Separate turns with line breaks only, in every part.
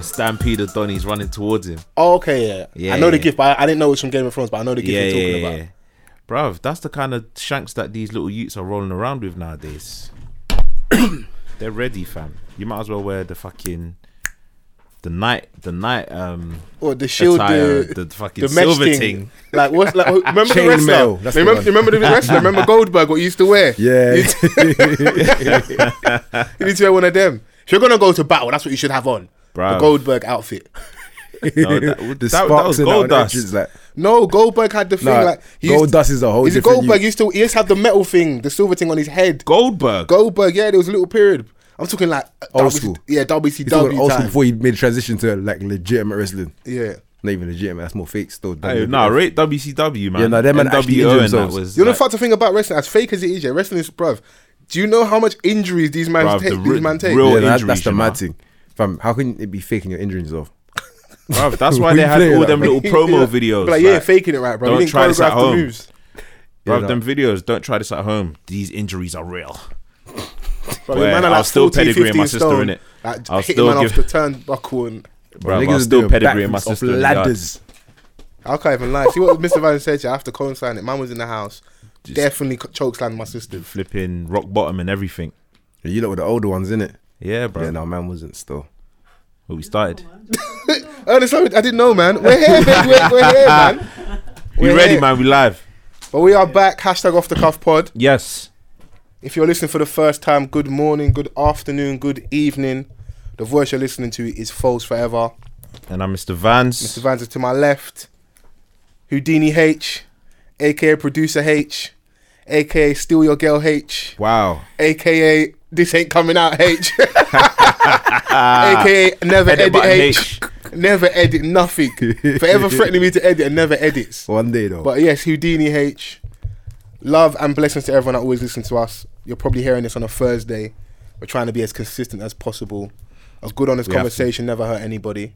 stampede of Donnie's running towards him.
Oh, okay, yeah. yeah I know yeah. the gift, but I, I, didn't know it was from Game of Thrones, but I know the gift yeah, you're talking about.
Bruv, that's the kind of shanks that these little utes are rolling around with nowadays. They're ready, fam. You might as well wear the fucking the night the night um
or the shield attire,
the, the fucking the silver thing. thing.
like what's like remember Chain the wrestler mail, remember, the remember the wrestler remember Goldberg what he used to wear
yeah
you need to wear one of them if you're gonna go to battle that's what you should have on Bruv. The Goldberg outfit.
no, that, the that, that was gold dust.
Like, no, Goldberg had the thing nah, like
gold dust is a whole. Is
Goldberg you... used to he used to have the metal thing, the silver thing on his head.
Goldberg,
Goldberg, yeah, there was a little period. I'm talking like uh,
old WC, school,
yeah, WCW
old school before he made transition to like legitimate wrestling.
Yeah,
not even legitimate. That's more fake still.
Hey, nah, rate WCW man.
Yeah, no, them man actually injured themselves.
Was, you know, like... fuck the thing about wrestling, as fake as it is, yeah, wrestling is bruv. Do you know how much injuries these man bruv, take? these man take.
Real injuries, that's the mad thing fam, how can it be faking your injuries off?
Bro, that's why they had all like, them little promo yeah. videos.
Like, like, yeah, faking it right, bro.
Don't try this at home. Moves. Bro, yeah, them videos, don't try this at home. These injuries are real.
Bro, man, I'll like still 40, pedigree my sister in it. Like, I'll still man give... off the turnbuckle and.
Bro, bro I'll still pedigree my sister
ladders.
I can't even lie. See what Mr. Van said. I have to co-sign it. Man was in the house. Just Definitely chokeslam my sister.
Flipping rock bottom and everything.
You look with the older ones, innit?
Yeah, bro.
Yeah, no, man wasn't still.
Well, we started.
Ernest, I didn't know, man. We're here, babe. We're, we're here, man.
we ready, here. man. We live.
But we are back. Hashtag off the cuff pod.
Yes.
If you're listening for the first time, good morning, good afternoon, good evening. The voice you're listening to is False Forever.
And I'm Mr. Vans.
Mr. Vans is to my left. Houdini H, aka Producer H, aka Steal Your Girl H.
Wow.
AKA this ain't coming out H. AKA never edit, edit H. H. Never edit nothing. Forever threatening me to edit and never edits.
One day though.
But yes, Houdini H. Love and blessings to everyone that always listens to us. You're probably hearing this on a Thursday. We're trying to be as consistent as possible. A good honest we conversation never hurt anybody.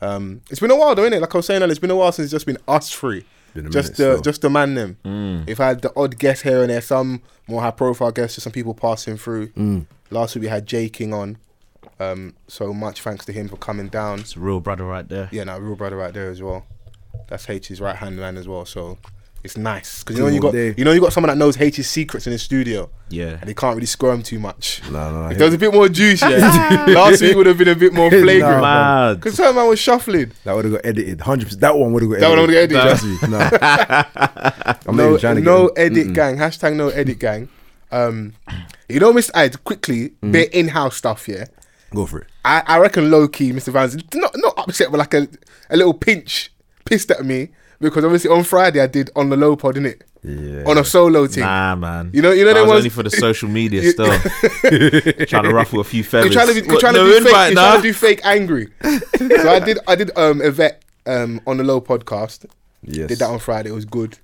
Um, it's been a while though, isn't it? Like I was saying, it's been a while since it's just been us three just the still. just the man them. Mm. If I had the odd guest here and there, some more high profile guests, just some people passing through.
Mm.
Last week we had Jay King on. Um, so much thanks to him for coming down.
It's a real brother right there.
Yeah, no, real brother right there as well. That's H's right hand man as well. So it's nice because you know you got you know you got someone that knows H's secrets in his studio.
Yeah,
and he can't really squirm too much.
No, no.
If there was a bit more juice, yeah, last week would have been a bit more flagrant. Because nah, that man was shuffling.
That would have got edited. Hundred percent. That one would have got.
That one would have got
edited. No.
I'm no, not even trying to no edit Mm-mm. gang. Hashtag no edit gang. Um, you know, Mr. Ed, quickly, mm. bit in-house stuff. Yeah,
go for it.
I, I reckon low key, Mr. Vans, not not upset, but like a a little pinch, pissed at me because obviously on Friday I did on the low pod, didn't it?
Yeah.
On a solo team.
Nah, man.
You know, you know that,
that
was
only for the social media stuff. trying to ruffle a few fellas.
You're trying to, be, you're trying to do fake. Right you're now? trying to do fake angry. so I did. I did um Yvette um on the low podcast.
Yes.
Did that on Friday. It was good.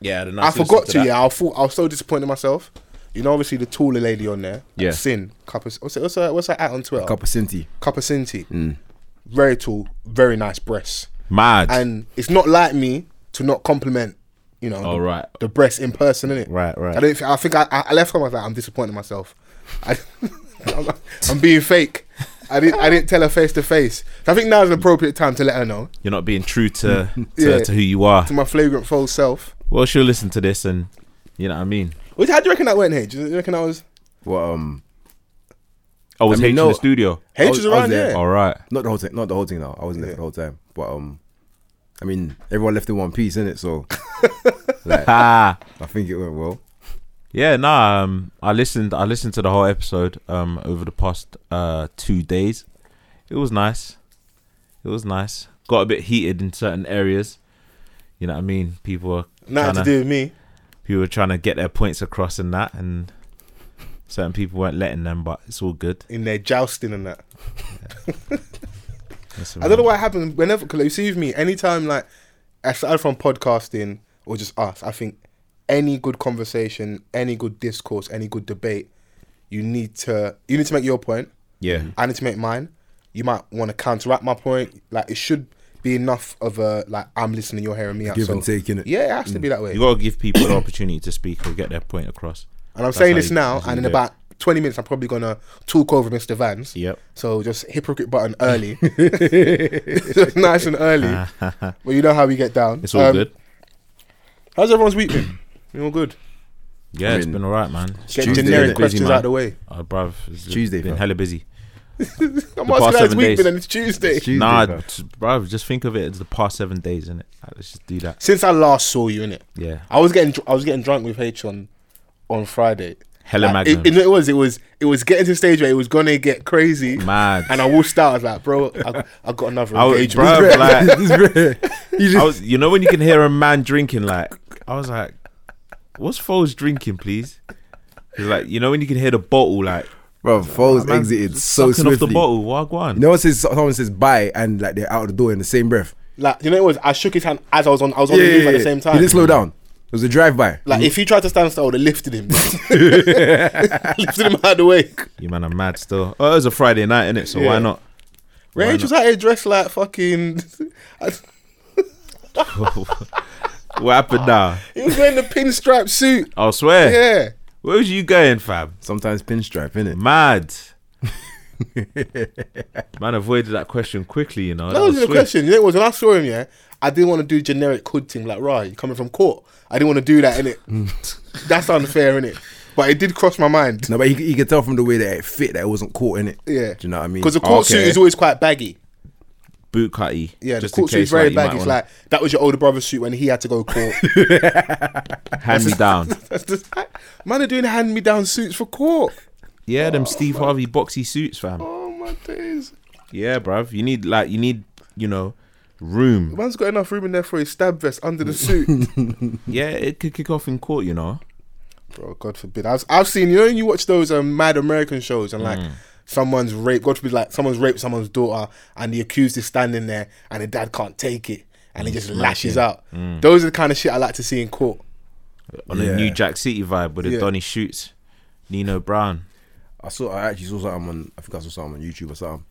Yeah. The
I forgot to. to yeah. I thought I was so disappointed in myself. You know, obviously the taller lady on there.
Yeah.
Sin. Cup of, what's, what's, that, what's that at on Twitter?
Cup of Cinti.
Cup of Cinti.
Mm.
Very tall. Very nice breasts.
Mad.
And it's not like me to not compliment, you know,
oh,
the,
right.
the breast in person, innit?
Right, right.
I don't. Think, I think I, I left home. I was like, I'm disappointing myself. I, am being fake. I didn't. I didn't tell her face to face. So I think now is an appropriate time to let her know.
You're not being true to to, yeah, to, who you are.
To my flagrant false self.
Well, she'll listen to this, and you know what I mean.
Which, how do you reckon that went? Hey, do you reckon that was?
Well, um,
I Oh, was I mean, H no, in the studio.
H
was,
was around, there. yeah.
All right.
Not the whole thing. Not the whole thing. Now I wasn't yeah. there the whole time. But um, I mean, everyone left in one piece, innit? So, like, I think it went well.
Yeah, nah. Um, I listened. I listened to the whole episode um over the past uh two days. It was nice. It was nice. Got a bit heated in certain areas. You know what I mean? People were
nothing to do with me.
who were trying to get their points across and that, and certain people weren't letting them. But it's all good.
in there jousting and that.
That's
I don't know what happens whenever. Cause like, you see with me, anytime like aside from podcasting or just us, I think any good conversation, any good discourse, any good debate, you need to you need to make your point.
Yeah,
I need to make mine. You might want to counteract my point. Like it should be enough of a like I'm listening, you're hearing me out.
Give
so-
and take, innit?
Yeah, it has to be that way.
you gotta give people the opportunity to speak or get their point across.
And I'm
That's
saying
how
this
you-
now,
that's how
and
you
in
do it.
about 20 minutes, I'm probably gonna talk over Mr. Vance.
Yep.
So just hypocrite button early, Just nice and early. well, you know how we get down.
It's all
Um,
good.
How's everyone's week been? been all good.
Yeah,
I
it's
mean,
been all right, man. It's
Get
Tuesday,
been
generic
busy,
innit?
questions
man.
out of the way.
Oh, bruv, it's
Tuesday,
been
fam.
hella busy.
I'm
The
asking
past
how his
seven
week
days.
been, and it's Tuesday.
It's Tuesday,
nah,
fam.
t- bruv, just think of it as the past seven days, innit? Like, Let's just do that.
Since I last saw you, in it,
Yeah,
I was getting dr- I was getting drunk with H on on Friday.
hella
Like,
magnum,
It, you know, it was it was it was getting to the stage where it was gonna get crazy,
mad.
and I walked out. I was like, bro, I, I got another
I was-
engagement.
bruv, like,
You
I
just-
was, you know, when you can hear a man drinking, like I was like, "What's Foles drinking, please?" He's like, you know, when you can hear the bottle, like
Bro, Foles
man,
exited so
sucking off the
swiftly. You
bottle. Wagwan.
know, says someone says bye and like they're out the door in the same breath.
Like you know, it was I shook his hand as I was on I was on the move Oh, at the same time.
He didn't slow down. It was a drive by.
Like if he tried to stand still, they lifted him, lifted him out of the way.
You man are mad still. Oh, it was a Friday night, innit? So
Yeah.
why not?
Rach was out here dressed like fucking.
what happened now?
he was wearing the pinstripe suit.
I swear.
Yeah,
Where was you going, fam?
Sometimes pinstripe, innit?
Mad. man avoided that question quickly, you know.
that was the
swift.
question. You know, it was when I saw him. Yeah, I didn't want to do generic hood thing like right. You coming from court? I didn't want to do that in it. That's unfair in it. But it did cross my mind.
No, but he, he could tell from the way that it fit that it wasn't caught in it.
Yeah.
Do you know what I mean?
Because the court
Okay.
suit is always quite baggy.
Boot cutty.
Yeah,
just
the court
in
suit
case,
is very
like, you might
baggy. It's
wanna
like that was your older brother's suit when he had to go court.
hand me down.
That's just, man are doing hand me down suits for court.
Yeah, them Steve Harvey boxy suits, fam.
Oh my days.
Yeah, bruv. You need like you need you know room.
Man's got enough room in there for his stab vest under the suit.
Yeah, it could kick off in court, you know.
Bro, God forbid. I've, I've seen, you know, when you watch those um, mad American shows and like someone's raped, God forbid, like someone's raped someone's daughter and the accused is standing there and the dad can't take it and he just lashes out. Those are the kind of shit I like to see in court.
On
Yeah.
a new Jack City vibe with a
Yeah.
Donny shoots, Nino Brown.
I saw. I actually saw something on. I think I saw something on YouTube or something,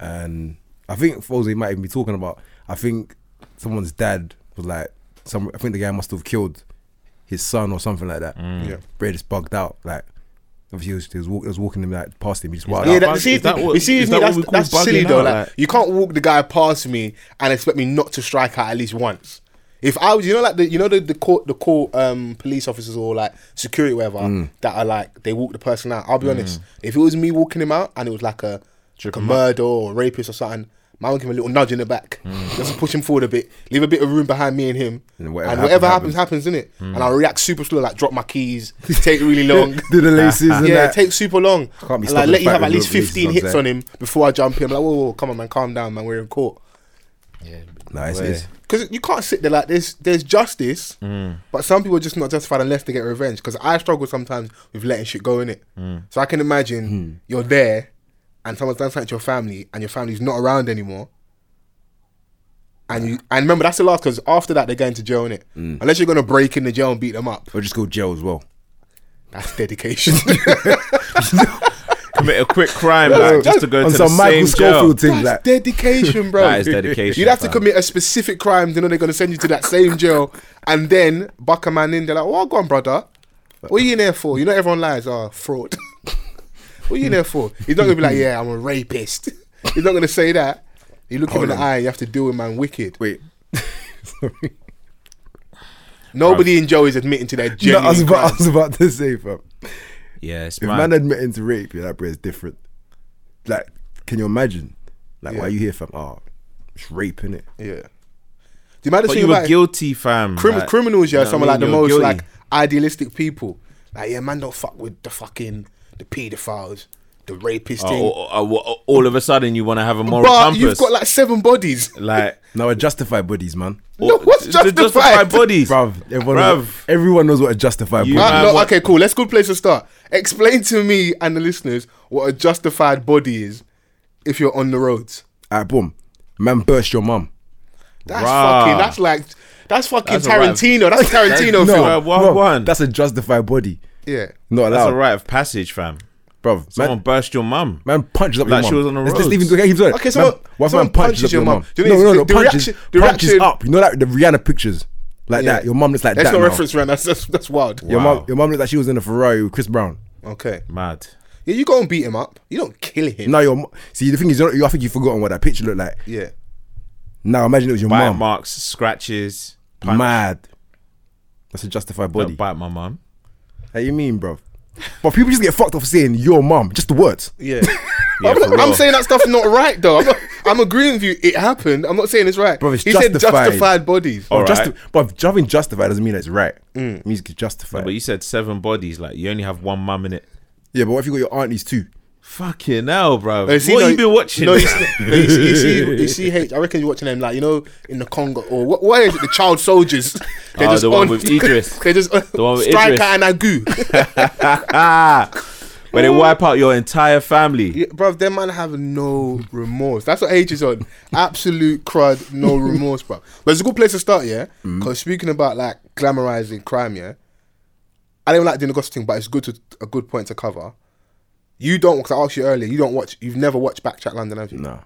and I think Foles might even be talking about. I think someone's dad was like, some. I think the guy must have killed his son or something like that.
Yeah.
Brad is bugged out. Like, obviously, he was, he was, walk, he was walking him like past him. He just wild
Yeah,
out.
that,
bug-
see,
is that what-
you see,
is
me,
that what
that's,
we call
that's silly
bugging
though.
out,
Like,
like-
you can't walk the guy past me and expect me not to strike out at least once. If I was, you know, like the, you know, the the court, the court, um, police officers or like security, whatever,
Mm.
that are like they walk the person out. I'll be honest. If it was me walking him out and it was like a, like a murder or rapist or something, man would give him a little nudge in the back,
Mm.
just push him forward a bit, leave a bit of room behind me and him, and
And
whatever,
whatever happens,
happens, happens, in it.
Mm.
And I react super slow, like drop my keys, take really long.
Do the laces and
Ah. Yeah,
that.
it takes super long.
be
And, like,
stopping
let you
fight
have
with
at least
no police
15
on
hits
set.
on him before I jump in. I'm like, whoa, whoa, come on, man, calm down, man. We're in court.
Yeah.
Nah, it's-
Where?
it's-
Because you can't sit there like this. There's justice,
Mm.
but some people are just not justified unless they get revenge. Because I struggle sometimes with letting shit go in it.
Mm.
So I can imagine
Hmm.
you're there and someone's done something to your family and your family's not around anymore. And you and remember that's the last because after that they're going to jail in it.
Mm.
Unless you're gonna break in the jail and beat them up,
or just go jail as well.
that's dedication.
Commit a quick crime like, just to go
on
to the
some Michael
same jail.
Scofield thing.
That's
Like,
dedication, bro.
That is dedication,
You'd have to
fam.
commit a specific crime to know they're going to send you to that same jail and then buck a man in. They're like, well, go on, brother. What are you in there for? You know, everyone lies. Oh, fraud. what are you in there for? He's not going to be like, yeah, I'm a rapist. He's not going to say that. You look him in the eye, you have to deal with man wicked.
wait. Sorry.
Nobody in jail is admitting to their
No, I, was
genuine
about, I
crimes.
was about to say, fam.
Yeah, it's
If
mad.
man admitting to rape, yeah, that bread's different. Like, can you imagine? Like,
Yeah.
why you here, fam? Oh, it's rape, innit?
Yeah. The maddest
but
thing
you were
about it-
guilty, fam.
Crim-
like,
criminals, yeah,
you
are
know
some of
what I
like the
mean?
most
You're
like
guilty.
idealistic people. Like, yeah, man, don't fuck with the fucking the paedophiles, the rapist
Oh,
thing.
oh, oh, oh, all of a sudden, you want to have a moral
but
compass.
you've got like seven bodies.
like
Now, I justify bodies, man. Oh,
No, what's
the- the
justified?
bodies?
Bruv, everyone,
Bruv.
everyone knows what a justified
You-
body
Man,
man,
no,
what-
okay, cool. Let's good place to start. Explain to me and the listeners what a justified body is if you're on the roads.
Alright, boom. Man, burst your mum.
That's
Rah.
fucking. That's like. That's fucking
That's a right-
Tarantino. That's a Tarantino
No.
film.
Well, well, one.
That's a justified body.
Yeah.
Not
that's
allowed.
a rite of passage, fam.
Bruv,
Someone
man,
burst your mum.
man punches up
Like
your
she
mum.
was on the
Let's- let's
roads.
leave it- okay, keep going.
Okay,
Man-
someone-
whilst
someone
man punches,
punches
up
your
your
mum.
mum.
Do you
No,
know
no,
the-
no.
the
punches,
reaction- the
punches
reaction-
up. You know, like the Rihanna pictures. Like
Yeah.
that. Your mum looks like
That's
that.
not
now.
reference round. That's, that's that's wild.
Your
Wow.
mum, your mum looked like she was in a Ferrari with Chris Brown.
Okay.
Mad.
Yeah, you go and beat him up. You don't kill him.
Now your mu- see the thing is, you, don't- you I think you've forgotten what that picture looked like.
Yeah.
Now imagine it was your
Bite
mum.
marks, scratches. Punch.
Mad. That's a justified
Don't
body.
bite my mum.
How you mean, bro? But people just get fucked off saying your mum, just the words.
Yeah.
Yeah,
I'm,
for
I'm
real.
saying that stuff's not right though. I'm, not, I'm agreeing with you. It happened. I'm not saying it's right.
Bro, it's
he said
justified.
justified bodies.
All right. Mm.
Justi- but having justified doesn't mean it's right. It means it's justified.
But you said seven bodies. Like you only have one mum in it.
yeah, but what if you got your aunties too?
Fucking hell, bro.
No,
What
see,
have
no,
you been watching?
No, you see, no, you see, you see, you see, H, I reckon you're watching them like you know in the Congo or what? What is it? The child soldiers? They're
Oh, the one with Idris.
They're just on,
The one with
striker
Idris.
and Agu.
Where they wipe out your entire family.
yeah, bro, them man have no remorse. That's what H is on. Absolute crud, no remorse, bro. But it's a good place to start, yeah.
Mm.
Because speaking about like glamorizing crime, yeah. I don't like doing the gossip thing, but it's good to a good point to cover. You don't because I asked you earlier. You don't watch. You've never watched Backtrack London, have you?
No,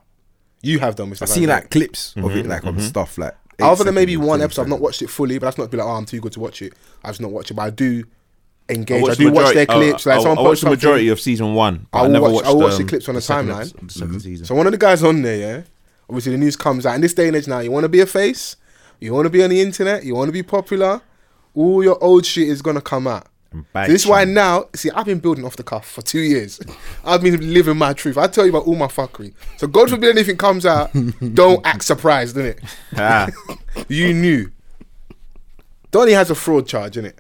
You have done. Mr.
I've seen
London.
like clips of
Mm-hmm,
it, like on stuff like. eight
Other than maybe
seconds,
one
10
episode, I've not
seconds.
watched it fully, but that's not be like, oh, I'm too good to watch it. I just not watch it, but I do engage. I,
watched
do
the majority-
uh,
watch their clips.
I,
like
I,
someone
I
posts
watched the
something.
majority of season one. but
I
I,
will
never
watch-
watched.
I will watch the
um,
clips on the
second
timeline.
episode- the second season.
So one of the guys on there, yeah. Obviously, the news comes out in this day and age now. You want to be a face, you want to be on the internet, you want to be popular. All your old shit is gonna come out.
And bad
this is why
shit.
now, see, I've been building off the cuff for two years. I've been living my truth. I tell you about all my fuckery. So God forbid anything comes out, don't act surprised, innit?
Ah,
You knew. Donny has a fraud charge in it.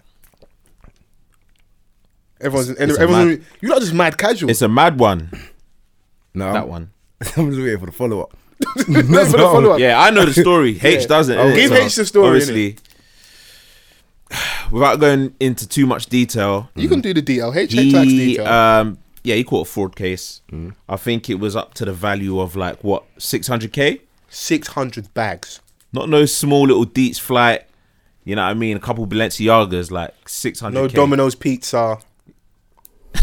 Everyone's,
it's a
everyone's you're not just mad casual.
it's a mad one.
no,
That one.
I'm just waiting for the follow up.
Wait for the follow-up.
Yeah, I know the story.
Yeah.
H doesn't.
Oh,
innit?
give H the story,
Obviously, without going into too much detail,
You can do the DL. H he, tax
he
detail.
um yeah he caught a fraud case. I think it was up to the value of like what six hundred k.
Six hundred bags.
Not no small little Deets flight. You know what I mean? A couple Balenciagas, like six hundred.
No Domino's pizza.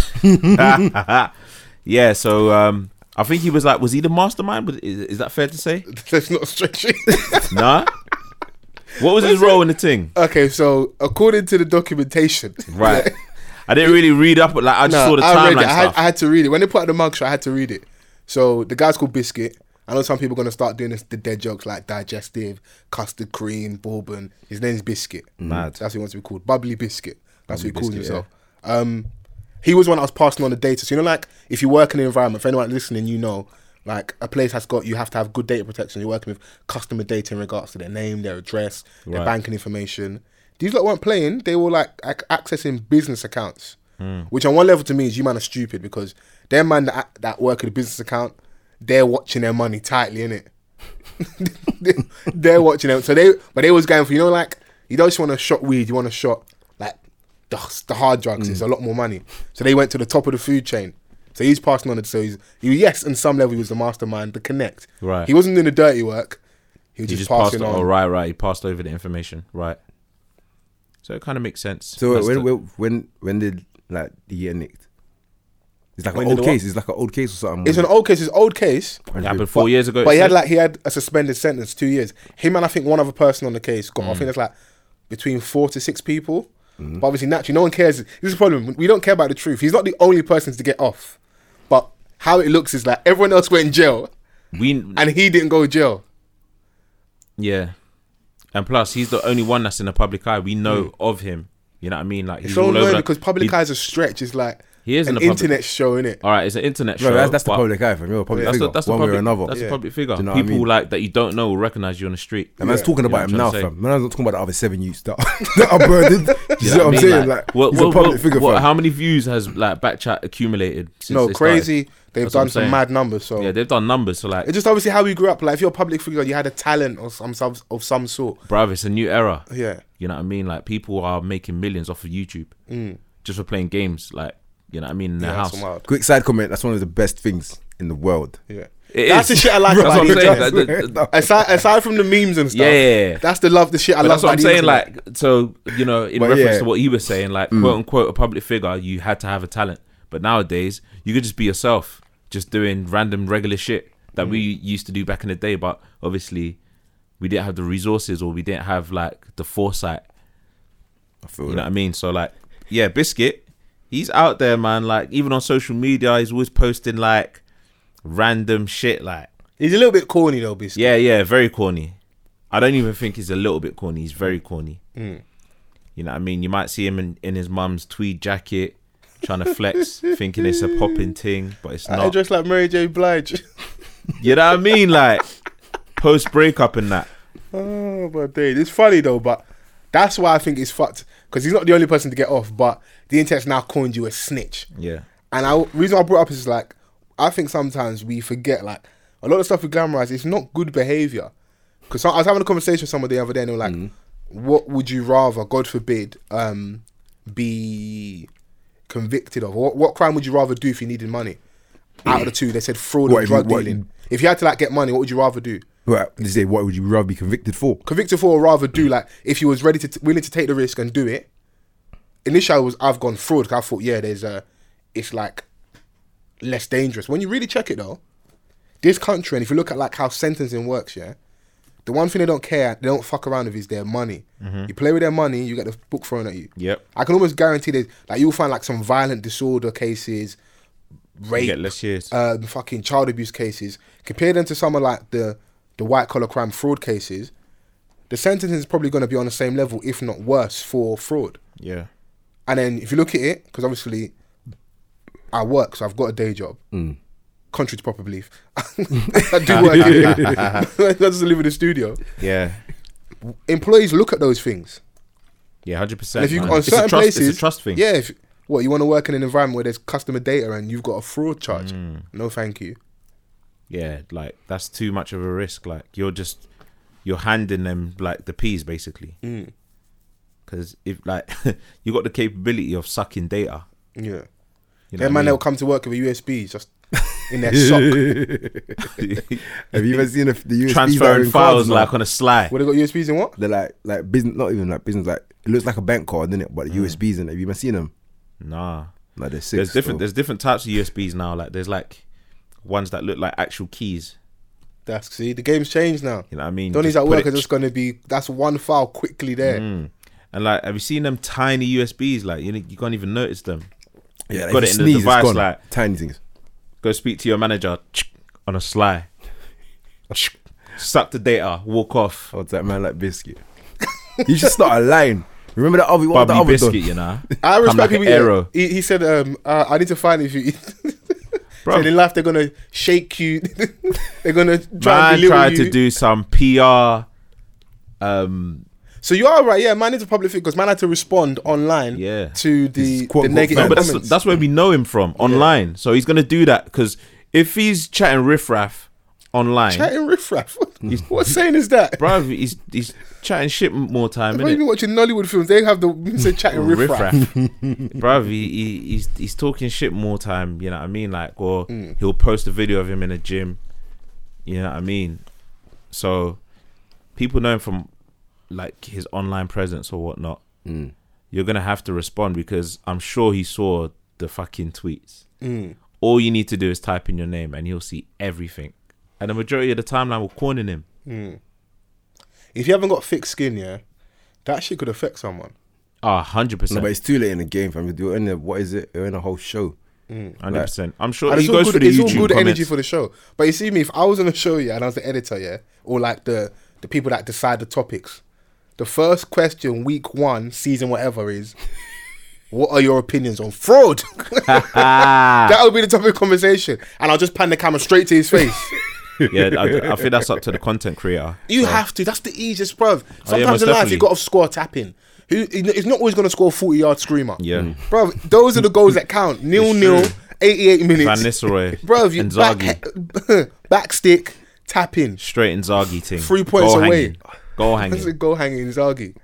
Yeah, so um, I think he was like, was he the mastermind? But is, is that fair to say?
That's not stretching.
nah. What was his role in the thing?
okay, so according to the documentation,
Right. I didn't really read up, but like I just saw the
I read
timeline
it. I had,
stuff.
I had to read it when they put out the mugshot. I had to read it. So the guy's called Biscuit. I know some people are gonna start doing this, the dead jokes like digestive, custard cream, bourbon. His name's Biscuit.
Mad.
That's what he wants to be called. Bubbly Biscuit. That's
Bubbly
what he calls
Biscuit,
himself. Um, he was one that was passing on the data. So you know, like if you work in an environment, for anyone listening, you know, like a place has got you have to have good data protection. You're working with customer data in regards to their name, their address, their
Right.
banking information. These lot weren't playing. They were like ac- accessing business accounts,
Hmm.
which on one level to me is you man are stupid because their man that, ac- that work in a business account, they're watching their money tightly, innit? they're watching them. So they, but they was going for you know like you don't just want to shot weed, you want to shot like the, the hard drugs.
Hmm.
It's a lot more money. So they went to the top of the food chain. So he's passing on it. So he's he, yes, on some level he was the mastermind, the connect.
Right.
He wasn't doing the dirty work. He was
he
just,
just
passing
passed.
on.
Oh right, right. He passed over the information. Right. So it kind of makes sense.
So
That's
wait,
the-
when, when when when did like the year nicked? It's like
When
an
did
old
what?
case. It's like an old case or something.
It's an old case. It's old case.
it happened four years ago.
But
it
he had
said?
like he had a suspended sentence, two years. Him and I think one other person on the case
Mm.
got. I think it's like between four to six people.
Mm-hmm.
But obviously, naturally, no one cares. This is the problem. We don't care about the truth. He's not the only person to get off. But how it looks is like everyone else went in jail
we
and he didn't go to jail.
yeah, and plus he's the only one
Mm.
that's in the public eye. We know of him. You know what I mean? Like he's
It's so
all over
annoying
the-
because public
he-
eyes a stretch. It's like
He is in
an
the public. Oh,
internet show, innit?
All right, it's an internet
No,
show.
that's, that's the
but
public eye, fam. You're a public
That's
figure,
the, that's the
one
public,
way or another.
That's
Yeah.
the public figure.
Do you know what I
People
mean?
like that you don't know will recognize you on the street.
And man's
Yeah.
talking about
You
him
know
now,
what I'm trying to
fam. Man's not talking about the other seven youths that, that are burdened. You see what
I
I'm
mean,
saying? Like,
what-
he's a
what-
public
what-
figure,
what-
fam.
How many views has like Backchat accumulated? Since
No,
they started?
crazy. They've
That's what
done
I'm
some
saying.
mad numbers. So
Yeah, they've done numbers. So like,
it's just obviously how we grew up. Like if you're a public figure, you had a talent or some some- of some sort.
bruv, it's a new era.
Yeah,
You know what I mean? Like people are making millions off of YouTube
Mm.
just for playing games. Like you know what I mean? In their
yeah, that's
house.
wild.
Quick side comment. That's one of the best things in the world.
Yeah,
It
That's
is.
the shit I like
That's
about
what I'm
these
saying.
guys.
Like, the- the-
aside, aside from the memes and stuff.
Yeah, yeah, yeah.
that's the love, the shit I
But
love.
that's what I'm
about
saying.
the
Like,
internet.
Mm. so you know, in
But
reference
yeah.
to what you were saying, like quote unquote, a public figure, you had to have a talent. But nowadays, you could just be yourself, just doing random regular shit that we used to do back in the day. But obviously, we didn't have the resources or we didn't have like the foresight.
I feel
You
that.
know what I mean? So like, yeah, biscuit, he's out there, man. Like even on social media, he's always posting like random shit, like.
he's a little bit corny though, basically.
Yeah, yeah, very corny. I don't even think he's a little bit corny. He's very corny.
Mm.
You know what I mean? You might see him in, in his mum's tweed jacket, trying to flex, thinking it's a popping thing, but it's
I
not.
dress like Mary J. Blige.
You know what I mean? Like post breakup and that.
oh, but dude, it's funny though. But that's why I think it's fucked because he's not the only person to get off. But the internet's now calling you a snitch.
Yeah,
And I reason I brought up is like I think sometimes we forget like a lot of stuff we glamorize. It's not good behavior. Because I was having a conversation with someone the other day, and they were like,
Mm.
"What would you rather? God forbid, um, be convicted of? What, what crime would you rather do if you needed money? Out of the two, they said fraud
What
and
if you-
drug
what-
dealing. If you had to like get money, what would you rather do?
Well, they say, what would you rather be convicted for?
Convicted for or rather do like if you was ready to t- willing to take the risk and do it. Initially, I was I've gone fraud 'cause I thought yeah, there's a, it's like less dangerous. When you really check it though, this country and if you look at like how sentencing works, yeah, the one thing they don't care, they don't fuck around with is their money. You play with their money, you get the book thrown at you.
Yep.
I can almost guarantee that like you'll find like some violent disorder cases,
you
rape,
get less years.
um, fucking child abuse cases, compare them to some of like the the white collar crime fraud cases, the sentencing is probably going to be on the same level, if not worse, for fraud.
yeah,
And then if you look at it, because obviously I work, so I've got a day job.
Mm.
Contrary to proper belief, I do work. I just live in the studio.
yeah,
Employees look at those things.
yeah, hundred percent.
And if you on
it's
certain
a trust,
places,
it's a trust thing.
Yeah. If, what you want to work in an environment where there's customer data and you've got a fraud charge?
Mm.
No, thank you.
yeah, like that's too much of a risk. Like you're just you're handing them like the peas basically.
Mm.
Because if like you got the capability of sucking data,
Yeah.
you know
Yeah,
what I
man,
mean?
they'll come to work with a USB just in their sock.
Have you ever seen the, the USBs that are
transferring
in
files
cards now?
like on a slide.
What they got USBs in what?
They're like like business, not even like business. Like it looks like a bank card, isn't it? But the USBs in it. Have you even seen them?
Nah,
Like they're sick.
Mm. there's different.
still.
There's different types of USBs now. Like there's like ones that look like actual keys.
That's see, the game's changed now.
You know what I mean?
Donnie's
Just
at
put
work
it-
are just gonna be that's one file quickly there.
Mm. And like, have you seen them tiny USBs? Like you, you can't even notice them.
yeah, like,
got
if
it
you
in the
sneeze, it's
device,
gone.
like-
tiny things.
Go speak to your manager on a slide. Suck the data. Walk off.
Oh,
What's that man Oh, like biscuit? you should start a line. Remember that other one? The
Bobby
other
biscuit,
done?
you know.
I
Come
respect
like
people.
an
yeah.
arrow.
He, he said, um, uh, "I need to find if you."
Bro.
Said in life they're gonna shake you. they're gonna try
Man
and belittle
tried
you.
to do some PR. Um,
so you are right. Yeah, man is a public figure because man had to respond online.
Yeah.
To the,
He's quote,
the
unquote,
negative
fan.
No, but that's,
comments.
that's where we know him from online. So he's gonna do that because if he's chatting riffraff online,
chatting riffraff.
Mm.
What, what saying is that?
bro, he's he's chatting shit more time,
Bro, you
innit?
been watching Nollywood films. They have the say chatting riffraff.
bro, he, he he's he's talking shit more time. You know what I mean? Like, or
Mm.
he'll post a video of him in a gym. You know what I mean? So people know him from like his online presence or whatnot.
Mm.
You're gonna have to respond because I'm sure he saw the fucking tweets.
Mm.
all you need to do is type in your name and you'll see everything. And the majority of the timeline will corner him.
If you haven't got thick skin, yeah, that shit could affect someone.
Ah, hundred
No, but
percent,
it's too late in the game, fam. You're in the what is it? You're in a whole show.
hundred percent. I'm sure
And
he
it's all
goes for
good,
the
it's all
YouTube
good
comments.
energy for the show. But you see me, if I was on a show, yeah, and I was the editor, yeah, or like the the people that decide the topics, the first question, week one, season whatever, is What are your opinions on fraud?
Ah.
that would be the topic of conversation, and I'll just pan the camera straight to his face.
yeah, I, I think that's up to the content creator.
You
So,
have to. That's the easiest, bruv. Sometimes in
Oh, most
life,
definitely.
you got to score tapping. Who he's not always going to score a forty-yard screamer.
Yeah.
bruv. Those are the goals that count. Nil nil, eighty-eight
Van
minutes.
Nistelrooy,
Bruv, you
and Zagi,
back, back stick tapping.
straight in Zagi team.
Three points
Goal
away.
hanging. Goal
That's a
hanging.
goal hanging Zagi.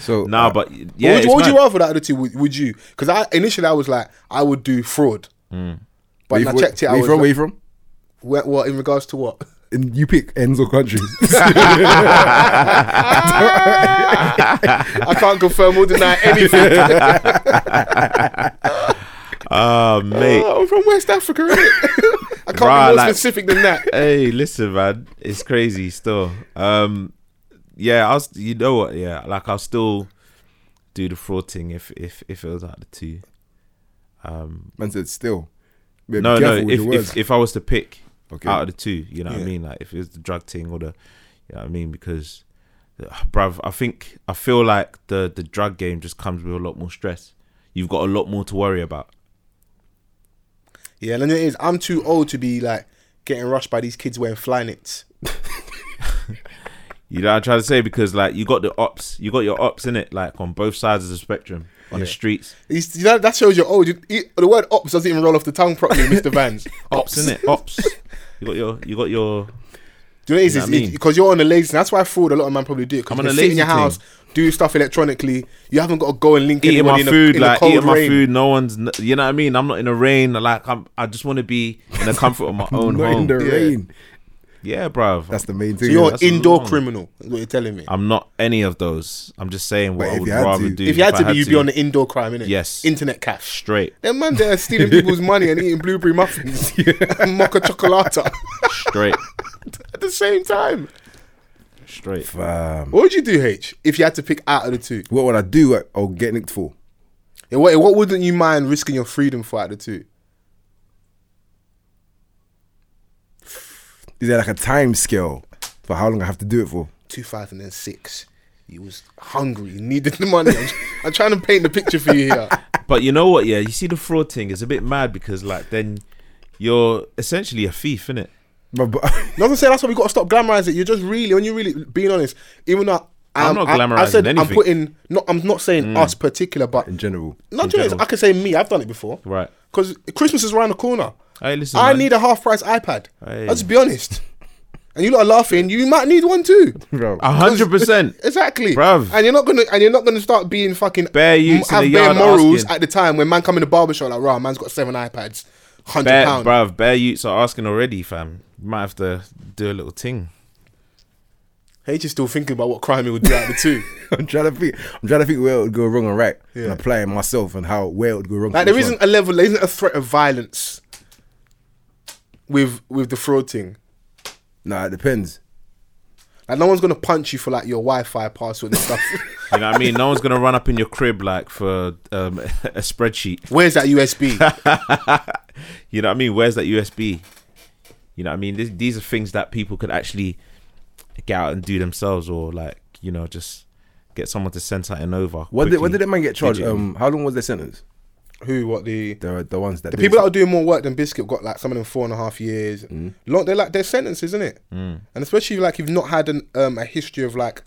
So
Nah,
uh,
but yeah,
what would,
it's
what would you
mad.
rather out of the two? Would, would you? Because I initially I was like I would do fraud,
Hmm.
but when
where you
I
from-
checked it.
Where
I
you
was
from? Where
like,
you from?
where- what in regards to what?
And you pick ends or country.
I can't confirm or deny anything.
Ah, mate.
Oh, I'm from West Africa. innit? I can't
Right,
be more
like-
specific than that.
hey, listen, man, it's crazy still. Um, yeah, I was. You know what? Yeah, like I'll still do the fraud thing if if if it was out of the two. Um,
Man said still. Yeah, be
no, no.
careful with
If,
your words.
if if I was to pick
okay.
out of the two, you know what
Yeah.
I mean. Like if it was the drug thing or the, you know what I mean, because, uh, bruv, I think I feel like the the drug game just comes with a lot more stress. You've got a lot more to worry about.
Yeah, and it is. I'm too old to be like getting rushed by these kids wearing fly knits.
You know what I'm trying to say? Because like you got the ops, you got your ops in it, like on both sides of the spectrum, on the streets.
It's- You know, that shows you're old. You, you- the word ops doesn't even roll off the tongue properly, Mr. Vans.
ops in it ops you got your you got your
Do you know what it is?
You know what I mean?
Because you're on the lazy. That's why I fraud a lot of man probably do it.
I'm
Because
on
you
a
sit in
lazy
your house,
thing.
do stuff electronically. You haven't got to go and link
eating
anybody
my
in, the
food
in the
like
cold
eating my
rain.
food no one's n- you know what i mean i'm not in the rain like i'm i just want to be in the comfort of my own
not in
home
the
Yeah.
rain.
yeah bruv
That's the main
So
thing.
you're an
that's
indoor
long.
criminal. Is what you're telling me.
i'm not any of those i'm just saying what
But
i
if
would
you had
rather
to-
do
if you had
I
to be, you'd be on the indoor crime, innit?
Yes.
Internet cash.
straight
Them man there stealing people's money and eating blueberry muffins and mocha chocolata
straight
at the same time.
straight
Fam.
What would you do, H, if you had to pick out of the two?
um, What would I do? I- I'll get nicked for.
Yeah, What, what wouldn't you mind risking your freedom for out of the two?
Is there like a time scale for how long I have to do it for?
2006. You was hungry. You needed the money. I'm, I'm trying to paint the picture for you here.
but you know what yeah you see the fraud thing is a bit mad because like then you're essentially a thief innit?
But, but
No, I'm saying that's why we got to stop glamorizing it. You're just really, when you really being honest, even though I,
I'm not
I- I,
glamorising
said I'm
anything. Mm.
putting. Not, I'm not saying us particular, but
in general,
not
in
just.
general.
I can say me. I've done it before.
right
Because Christmas is around the corner.
hey listen
I
man.
need a half price iPad.
Hey.
Let's be honest. And you lot are laughing. You might need one too.
bro.
a hundred percent
Exactly,
Bruv.
And you're not gonna and you're not gonna start being fucking
Bare
you
youths in
have
the
bare
yard
morals
asking.
at the time when man come in the barbershop like, rah, man's got seven iPads, hundred
Bear,
pound.
bruv, bear youths are asking already, fam. You might have to do a little ting.
H is still thinking about what crime he would do out of the two.
I'm trying to think. I'm trying to think where it would go wrong and right,
Yeah.
and applying myself and how where it would go wrong.
Like
for
there
each one.
isn't a level, there isn't a threat of violence with with the fraud thing.
Nah, it depends.
Like no one's gonna punch you for like your Wi-Fi password and stuff.
You know what I mean? No one's gonna run up in your crib like for um, a spreadsheet.
Where's that USB?
You know what I mean? Where's that USB? You know what I mean? This, these are things that people could actually get out and do themselves, or like you know, just get someone to send something over.
What did, what
quickly.
did that man get charged?
Digitally.
Um, how long was their sentence?
Who? What the?
The the ones that
The
did
people that
it.
are doing more work than Biscuit got like some of them four and a half years. Long, they're like their sentences, isn't it? Mm. And especially like you've not had an, um, a history of like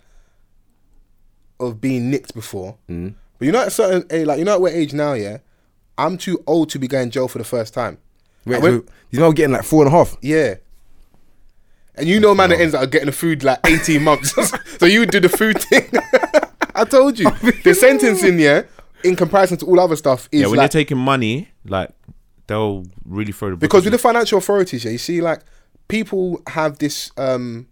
of being nicked before. Mm. But you know, at a certain age, like you know, at what age now? Yeah, I'm too old to be going jail for the first time.
Wait,
I went-
so he's now getting like four and a half.
Yeah. And you know, man, that ends up getting the food like 18 months. so you do the food thing. I told you. The sentencing, yeah, in comparison to all other stuff, is
Yeah, when
like,
you're taking money, like they'll really throw the book
because
at
with the financial authorities, yeah, you see, like people have this um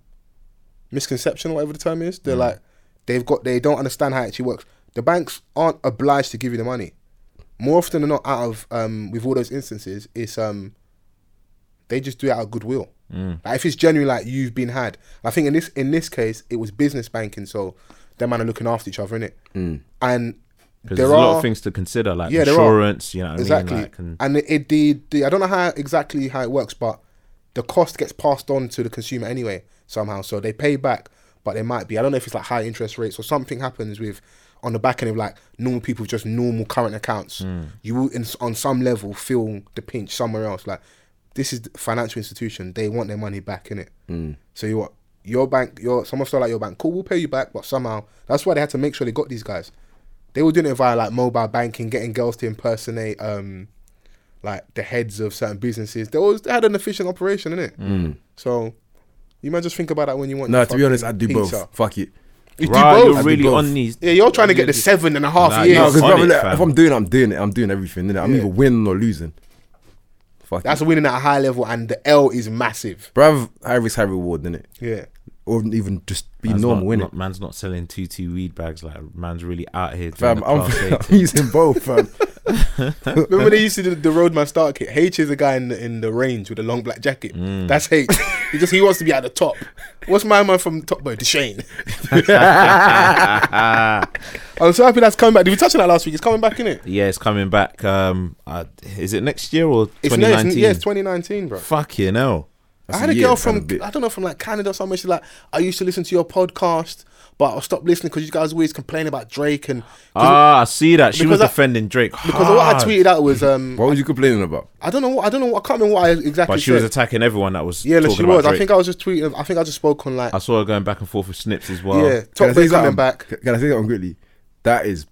misconception, whatever the term is.
Mm.
They're like, they've got, they don't understand how it actually works. The banks aren't obliged to give you the money. More often than not, out of um, with all those instances, it's um, they just do it out of goodwill.
Mm.
Like if it's genuinely like you've been had, I think in this in this case, it was business banking, so them man are looking after each other, innit? Mm. And
'Cause
there
there's
are
a lot of things to consider, like
Yeah, there are.
insurance. You know what
exactly.
I mean? Like, and,
and it, it the, the I don't know how exactly how it works, but the cost gets passed on to the consumer anyway somehow. So they pay back, but they might be I don't know if it's like high interest rates or something happens with on the back end of like normal people with just normal current accounts, you will in, on some level feel the pinch somewhere else. Like this is the financial institution; they want their money back in it. So you what? Your bank, your someone stole like your bank. Cool, we'll pay you back, but somehow that's why they had to make sure they got these guys. They were doing it via like mobile banking, getting girls to impersonate um, like the heads of certain businesses. They always they had an efficient operation in it. So you might just think about that when you want.
Mm. No,
your
to be honest, I
fucking
do both.
pizza.
Fuck it.
You do
Right,
both?
you're
do
really
both.
on these.
Yeah, you're trying to get the seven and a half
Nah,
No,
years.
you're-
because
On it,
if
fam.
I'm doing, it, I'm doing it. I'm doing everything. innit? I'm
Yeah.
either winning or losing. Fuck
That's
it.
winning at a high level, and the L is massive.
Bruv, high risk, high reward, innit?
Yeah.
Or even just be
Man's
normal,
not,
innit?
not- Man's not selling two two weed bags. Like man's really out here. Doing
Fam,
the
I'm,
class A
I'm
thing.
using both, fam.
Remember they used to do the roadman start kit. H is the guy in the, in the range with the long black jacket.
Mm.
That's H. he just he wants to be at the top. What's my man from Top Boy? Deshane. I'm so happy that's coming back. Did we touch on that last week? It's coming back, innit?
yeah, it's coming back. Um, uh, is it next year or
It's next.
2019?
Yeah, it's 2019, bro.
Fucking hell.
I had a
a year
girl
and a
from
bit.
I don't know from like Canada or something. She's like, I used to listen to your podcast, but I stopped listening because you guys always complain about Drake and
Ah, I see that. She
because
was
I-
defending Drake.
because what I
hard,
tweeted out was um
what was you complaining about?
I don't know what I don't know what I can't remember what I exactly
But she
said.
was attacking everyone that was.
yeah,
talking
she
about
was. I
Drake.
think I was just tweeting. I think I just spoke on like
I saw her going back and forth with Snips as well.
yeah,
Can I
Top
say
Boy coming
something?
back.
C- Can I say something quickly? That is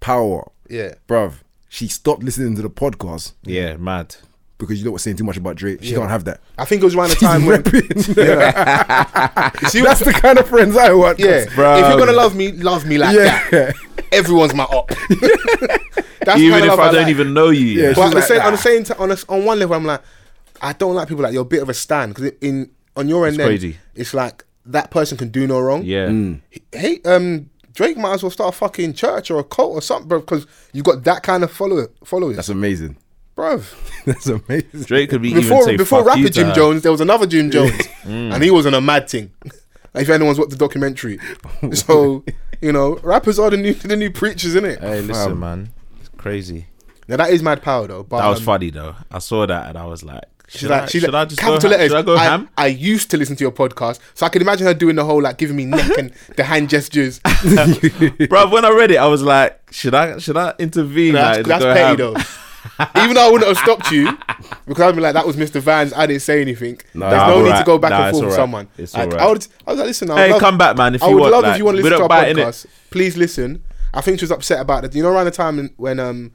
power,
Yeah,
bruv. She stopped listening to the podcast
Yeah, mad.
because you know what's saying too much about Drake. She
Yeah.
don't have that.
I think it was around the
She's
time when
repping.
she was,
That's the kind of friends I want.
yeah.
Bro.
If you're gonna love me, love me like
Yeah.
that. Everyone's my op. That's the
Even
kind of
if
love
I don't
like.
even know you.
Yeah,
Yeah.
But
She's
at the
like
same,
that.
on the same time, on, a, on one level, I'm like, I don't like people like you're a bit of a stand because in on your end,
It's
then,
crazy.
it's like that person can do no wrong.
Yeah.
mm,
Hey, um, Drake might as well start a fucking church or a cult or something, bro, because you got that kind of follower followers,
That's amazing.
bro.
That's amazing.
Drake could be even
Before
say,
before
"Fuck you Mm.
rapper
to
Jim
her."
Jones, there was another Jim Jones, and he was on a mad thing. if anyone's watched the documentary, so you know, rappers are the new the new preachers, is it?
Hey, listen,
Fam.
man. It's crazy.
Now that is mad power though. But
That was
um,
funny though. I saw that and I was like,
She's
should,
like,
I,
she's
should
like,
I just go
capital
ham?
letters.
Should I go
I,
ham?
I used to listen to your podcast, so I can imagine her doing the whole like giving me neck and the hand gestures.
Bro, when I read it, I was like, should I should I intervene?
that's
like,
that's
go
petty
ham?
though. Even though I wouldn't have stopped you, because I'd be like, that was Mr. Vans. I didn't say anything.
Nah,
There's no
I'm
need to
alright.
go back
Nah,
and
it's
forth with
alright.
someone.
It's
Like,
alright.
I, would, I was like, listen, I would
Hey,
love,
come back, man. If
I
you
would
want,
love
like,
if you want to
we
listen to
don't
our
bite in it.
podcast. Please listen. I think she was upset about it. You know, around the time when um,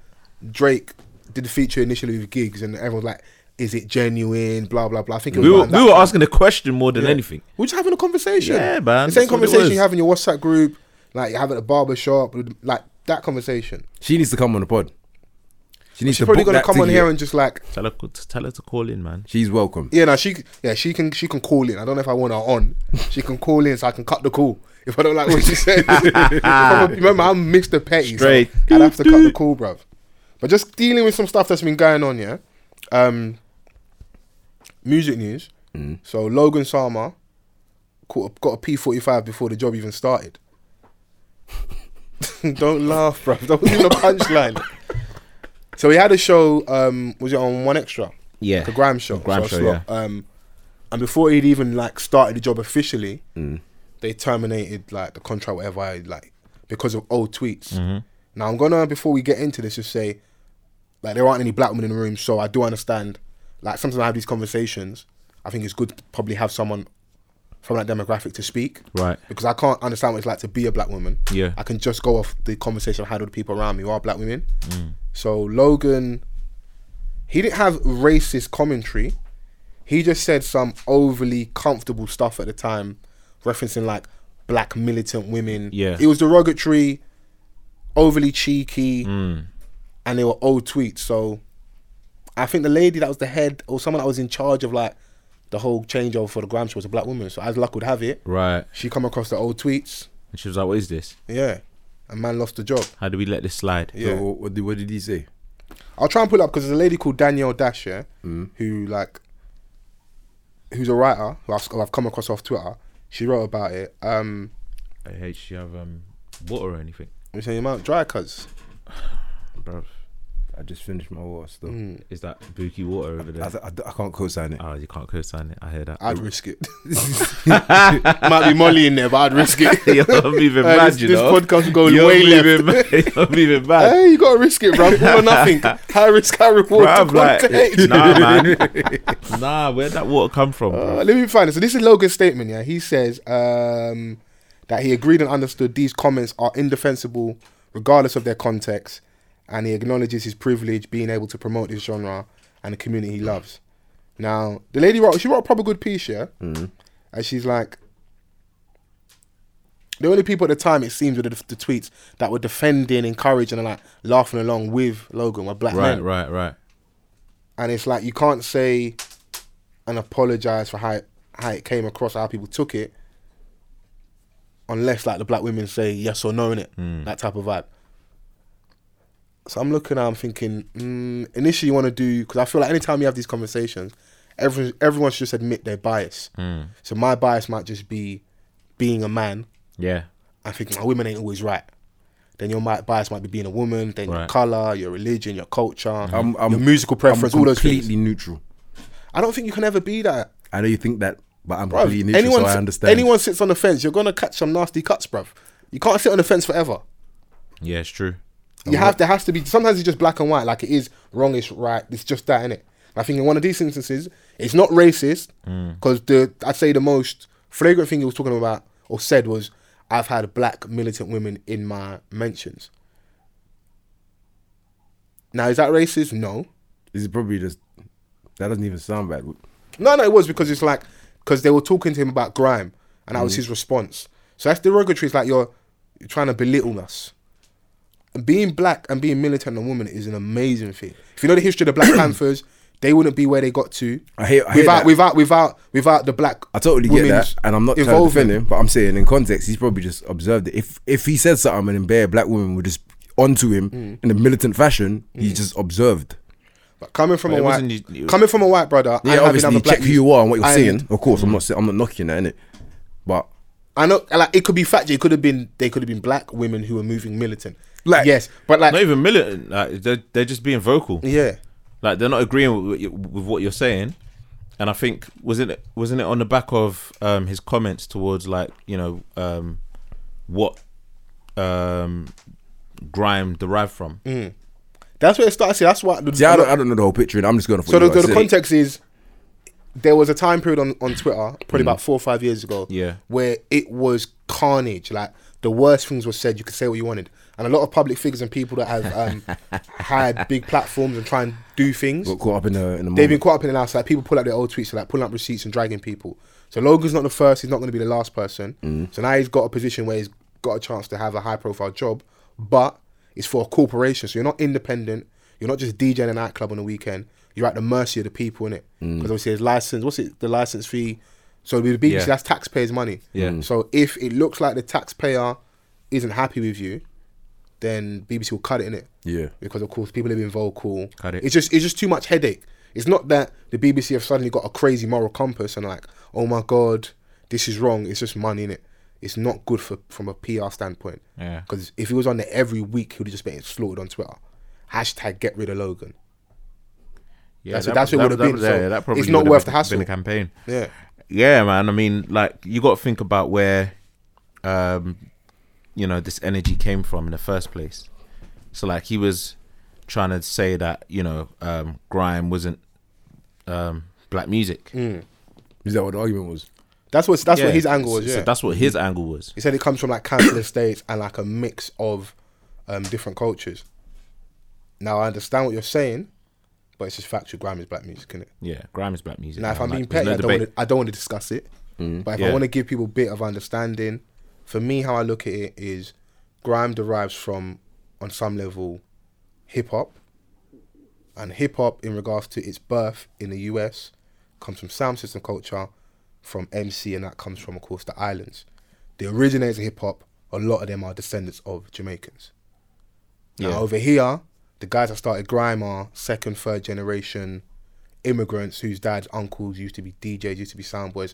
Drake did the feature initially with gigs, and everyone was like, is it genuine? Blah blah blah. I think it was
We were,
around that
we were
time.
asking a question more than
Yeah.
anything.
We're just having a conversation.
Yeah, man,
The same
that's what it
conversation
was.
you have in your WhatsApp group, like you have at a barber shop, like that conversation.
She needs to come on the pod. She needs
She's
to
probably
book
gonna
that
come on
ticket.
here and just like,
Tell her, tell her to call in, man.
She's welcome.
Um, yeah, no, she, yeah, she can, she can call in. I don't know if I want her on. She can call in, so I can cut the call if I don't like what she says. Remember, I'm Mr. Petty. so
Straight.
I'd have to cut the call, bruv. But just dealing with some stuff that's been going on, yeah. Um, music news. So Logan Sama caught a, got a P45 before the job even started. Don't laugh, bruv. That wasn't a punchline. so he had a show. Um, was it on One Extra?
Yeah.
the Graham show.
Graham
so
show,
slot. Um, and before he'd even like started the job officially,
Mm.
they terminated like the contract, whatever, I like because of old tweets.
Mm-hmm.
Now I'm gonna before we get into this, just say like there aren't any black women in the room, so I do understand. Like sometimes I have these conversations. I think it's good to probably have someone from that demographic to speak,
Right.
Because I can't understand what it's like to be a black woman.
Yeah.
I can just go off the conversation I had with the people around me who are black women.
Mm.
So Logan, he didn't have racist commentary. He just said some overly comfortable stuff at the time, referencing like black militant women.
Yeah.
It was derogatory, overly cheeky,
Mm.
and they were old tweets. So I think the lady that was the head or someone that was in charge of like the whole changeover for the Gram show was a black woman. So as luck would have it,
Right.
she come across the old tweets.
And she was like, what is this?
Yeah. And man lost the job.
How do we let this slide?
Yeah.
So what, what did, what did he say?
I'll try and pull it up because there's a lady called Danielle Dash, yeah,
Mm.
who like, who's a writer who I've, who I've come across off Twitter. She wrote about it. Um,
Hey, she have um, water or anything?
let me tell you about dry cuz.
Bro.
I just finished my water still.
Mm. Um,
Is that Buki water over there?
I, I, I can't co-sign it.
oh, you can't co-sign it. I hear that.
I'd risk it. Might be Molly in there, but I'd risk it.
You're moving
Uh,
mad,
this
you
this
know.
podcast will go
You're
way left.
moving mad. You're moving mad.
Hey, you gotta risk it, bro. All or nothing. High risk, high reward.
Bruv,
Took one take.
like, nah, man. nah, where'd that water come from?
Uh,
bro?
let me find it. So this is Logan's statement. Yeah, he says um, that he agreed and understood these comments are indefensible, regardless of their context, and he acknowledges his privilege being able to promote this genre and the community he loves. Now, the lady wrote. She wrote a proper good piece. Yeah,
Mm-hmm.
and she's like. The only people at the time, it seems, with the, the tweets that were defending, encouraging, and like laughing along with Logan were black
right,
men
right, right.
and it's like you can't say and apologize for how it, how it came across, how people took it, unless like the black women say yes or no in it, that type of vibe. So I'm looking, I'm thinking. Mm, initially, you want to do because I feel like anytime you have these conversations, every everyone should just admit their bias. So my bias might just be being a man
Yeah,
and thinking, "Oh, women ain't always right." Then your mi- bias might be being a woman, then your
Right.
color, your religion, your culture,
I'm- I'm-
your musical preference,
I'm
all those things.
completely neutral.
I don't think you can ever be that.
I know you think that, but I'm
Bruv,
completely neutral,
anyone,
so I
si-
understand.
anyone sits on the fence, you're gonna catch some nasty cuts, bruv. You can't sit on the fence forever.
yeah, it's true.
You have there has to be sometimes it's just black and white, like it is wrong, it's right, it's just that, innit? I think in one of these instances, it's not racist,
Mm.
because the I'd say the most flagrant thing he was talking about or said was, I've had black militant women in my mentions. Now is that racist? No.
This is probably just that doesn't even sound bad.
No, no, it was because it's like because they were talking to him about grime, and that was
Mm.
his response. So that's derogatory. It's like you're, you're trying to belittle us. And being black and being militant and woman is an amazing thing. If you know the history of the Black Panthers, they wouldn't be where they got to
I hear, I hear
without
that.
without without without the black.
I totally get
women's
that, and I'm not trying to
involvement.
defend him, but I'm saying in context, he's probably just observed it. If if he said something and then bare black women were just onto him
Mm.
in a militant fashion, he just observed.
But coming from
But
a
it
white,
wasn't you- you-
coming from a white brother, and
Yeah,
having
obviously,
other
you
black
check who you are and what you're
and-
saying. Of
Mm-hmm.
course, I'm not say- I'm not knocking that, innit? But
I know, like it could be fact. It could have been they could have been black women who were moving militant.
Like-
yes, but like
Not even militant. Like they're, they're just being vocal.
yeah,
Like they're not agreeing with, with what you're saying. And I think wasn't it wasn't it on the back of um, his comments towards like you know um, what um, grime derived from?
Mm. that's where it starts. See, that's why the,
see, I don't, I don't know the whole picture, and I'm just going off.
So
what
the,
you
the,
guys
the
said.
context is there was a time period on, on Twitter,
Mm.
probably about four or five years ago,
Yeah.
where it was carnage. Like the worst things were said. You could say what you wanted, and a lot of public figures and people that have um, had big platforms and try and do things,
got caught up in the in the
they've
moment.
been caught up in the last. Like people pull out their old tweets, so like pulling up receipts and dragging people. So Logan's not the first. He's not going to be the last person. So now he's got a position where he's got a chance to have a high profile job, but it's for a corporation. So you're not independent. You're not just DJing a nightclub on the weekend. You're at the mercy of the people in it because obviously there's license. What's it? The license fee. So with the BBC,
Yeah.
that's taxpayers' money.
Yeah. Mm.
So if it looks like the taxpayer isn't happy with you, then BBC will cut it in it
yeah.
because of course people have been vocal.
Got it.
It's just it's just too much headache. It's not that the BBC have suddenly got a crazy moral compass and like, oh my god, this is wrong. It's just money in it. It's not good for from a PR standpoint.
Yeah.
Because if he was on there every week, he would have just been slaughtered on Twitter. Hashtag get rid of Logan.
Yeah,
That's- that's what it would've been, so it's not
would've
worth
been-
the hassle.
Been a campaign.
Yeah.
Yeah, man. I mean, like you got to think about where, um, you know, this energy came from in the first place. So like he was trying to say that you know um, grime wasn't um, black music.
Is that what the argument was?
That's what that's
Yeah.
what his angle was.
So-
Yeah.
So that's what his angle was.
he said it comes from like council estates and like a mix of um, different cultures. Now I understand what you're saying, but it's just factual. Grime is black music, is it?
Yeah, grime is black music.
Now, if
man,
I'm
like, there's
being petty,
no
I, don't
debate. Mm,
wanna, I don't want to discuss it. But if I
Yeah.
want to give people a bit of understanding, for me, how I look at it is grime derives from, on some level, hip hop. And hip hop, in regards to its birth in the US, comes from sound system culture, from MC, and that comes from, of course, the islands. The originators of hip hop, a lot of them are descendants of Jamaicans. Now
Yeah.
over here, the guys that started grime are second, third generation immigrants whose dads, uncles used to be DJs, used to be soundboys,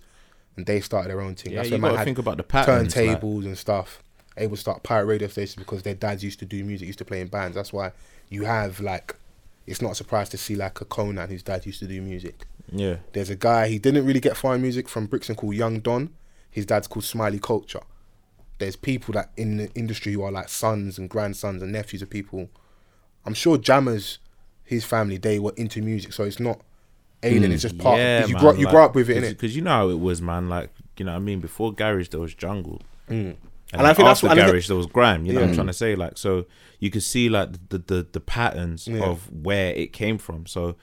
and they started their own thing.
yeah,
why
you
man
got to
had
think about the patterns. like-
turntables and stuff. Able to start pirate radio stations because their dads used to do music, used to play in bands. That's why you have like it's not a surprise to see like a Conan whose dad used to do music.
Yeah.
There's a guy he didn't really get far in music from Brixton called Young Don. His dad's called Smiley Culture. There's people that in the industry who are like sons and grandsons and nephews of people. I'm sure Jammers, his family, they were into music, so it's not alien. it's just part.
Hmm. yeah,
of, you
man,
grow you
like,
grow up with it,
cause,
innit?
Because you know how it was, man. Like you know, what I mean, before garage there was jungle, and,
I
like,
think that's
after
what- Mm. and I think- Mm.
garage there was grime. You know what I'm trying to say? Like so, you could see like the the, the patterns of where it came from. So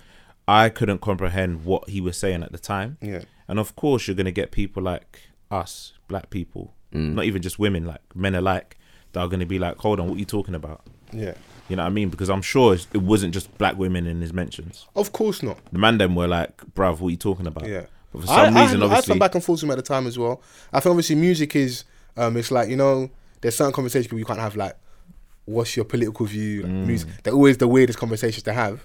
I couldn't comprehend what he was saying at the time.
Yeah.
And of course, you're gonna get people like us, black people, not even just women, like men alike, that are gonna be like, hold on, what are you talking about?
Yeah.
You know what I mean? Because I'm sure it's, it wasn't just black women in his mentions.
Of course not.
The man them were like, bruv, what are you talking about?
Yeah.
But for some reason,
I, I, had- I had
obviously,
some back and forth with him at the time as well. I think obviously music is, um, it's like you know, there's certain conversations people you can't have like, what's your political
Mm.
view? Like, Music. They're always the weirdest conversations to have,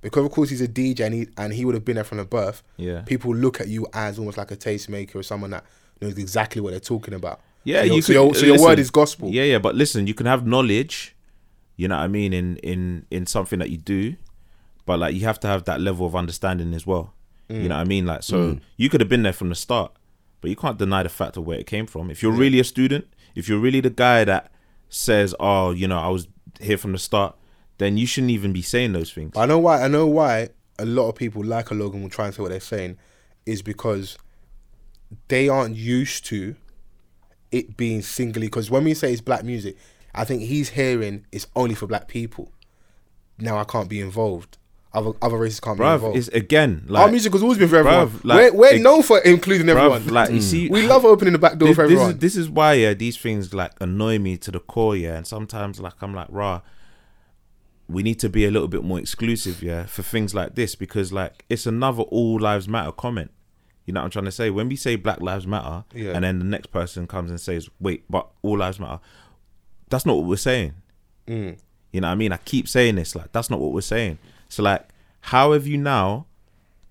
because of course he's a DJ and he and he would have been there from the birth.
Yeah.
People look at you as almost like a tastemaker or someone that knows exactly what they're talking about.
yeah,
So
you
your- so
could-
your, so your
listen,
word is gospel.
Yeah, yeah, but listen, you can have knowledge, you know what I mean, in in in something that you do, but like you have to have that level of understanding as well. You know what I mean? Like,
Mm.
so you could have been there from the start, but you can't deny the fact of where it came from. If you're really a student, if you're really the guy that says, "Oh, you know, I was here from the start," then you shouldn't even be saying those things.
But I know why. I know why a lot of people like a Logan will try and say what they're saying is because they aren't used to it being singly. Because when we say it's black music, I think he's hearing it's only for black people. Now I can't be involved. Other other races can't be
Bruv,
involved.
it's again like
Our music has always been for everyone.
Bruv, like,
we're we're
it-
known for including
bruv,
everyone.
like you see,
we love opening the back door
this,
for
this
everyone.
is this is why yeah these things like annoy me to the core yeah and sometimes like I'm like rah we need to be a little bit more exclusive yeah for things like this because like it's another all lives matter comment you know what I'm trying to say when we say black lives matter
Yeah.
and then the next person comes and says wait but all lives matter that's not what we're saying you know what I mean I keep saying this like that's not what we're saying so like how have you now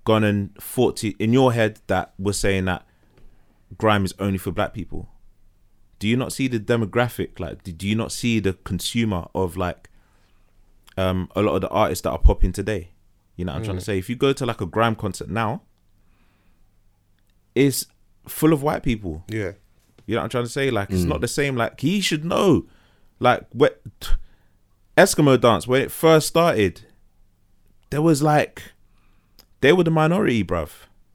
gone and thought to, in your head that we're saying that grime is only for black people do you not see the demographic like do- do you not see the consumer of like um a lot of the artists that are popping today you know what i'm trying to say if you go to like a grime concert now it's full of white people
yeah,
you know what i'm trying to say like it's not the same like he should know like what eskimo dance when it first started there was like they were the minority bruv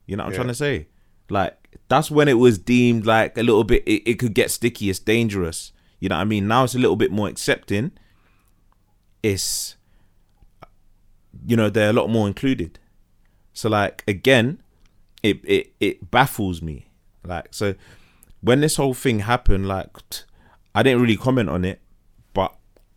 you know what i'm
Yeah.
trying to say like that's when it was deemed like a little bit it, it could get sticky it's dangerous you know what i mean now it's a little bit more accepting it's you know they're a lot more included so like again it it, it baffles me like so when this whole thing happened like t- i didn't really comment on it but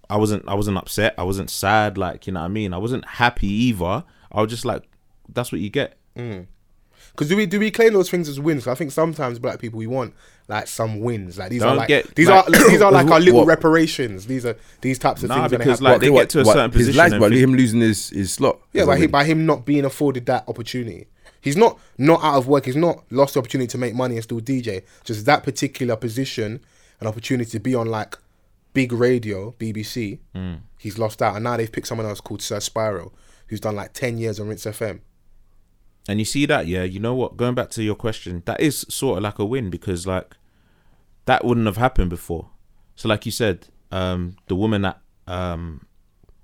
i wasn't i wasn't upset i wasn't sad like you know what i mean i wasn't happy either i was just like that's what you get
because do we do we claim those things as wins? 'Cause I think sometimes black people we want like some wins. Like these are
Don't
like
get-
these
like-
are these are like our little
What-
reparations. These are these types of
Nah,
things that
because,
happen.
like, they get to a certain
his
position
Life,
and
but
think-
him losing his, his slot.
Yeah,
is a
by him,
win.
by him not being afforded that opportunity. He's not not out of work. He's not lost the opportunity to make money and still DJ. Just that particular position, an opportunity to be on like big radio, BBC.
Mm.
He's lost out, and now they've picked someone else called Sir Spiral, who's done like ten years on Rinse FM.
And you see that, yeah, you know what? Going back to your question, that is sort of like a win because like that wouldn't have happened before. So like you said, um, the woman that um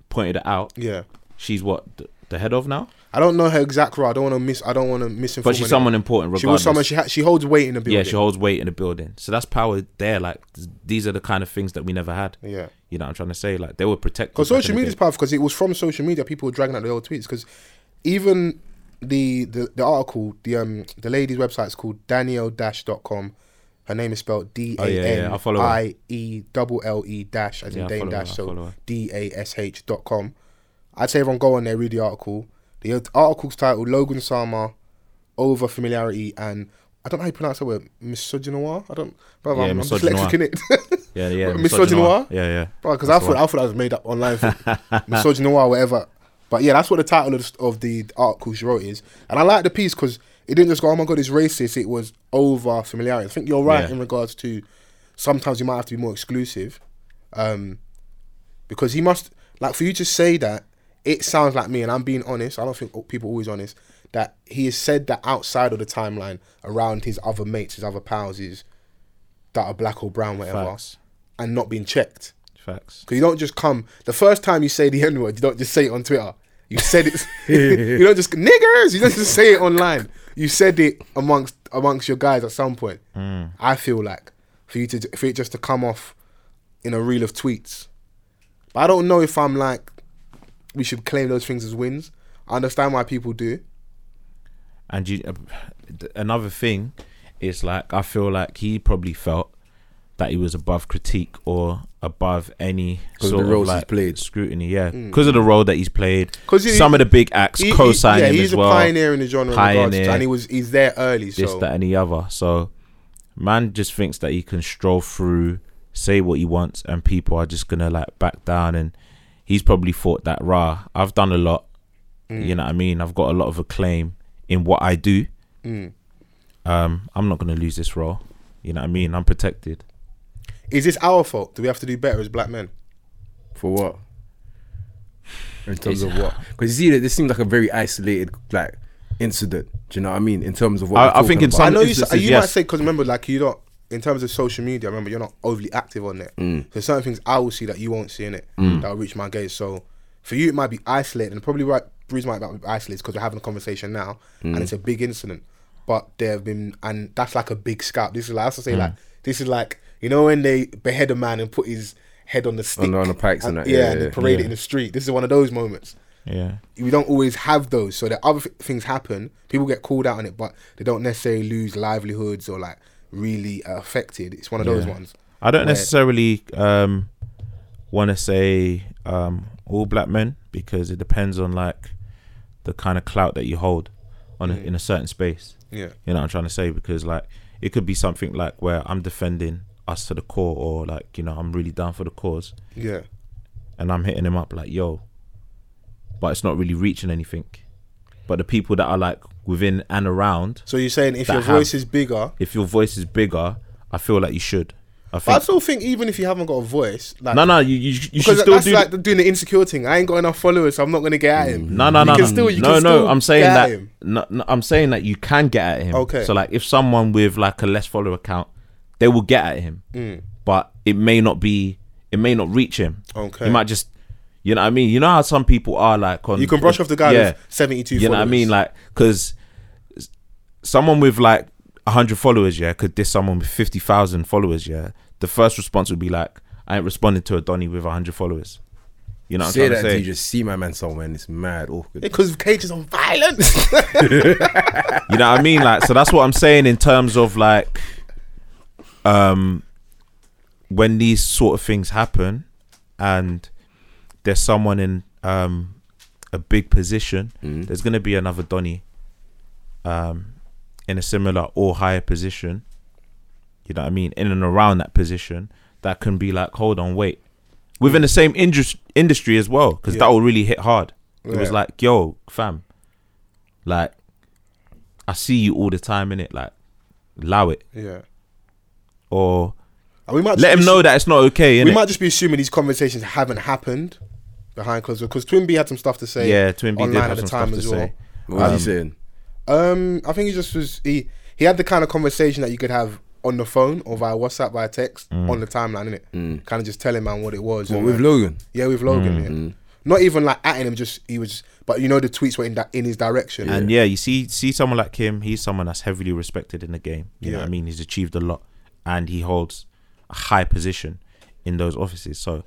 pointed it out,
Yeah,
she's what th- the head of now,
I don't know her exact role. I don't want to miss. I don't want to misinform.
but she's
anyone.
someone important. Regardless.
She was someone. She ha- she holds weight in the
yeah,
building.
she holds weight in the building, so that's power there. Like th- these are the kind of things that we never had.
Yeah.
you know what I'm trying to say. Like they were protected.
Because
back in
social
the
media is
day.
powerful. Because it was from social media people were dragging out their old tweets. Because even the, the the article, the um the lady's website is called danielle-dot-com. Her name is spelled D
Oh, yeah,
A
yeah,
N
I follow her.
I E double L E dash as
Oh, Yeah,
in
I
Dane
follow her,
dash
I follow
so
her.
D A S H dot com. I'd say everyone go on there read the article. The article's titled Logan Sama over familiarity and I don't know how you pronounce that word misogynoir. I don't. Brother,
Yeah,
I'm, I'm
misogynoir.
dyslexic in it.
yeah, yeah,
misogynoir?
Yeah, yeah.
Bro, because I
the
thought I thought I was made up online for misogyny or whatever. But yeah, that's what the title of the, of the article she wrote is, and I like the piece because it didn't just go, "Oh my god, it's racist." It was over familiarity. I think you're right
Yeah.
in regards to sometimes you might have to be more exclusive, um, because he must like for you to say that it sounds like me, and I'm being honest. I don't think people are always honest. That he has said that outside of the timeline, around his other mates, his other pals, is that are black or brown, whatever,
Facts.
and not being checked.
Facts.
Because you don't just come the first time you say the N word, you don't just say it on Twitter. You said it. you don't just niggers. You don't just say it online. You said it amongst amongst your guys at some point.
Hmm.
I feel like for you to for it just to come off in a reel of tweets. But I don't know if I'm like we should claim those things as wins. I understand why people do.
And you, uh, another thing is like I feel like he probably felt that he was above critique or above any
'Cause of the
sort of,
roles he's
like
played.
scrutiny. Yeah, because of the role that he's played.
Mm. 'Cause he-
some of the big acts
He- he-
co-signed him
he's
as
a
well.
pioneer in the genre, in regards to-
Pioneer.
and he was he's there early.
this,
So
that, and the other. So, man just thinks that he can stroll through, say what he wants, and people are just gonna like back down. And he's probably thought that, rah, I've done a lot. You know what I mean? I've got a lot of acclaim in what I do.
Mm.
Um, I'm not gonna lose this role. You know what I mean? I'm protected.
is this our fault? Do we have to do better as black men?
For what? In terms of what? Because you see, that this seems like a very isolated like incident. Do you know what I mean? In terms of what
I-
we're
I think
talking
in
about.
some-
I know you,
instances,
you might
yes.
say because remember, like you don't in terms of social media. Remember, you're not overly active on it.
Mm.
So certain things I will see that you won't see in it that will reach my gaze. So for you, it might be isolated, and probably right the reason why it might be isolated is because we're having a conversation now,
Mm.
and it's a big incident. But there have been, and that's like a big scalp. This is like I also say
Mm.
like this is like you know when they behead a man and put his head on the stick
on the pikes and that,
yeah,
yeah,
and they
yeah,
parade it
yeah.
in the street. This is one of those moments
Yeah.
we don't always have those. So that other th- things happen. People get called out on it, but they don't necessarily lose livelihoods or like really uh, affected. It's one of those
Yeah.
ones.
I don't
Where-
necessarily um, want to say um, all black men because it depends on like the kind of clout that you hold on a,
Mm.
in a certain space.
Yeah.
You know what I'm trying to say? Because like it could be something like where I'm defending us to the core or like, you know, I'm really down for the cause
Yeah.
and I'm hitting him up like, yo. But it's not really reaching anything. But the people that are like within and around,
So you're saying if
That
your voice
have-
is bigger,
if your voice is bigger, I feel like you should. I
but I
think
still think even if you haven't got a voice, like
No, no, you you, you should
because
still
that's
do
like doing the insecure thing. I ain't got enough followers, so I'm not gonna get at him.
No, no,
You
no,
can
no,
still- you
no,
can
no.
still
I'm saying
get
that.
at him.
No, no, I'm saying that you can get at him.
Okay.
So like, if someone with like a less follower account, they will get at him,
Mm.
but it may not be, it may not reach him.
Okay.
He might just, you know, what I mean, you know how some people are like on.
You can brush off the guy
Yeah.
with 72
You know what I
followers.
mean? Like, because someone with like 100 followers, yeah, could diss someone with 50,000 followers, yeah. The first response would be like, I ain't responding to a Donny with 100 followers. You know what
say
I'm
that
trying to
until
say?
you just see my man somewhere and it's mad awkward.
because Cage is on violence.
You know what I mean? Like, so that's what I'm saying in terms of like, um, when these sort of things happen, and there's someone in um a big position,
Mm.
there's gonna be another Donny, um, in a similar or higher position. You know what I mean? In and around that position, that can be like, hold on, wait, within the same indus- industry as well, because that
Yeah.
will really hit hard. It was
Yeah.
like, yo, fam, like. I see you all the time in it, like allow it
yeah.
or
And we might just
let him
be
know that it's not okay.
we
innit?
might just be assuming these conversations haven't happened behind closed doors because Twin B had some stuff to say.
yeah, Twin B did
online
have some stuff to say.
What was he saying?
Um, I think he just was he he had the kind of conversation that you could have on the phone or via WhatsApp, via text on the timeline, innit?
Mm.
Kind of just telling man what it was.
What
and,
with
like-
Logan?
yeah, with Logan. Yeah.
Mm.
Not even like at him, just he was. But you know the tweets were in that in his direction.
And yeah, you see, see someone like him. He's someone that's heavily respected in the game. You know
Yeah.
what I mean? He's achieved a lot, and he holds a high position in those offices. So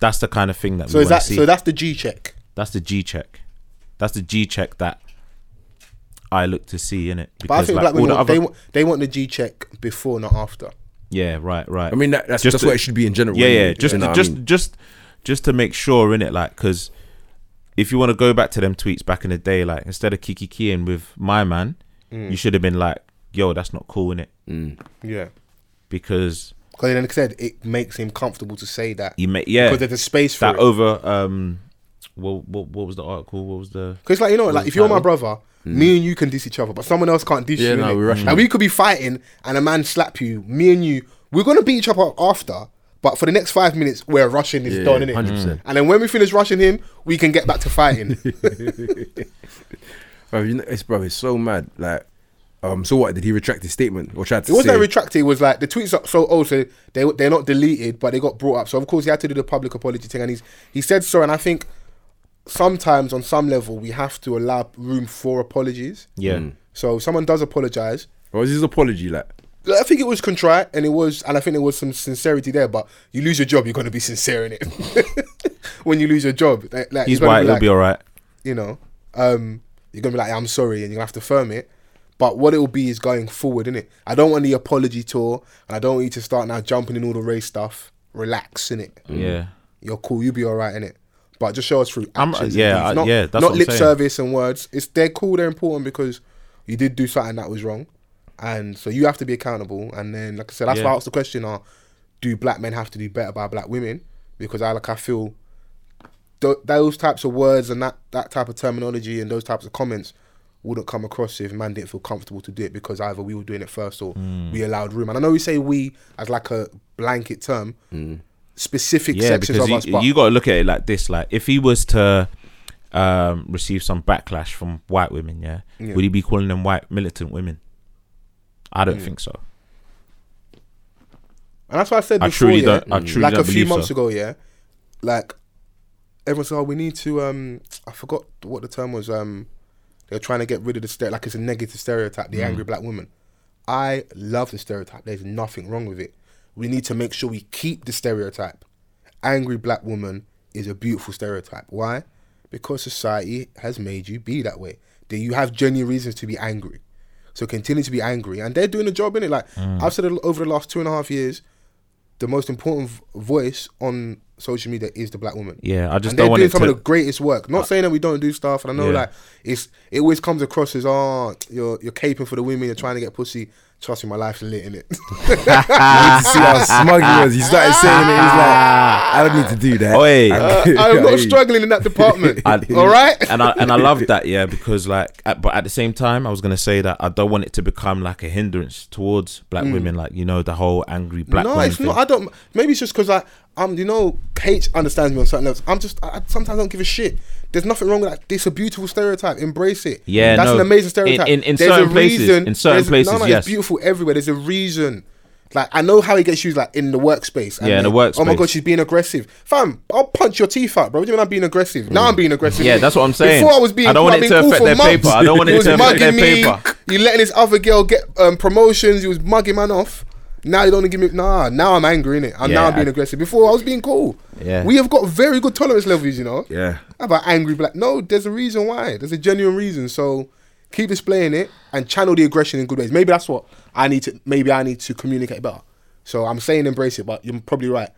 that's the kind of thing that
so
we
is
want to
that
see.
so that's the G check?
that's the G check. That's the G check that I look to see in it.
But I think black women want, they want they want the G check before, not after.
yeah, right, right.
I mean, that, that's
Just
just
to-
what it should be in general.
yeah,
anyway,
yeah. Just,
you know what I
just,
mean?
just, just to make sure in it, like, because if you want to go back to them tweets back in the day, like, instead of Kiki Kiing with my man,
Mm.
you should have been like, "Yo, that's not cool in it,"
Yeah.
because
Because like I said, it makes him comfortable to say that
you make yeah
because there's a space for
that
it.
over um, what, what what was the article? What was the
Because like you know,
Wasn't
like if you're my
Oh, that Hmm.
brother, me and you can diss each other, but someone else can't diss
Yeah,
you.
no,
innit?
we're rational.
Like we could be fighting and a man slap you. Me and you, we're gonna beat each other up after, But for the next five minutes, we're rushing this
Yeah,
Don, innit?
100%.
And then when we finish rushing him, we can get back to fighting.
Bro, you know, it's bro, it's so mad. Like, um, so what? Did he retract his statement or tried to
It wasn't
say?
that retracted. It was like the tweets are so old, so they they're not deleted, but they got brought up. So of course he had to do the public apology thing, and he's he said sorry. And I think sometimes on some level we have to allow room for apologies.
Yeah.
Mm.
So if someone does apologize.
or was his apology like?
like, I think it was contrite, and it was, and I think there was some sincerity there. But you lose your job, you're gonna be sincere in it. when you lose your job, like, like,
He's
you're gonna
white.
be
He'll
like-
be all right.
you know, um, you're gonna be like, I'm sorry, and you're gonna have to firm it. But what it will be is going forward, innit? I don't want the apology tour, and I don't want you to start now jumping in all the race stuff. Relax, innit?
Mm.
Yeah.
You're cool, you'll be all right, innit? But just show us through
I'm- uh,
actions. and
yeah,
deeds,
I-
not,
yeah, that's
not
what I'm
lip
saying.
service and words. It's they're cool, they're important because you did do something that was wrong, and so you have to be accountable. And then, like I said, that's
Yeah.
why I asked the question: Are do black men have to do better by black women? Because I like I feel th- those types of words and that, that type of terminology and those types of comments wouldn't come across if man didn't feel comfortable to do it because either we were doing it first or
Mm.
we allowed room. And I know we say we as like a blanket term, specific
Yeah,
sections
because
of
you,
us, but
you got to look at it like this: like if he was to um, receive some backlash from white women, yeah,
Yeah.
would he be calling them white militant women? I
Mm.
don't think so.
and that's why I said
I
before,
truly
yeah,
don't- I truly
like
don't
a few
believe
months
so.
ago, yeah, like everyone said, oh, we need to. Um, I forgot what the term was. Um, they're trying to get rid of the stereotype, like it's a negative stereotype, the angry black woman. I love the stereotype. There's nothing wrong with it. We need to make sure we keep the stereotype. Angry black woman is a beautiful stereotype. Why? Because society has made you be that way. That you have genuine reasons to be angry. So continue to be angry. And they're doing a job in it. Like I've said it over the last two and a half years, the most important v- voice on social media is the black woman
Yeah, I just
and they're
don't want
doing
it
some
to. Uh,
of the greatest work. Not saying that we don't do stuff, and I know
Yeah.
like it's it always comes across as oh you're you're caping for the women, you're trying to get pussy. Trust me, my life's lit in it.
I need to see how smug he was. He started saying it. He's like, I don't need to do that.
Oi.
Uh, I'm not struggling in that department.
I-
all right.
and I and I love that, yeah, because like, at, but at the same time, I was gonna say that I don't want it to become like a hindrance towards black women, like you know the whole angry black.
Mm. no,
woman
it's
thing.
not. I don't. Maybe it's just because I, um, you know, H understands me on certain levels. I'm just. I, I sometimes don't give a shit. There's nothing wrong with that. It's a beautiful stereotype. Embrace it.
Yeah,
that's
no.
an amazing
In-
stereotype.
in- in
There's
certain
a
places-
reason-
in certain
there's-
places,
no, no,
yes.
it's beautiful everywhere. There's a reason. Like I know how he gets used, like in the workspace. And
Yeah, in
then,
the workspace.
Oh my god, she's being aggressive, fam. I'll punch your teeth out, bro. What do you mean I'm being aggressive? Now I'm being aggressive.
Mm. Yeah, that's what I'm saying.
Before I was being,
I don't want
I've
it to
been cool
affect
for
their
months.
paper. I don't want
He
it
was
to affect their
mugging me.
paper.
You letting this other girl get um, promotions. You was mugging man off. Now you don't give me. Nah, now I'm angry in it. I'm now
Yeah,
I'm being
I-
aggressive. Before I was being cool.
Yeah.
we have got very good tolerance levels. You know.
Yeah.
How about angry black? No, there's a reason why. There's a genuine reason. So keep displaying it and channel the aggression in good ways. Maybe that's what I need to. Maybe I need to communicate better. So I'm saying embrace it, but you're probably right.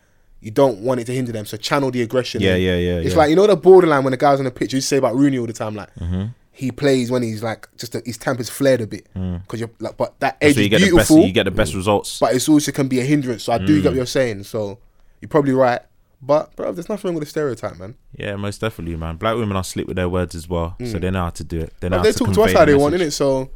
You don't want it to hinder them. So channel the aggression.
Yeah,
in.
yeah, yeah,
It's
yeah.
like you know the borderline when the guy's on the pitch. You say about Rooney all the time, like.
Mm-hmm.
He plays when he's like just a, his temper's flared a bit because you're like, but that edge
so Mm. you get
is
the best.
beautiful Mm.
You get Mm. the best results.
but it's also can be a hindrance. So I do get what you're saying. So you're probably right. But bro, there's nothing wrong with a stereotype, man.
Yeah, most definitely, man. Black women are slick with their words as well, so they know how to do it. They know how
Mm. But they
to
talk to
convey
us how
their
they want,
message.
innit? So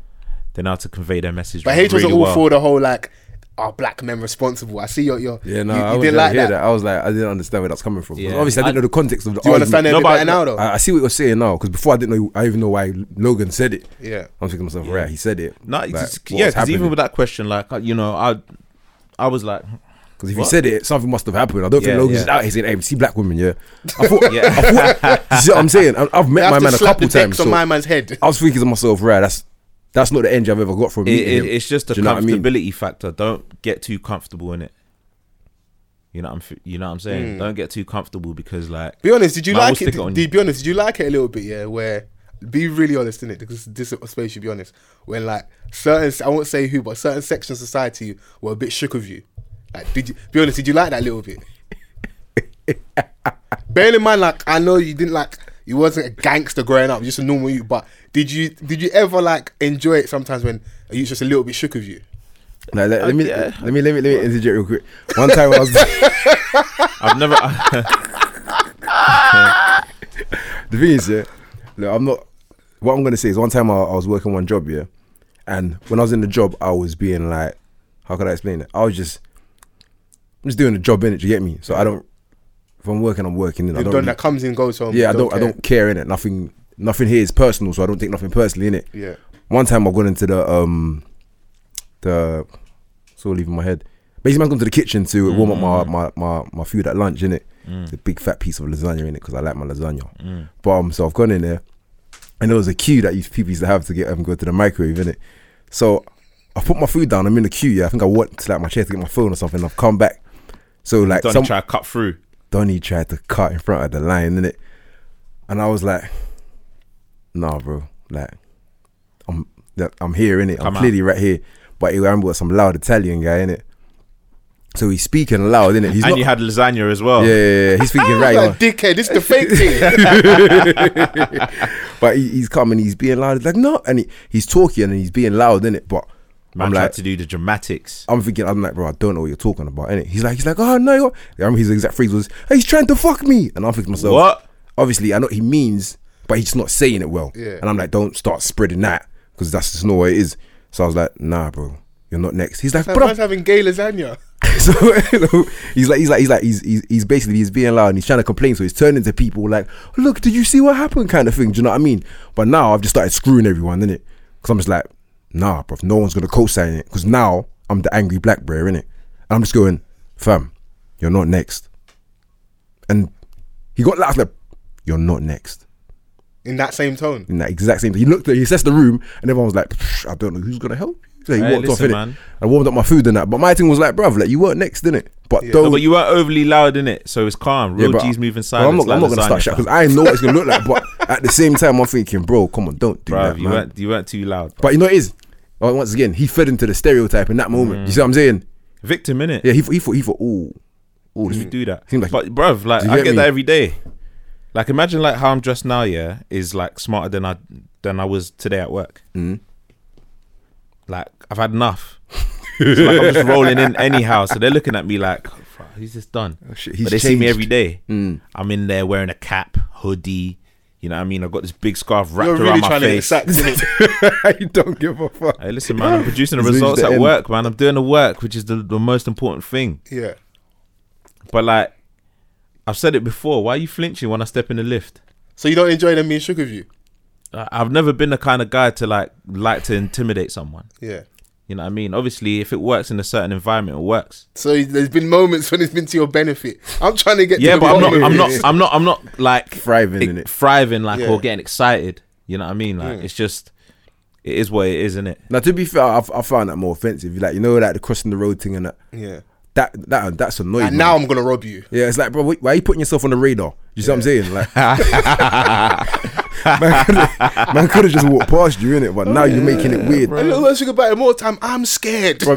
They know how to convey their message.
but H wasn't
really
all
well.
for the whole like are black men responsible. I see your your
Yeah, no,
you,
I
you
was
didn't like
hear
that.
that. I was like, I didn't understand where that's coming from. 'Cause
Yeah.
Obviously, I
I-
didn't know the context of the
Do you understand
argument.
that
No, but-
a bit better now though?
I, I see what you're saying now because before I didn't know. I even know why Logan said it.
yeah.
I was thinking to myself, right, he said it.
No,
Like,
it's
what's
yeah, because even
happening?
with that question, like uh, you know, I, I was like,
Because if
What?
he said it, something must have happened. I don't
Yeah,
think Logan's
yeah.
out here saying, hey, see black women, yeah. I thought,
Yeah.
I thought, you see what I'm saying? I- I've
They
met
have
my
to
man a
slap the
couple times.
decks on
so
my man's head.
I was thinking to myself, right, that's that's not the energy I've ever got from
it,
meeting
it,
him.
it's just a
Do you know what I mean?
comfortability factor. Don't get too comfortable in it. You know, what I'm, f- you know what I'm saying. Don't get too comfortable because, like,
Be honest, did you
Man, we'll
like it?
stick it
Did,
on
did- be honest, did you like it a little bit? Yeah, where be really honest in it because this is a space you be honest. When like certain, I won't say who, but certain sections of society were a bit shook of you. Like, did you be honest? Did you like that little bit? Bearing in mind, like I know you didn't like you wasn't a gangster growing up, just a normal you. But did you did you ever like enjoy it sometimes when you was just a little bit shook of you?
Like, let, let me, let me let me let me interject real quick. One time I was the
I've never.
thing is, yeah, look, I'm not. What I'm gonna say is, one time I, I was working one job, yeah, and when I was in the job, I was being like, how could I explain it? I was just I'm just doing a job in it. You get me? So I don't. If I'm working, I'm working. innit? I
You've
don't.
done
really-
that comes in, goes home.
yeah, I
you
don't. I
care.
don't care in it. Nothing. Nothing here is personal, so I don't take nothing personally in it.
Yeah.
One time I got into the um the it's all leaving my head. Basically, man's gone to the kitchen to warm up my, my, my, my food at lunch, innit? It's a big fat piece of lasagna in it because I like my lasagna. But um, so I've gone in there, and there was a queue that used, people used to have to get um go to the microwave, innit? So I put my food down. I'm in the queue. Yeah, I think I walked to like my chair to get my phone or something. I've come back. So like
Don't
some,
try to cut through.
Donny tried to cut in front of the line, innit? And I was like, nah, bro. Like, I'm that- I'm here, innit? I'm
Come out.
clearly right here. But I remember some loud Italian guy, innit? So he's speaking loud, innit? He's
and
not,
you had lasagna as well.
yeah, yeah, yeah, he's speaking right.
Right,
you know?
like, dickhead, this is the fake thing.
But he, he's coming, he's being loud. He's like, no. And he, he's talking and he's being loud, innit? But
Man
I'm
tried
like,
to do the dramatics.
I'm thinking, I'm like, bro, I don't know what you're talking about, innit? He's like, he's like, oh, no. you're-" I remember his exact phrase was, hey, he's trying to fuck me. And I'm thinking to myself,
What?
obviously I know what he means, but he's just not saying it well.
Yeah.
And I'm like, don't start spreading that because that's just not what it is. So I was like, nah, bro, you're not next. He's like,
Like,
bro.
man's having gay lasagna.
so he's like, he's like, he's like, he's, he's he's basically he's being loud and he's trying to complain. So he's turning to people like, look, did you see what happened? Kind of thing. Do you know what I mean? But now I've just started screwing everyone, innit? Because I'm just like, nah, bro, no one's gonna co-sign it. Because now I'm the angry black bear, innit? And I'm just going, fam, you're not next. And he got loud, I was like, you're not next
In that same tone.
in that exact same. He looked, he assessed the room, and everyone was like, "Psh, "I don't know who's gonna help." you." So he
Hey,
walked
listen,
off in
man.
it. I warmed up my food and that, but my thing was like, "Bruv, like you weren't next, didn't it?" But
Yeah.
don't.
No, but you weren't overly loud in it, so it's calm.
yeah,
Real
but-
G's moving
but
silence.
I'm not,
like
I'm not gonna start
lasagna,
shit because I know what it's gonna look like. But at the same time, I'm thinking, bro, come on, don't do
bruv.
that,
you
man.
weren't you weren't too loud.
But you know what it is. Oh, once again, he fed into the stereotype in that moment.
Mm.
You see what I'm saying?
Victim innit?
Yeah, he thought, he thought, he thought, oh, oh,
If you
this,
do that.
Seems like-
but bruv, like
Do you
I
get
get,
me?
that every day. Like imagine like how I'm dressed now, yeah, is like smarter than I than I was today at work.
Mm.
Like I've had enough. so, like, I'm just rolling in anyhow, so they're looking at me like, "Oh, "Fuck, who's this done?
shit, he's
but they see me
changed.
every day.
Mm.
I'm in there wearing a cap, hoodie. You know what I mean? I've got this big scarf wrapped
You're
around
really
my
trying
face.
to get sacked, innit?
you don't give a fuck.
Hey, listen, man, I'm producing the
It's reached
results
the
at
end.
work, man. I'm doing the work, which is the, the most important thing.
Yeah.
But like, I've said it before. Why are you flinching when I step in the lift?
So you don't enjoy them being shook with you?
I- I've never been the kind of guy to like like to intimidate someone.
Yeah.
You know what I mean? Obviously, if it works in a certain environment, it works.
So there's been moments when it's been to your benefit. I'm trying to get.
Yeah,
to
but I'm
the
not.
bottom
I'm
of
not.
it.
I'm not. I'm not like
Thriving in
e-
it.
Thriving like
Yeah.
or getting excited. You know what I mean? Like it's just, it is what it is, isn't it?
Now, to be fair, I, I found that more offensive. Like you know, like the crossing the road thing and that.
Yeah.
That that that's annoying.
And
man.
now I'm gonna rob you.
Yeah, it's like, bro, why why are you putting yourself on the radar? You see what I'm saying? Like, man, could've- man could have just walked past you in it, but now you're making it weird.
And the worst thing about it, more time, I'm scared.
Bro,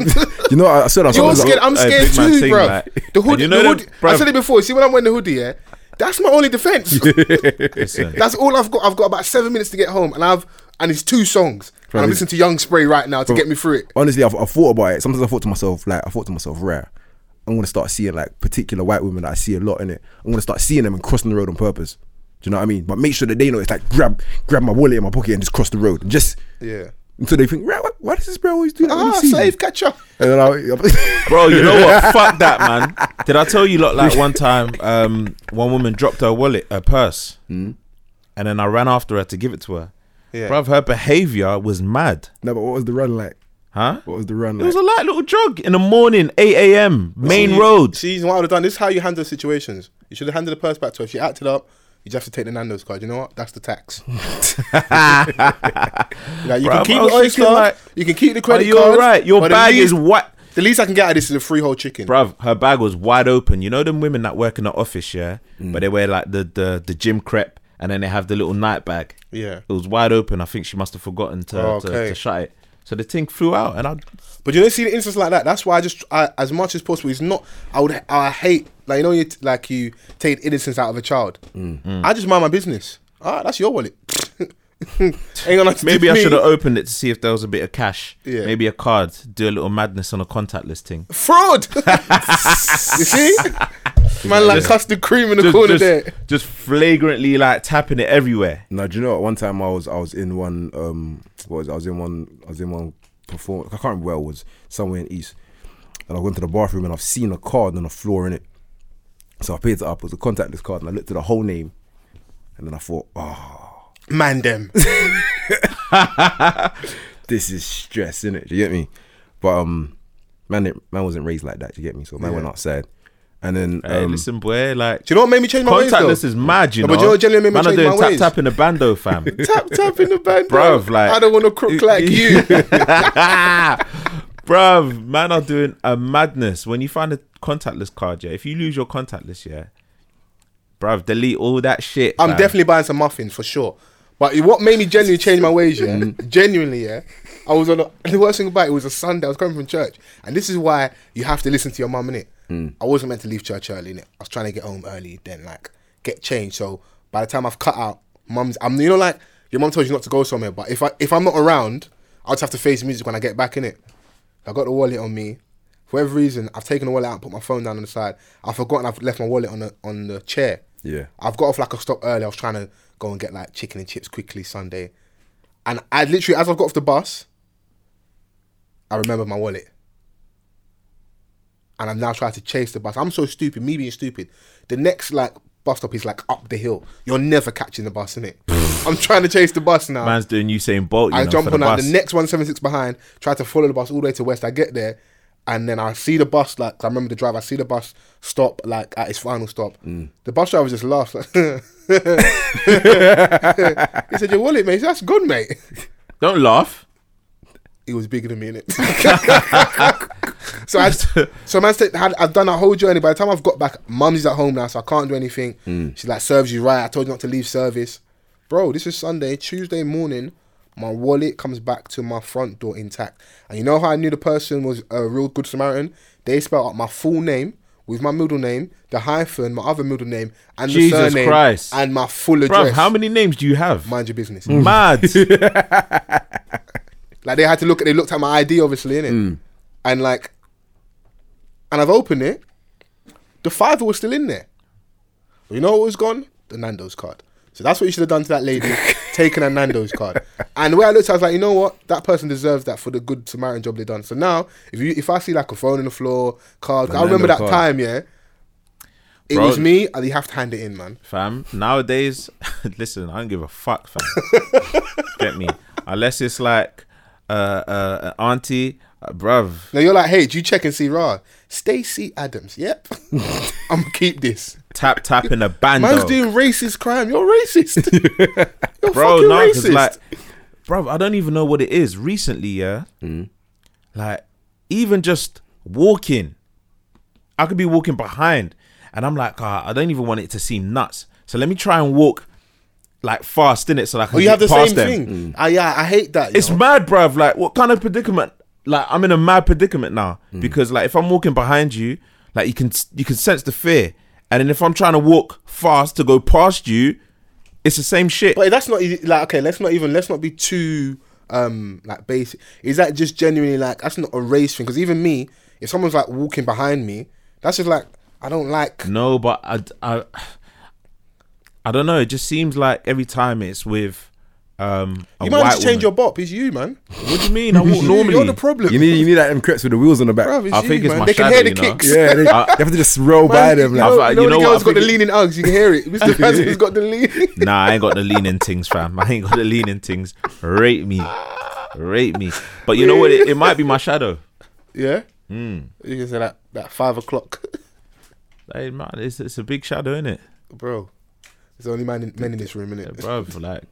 you know, I said I was
You're
I was
scared. I'm
Hey,
scared
big man
too,
thing,
bro.
like-
The
And
hoodie.
you know
the
that-
hoodie I
bruv.
said it before. See when I'm wearing the hoodie, yeah. That's my only defense.
Listen,
That's all I've got. I've got about seven minutes to get home, and I've and it's two songs. and I'm listening to Young Spray right now to get me through it.
honestly, I've, I've thought about it. Sometimes I thought to myself, like, I thought to myself, rare. I'm gonna start seeing like particular white women that I see a lot in it. I'm gonna start seeing them and crossing the road on purpose. Do you know what I mean? But make sure that they know it's like grab, grab my wallet in my pocket and just cross the road. Just
Yeah.
until they think, right? Why, why does this bro always do that? when he
Ah,
sees me?"
save catcher.
And then I,
bro, you know what? Fuck that, man. Did I tell you lot like one time? Um, one woman dropped her wallet, her purse, and then I ran after her to give it to her.
Hmm? Yeah.
Bruv, her behavior was mad,
no, but what was the run like?
huh?
What was the run
It was
like?
a light little jog in the morning, 8 a.m., main road.
See, what I would have done. This is how you handle situations. You should have handed the purse back to her. If she acted up, you just have to take the Nando's card. You know what? That's the tax. like, you
Bruh,
can
I
keep
was
the oyster
thinking,
card.
like,
you can keep the
Are
credit
you
card.
alright? Your
but the
bag
least,
is what?
The least I can get out of this is a freehold chicken.
Bruv, her bag was wide open. You know them women that work in the office, yeah?
Hmm.
But they wear like the, the, the gym crepe and then they have the little night bag.
Yeah.
It was wide open. I think she must have forgotten to,
Oh,
to,
okay.
to shut it. So the thing flew out and I
But you don't see the instance like that. That's why I just, I, as much as possible, it's not. I would, I hate like you know, you t- like you take innocence out of a child.
Mm.
I just mind my business. Ah, that's your wallet. Ain't gonna have to do
Maybe
with
I
me.
should have opened it to see if there was a bit of cash.
Yeah.
Maybe a card. Do a little madness on a contactless thing.
fraud. you see, man, like custard cream in the corner there.
just flagrantly like tapping it everywhere.
No, do you know what? One time I was I was in one um what was it? I was in one I was in one performance I can't remember where it was somewhere in East and I've gone to the bathroom and I've seen a card on the floor in it. So I picked it up. It was a contactless card, and I looked at the whole name, and then I thought, oh,
Man, them.
this is stress, innit? Do you get me? But um, man, it, man wasn't raised like that. Do you get me? So man went outside, and then
Hey,
um,
listen, boy, like
Do you know what made me change my ways though?
contactless is mad, you
No,
know.
but you know what genuinely made me
Man are
change my
doing tap
ways?
tap in the bando, fam.
tap tap in the band,
Bruv, like
I don't want to crook like you.
Bruv, man are doing a madness. When you find a contactless card, yeah, if you lose your contactless, yeah, bruv, delete all that shit.
I'm
fam.
definitely buying some muffins for sure. But what made me genuinely change my ways, yeah, genuinely, yeah, I was on a, the worst thing about it was a Sunday. I was coming from church, and this is why you have to listen to your mum in it. I wasn't meant to leave church early, innit? I was trying to get home early, then like get changed. So by the time I've cut out, mum's, I'm you know like your mum told you not to go somewhere, but if I if I'm not around, I'll just have to face music when I get back in it. I got the wallet on me. For whatever reason, I've taken the wallet out and put my phone down on the side. I've forgotten I've left my wallet on the on the chair.
Yeah.
I've got off like a stop early. I was trying to go and get like chicken and chips quickly Sunday. And I literally, as I got off the bus, I remembered my wallet. And I'm now trying to chase the bus. I'm so stupid, me being stupid. The next like bus stop is like up the hill. You're never catching the bus, innit? I'm trying to chase the bus now.
Man's doing Usain Bolt. You
I
know,
jump
for the
on like,
bus.
the next 176 behind, try to follow the bus all the way to West. I get there, and then I see the bus, like, 'cause I remember the driver, I see the bus stop, like, at its final stop.
Mm.
The bus driver just laughs. Like, he said, Your wallet, mate. He said, That's good, mate.
Don't laugh.
He was bigger than me in it. so I, so man said, had, I've done that whole journey. By the time I've got back, mum's at home now, so I can't do anything.
Mm.
She's like, serves you right. I told you not to leave service, bro. This is Sunday, Tuesday morning. My wallet comes back to my front door intact, and you know how I knew the person was a real good Samaritan? They spelled out my full name with my middle name, the hyphen, my other middle name, and
Jesus
the surname,
Christ.
and my full address.
Bruv, how many Mm. names do you have?
Mind your business.
Mad.
Like they had to look at they looked at my ID obviously, innit? And like and I've opened it, the fiver was still in there. But you know what was gone? The Nando's card. So that's what you should have done to that lady, taken a Nando's card. And the way I looked, I was like, you know what? That person deserves that for the good Samaritan job they done. So now, if you if I see like a phone on the floor, card, I remember that
Nando's card.
time, yeah. It
Bro.
was me, and you have to hand it in, man.
fam. Nowadays, listen, I don't give a fuck, fam. Get me? Unless it's like uh, uh, an auntie, uh, bruv,
Now you're like, hey, do you check and see raw? Stacey Adams, yep. I'm gonna keep this.
tap tap in a bando.
Man's doing racist crime. You're racist. You're
bro,
fucking
no, 'cause,
racist.
like, bro, I don't even know what it is. Recently, yeah,
Mm.
like even just walking, I could be walking behind, and I'm like, ah, I don't even want it to seem nuts. So let me try and walk like fast in it, so I can.
oh, you
get
have the
past
same
them. Mm.
thing. I, yeah, I hate that. you
It's
know.
mad, bruv. Like, what kind of predicament? Like, I'm in a mad predicament now because, like, if I'm walking behind you, like, you can you can sense the fear, and then if I'm trying to walk fast to go past you, it's the same shit.
but that's not easy- like okay. Let's not even let's not be too um like basic. Is that just genuinely like that's not a race thing? Because even me, if someone's like walking behind me, that's just like I don't like.
No, but I, I, I don't know. It just seems like every time it's with um, a
You might
white
just
woman.
change your bop. It's you, man.
What do you mean? I walk
You-
normally.
you're the problem.
you need you need like them crepes with the wheels on the back.
Bruv, it's
I
you,
think it's
man.
my
They can
shadow,
hear the
you know?
kicks.
yeah, they, you have to just roll by
Man,
them.
you
Like,
know,
I've-
you know,
you
when
know
the
what,
girl's
I
got the
think-
leaning Uggs. You can hear it. It's the person who's got the leaning.
Nah, I ain't got the leaning things, fam. I ain't got the leaning things. Rate me, rate me. But you know what? It, it might be my shadow. Hmm.
Yeah. You can say that that five o'clock,
Hey, man, it's, it's a big shadow, innit?
bro. There's only man in, men in this room,
Yeah,
innit?
bro, like,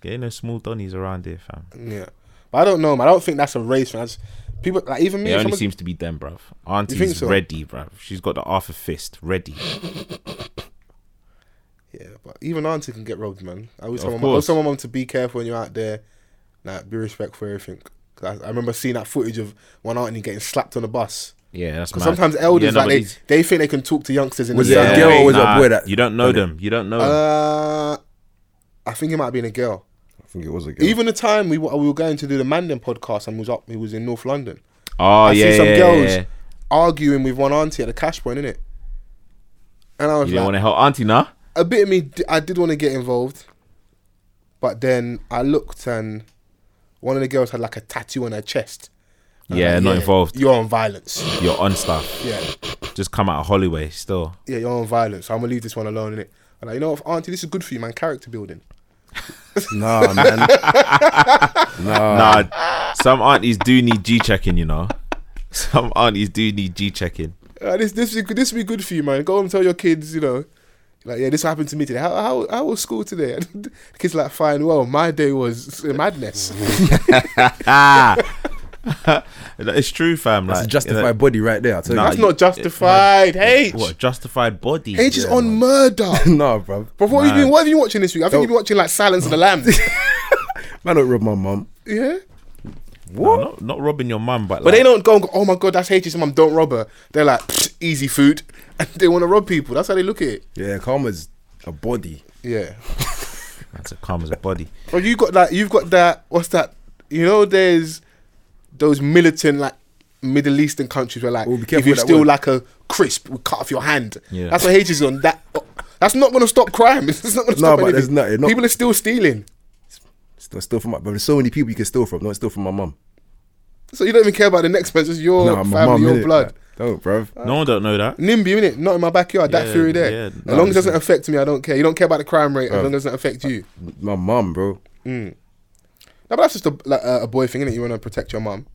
there ain't no small donnies around here, fam.
Yeah, but I don't know, man. I don't think that's a race, man. I just- people like even me.
It
if
only
someone-
seems to be them, bruv.
think
Auntie's
so?
ready, bruv. She's got the half a fist ready.
yeah, but even auntie can get robbed, man. I always
Of
tell my mum, I always
course.
tell my mum to be careful when you're out there. Like, be respectful for everything. 'Cause I, I remember seeing that footage of one auntie getting slapped on a bus.
Yeah, that's mad.
Because sometimes elders
Yeah, no,
like
but
they,
these-
they think they can talk to youngsters in
Was
the
it a
same
girl
way.
or was it a boy that-
You don't know them. You don't know them.
Uh, I think it might have been a girl.
I think it was a girl.
Even the time we were, we were going to do the Mandan podcast and was up, he was in North London.
Oh
I
yeah,
see some
yeah,
girls
yeah.
arguing with one auntie at a cash point, innit? And I
You
was
didn't
like,
want to help Auntie, nah.
a bit of me, d- I did want to get involved, but then I looked and one of the girls had like a tattoo on her chest,
Yeah, not involved.
You're on violence.
You're on stuff.
Yeah,
Just come out of Holloway still.
yeah, you're on violence. So I'm gonna leave this one alone, innit? And like, you know what, Auntie, this is good for you, man. Character building.
Nah, man. nah.
Uh.
Nah, some aunties do need G checking, you know. Some aunties do need G checking.
Uh, this this be, this be good for you, man. Go home and tell your kids, you know, like yeah, this happened to me today. How how, how was school today? And the kids are like fine. Well, my day was uh, madness.
Ah, it's true, fam.
That's
like,
a
you
justified
know,
body right there. I tell
Nah,
That's
you-
not justified. H
what justified body?
H is on murder.
you. nah, bro.
Bro, what have you
Man.
been? What have you been watching this week? I think
Yo.
you've been watching like Silence of the Lambs.
Man, don't rob my mum.
yeah.
what? not, not robbing your mum, but
But
like,
they don't go and go, oh my god, that's H's mum, don't rob her. They're like, easy food. And they want to rob people. That's how they look at it.
Yeah, karma's a body.
Yeah.
that's a calm as a body.
Well, you got that, you've got that, what's that? You know, there's those militant, like, Middle Eastern countries where, like,
Oh, be careful
if you
with that
steal,
word.
like, a crisp, we cut off your hand.
Yeah.
That's what H's is on. That. That's not going to stop crime. It's not going to
No,
stop
but there's
anything.
not- it not-
People are still stealing.
Still, still from my. But there's so many people you can steal from. Don't steal from my mum.
So you don't even care about the next person. It's your
Nah, my
family,
mum.
your
innit?
blood.
Like, Don't, bro.
No one don't know that.
NIMBY, innit? Not in my backyard. that
Yeah,
theory there.
yeah.
as
Nah,
long as it doesn't affect me, I don't care. You don't care about the crime rate
Oh.
as long as it doesn't affect you.
My mum, bro.
No, but that's just a, like, a a boy thing, innit? You want to protect your mum.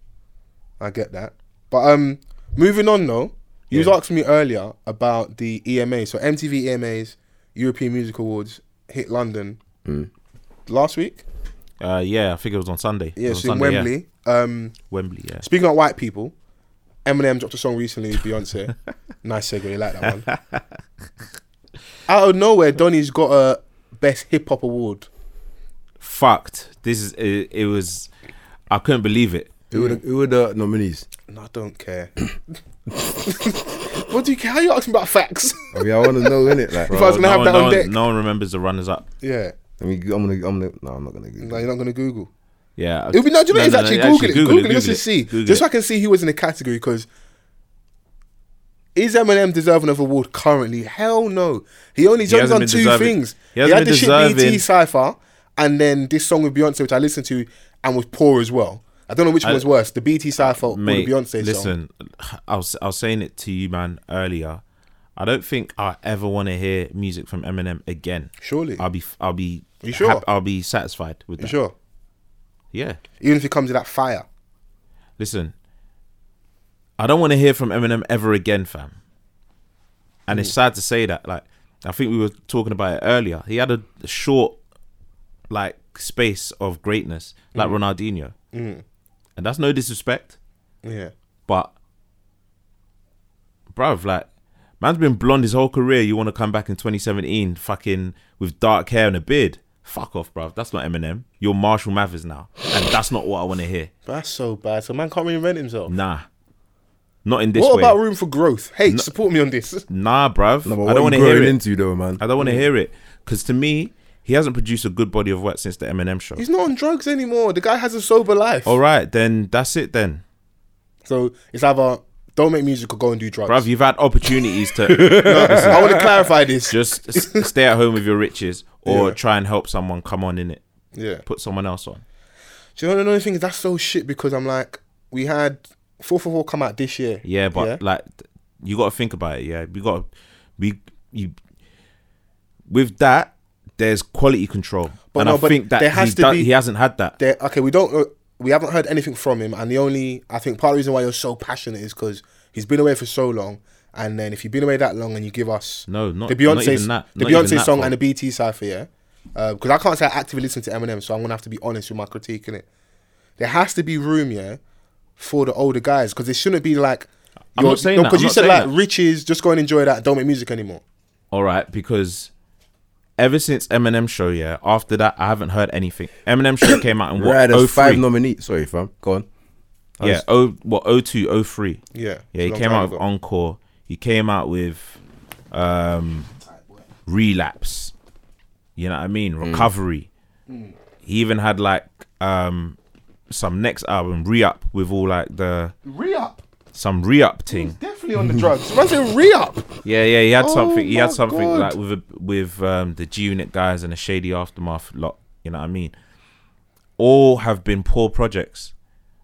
I get that. But um, moving on though, you was
Yeah.
asking me earlier about the EMAs. So MTV EMAs, E European Music Awards, hit London
Mm.
last week.
Uh, yeah, I think it was on Sunday. It
Yeah,
was on
so in
Sunday, yeah.
Wembley. Um,
Wembley, yeah.
speaking about white people, Eminem dropped a song recently with Beyonce. nice segue, you like that one. Out of nowhere, Donny's got a best hip hop award.
Fucked. This is it, it. Was I couldn't believe it.
Who were the, who were the nominees?
No, I don't care. what do you care? How you asking about facts?
I mean, Oh, I want to know, innit? Like,
If I was gonna
no
have
one,
that
no
on
one,
deck.
No one remembers the runners up.
yeah.
I mean, I'm gonna, I'm gonna. No, I'm not gonna.
No, you're not gonna Google.
Yeah,
It would be no. Do you know it's actually Google it? Google, it. Just
Google
to see,
Google
just so
it.
I can see who was in the category. Because is Eminem deserving of award currently? Hell no. He only jumped
hasn't
on
been
two
deserving.
things.
He
He,
hasn't
had
been
the shit BT
deserving.
cipher, and then this song with Beyonce, which I listened to and was poor as well. I don't know which one
I-
was worse, the BT cipher or the
Mate,
Beyonce song.
listen, I was I was saying it to you, man, earlier. I don't think I ever want to hear music from Eminem again.
Surely.
I'll be f- I'll be
You sure?
hap- I'll be satisfied with
You
that.
sure?
Yeah.
Even if it comes to that fire.
Listen, I don't want to hear from Eminem ever again, fam. And it's sad to say that. Like, I think we were talking about it earlier. He had a short, like, space of greatness, like Ronaldinho. And that's no disrespect,
Yeah.
but, bruv, like, man's been blonde his whole career. You want to come back in 2017, fucking with dark hair and a beard? Fuck off, bruv. That's not Eminem. You're Marshall Mathers now, and that's not what I want to hear.
But that's so bad. So man can't reinvent himself.
Nah, not in this
what
way.
about room for growth? Hey, support me on this.
Nah, bruv.
No, but what
I don't want
want
to hear it.
into though, man.
I don't want to hear it. Because to me, he hasn't produced a good body of work since the Eminem show.
He's not on drugs anymore. The guy has a sober life.
All right, then that's it then.
So it's either don't make music or go and do drugs.
Bruv, you've had opportunities to
I want to clarify this.
just s- stay at home with your riches or
Yeah.
try and help someone come on in it.
yeah.
Put someone else on.
Do you know the only thing is that's so shit because I'm like, we had 444 come out this year.
Yeah, but like th- you got to think about it. Yeah, we got to we you with that. There's quality control,
But
and
no,
I
but
think that
there
he's
has to
done,
be-
he hasn't had that.
There- okay, we don't, know- we haven't heard anything from him. And the only, I think part of the reason why you're so passionate is because he's been away for so long. And then if you've been away that long and you give us
No, not-
the
not
Beyonce,
even that.
the
Not even
Beyonce
that
song
far.
and the BT cipher, yeah, because I can't say I actively listen to Eminem, so I'm gonna have to be honest with my critique in it. There has to be room, yeah, for the older guys because it shouldn't be like
I'm
you're-
not saying
no,
that, I'm
you
not
said
saying
like
that.
riches, just go and enjoy that. Don't make music anymore.
all right because ever since Eminem show yeah after that I haven't heard anything Eminem show came out in what
Right,
oh
there's five
three
nominees. Sorry, fam. Go on. I
yeah
just-
oh what oh two oh three
Yeah,
yeah he
it's a long
came
time
out with
ago.
Encore he came out with um Relapse you know what I mean
Mm.
Recovery he even had like um some next album re-up with all like the
Re up,
some re-up thing
definitely on the drugs. Man said re up.
Yeah, yeah, he had
Oh
something. He had
my
something
God.
like with a, with um, the G Unit guys and the Shady Aftermath lot. You know what I mean? All have been poor projects,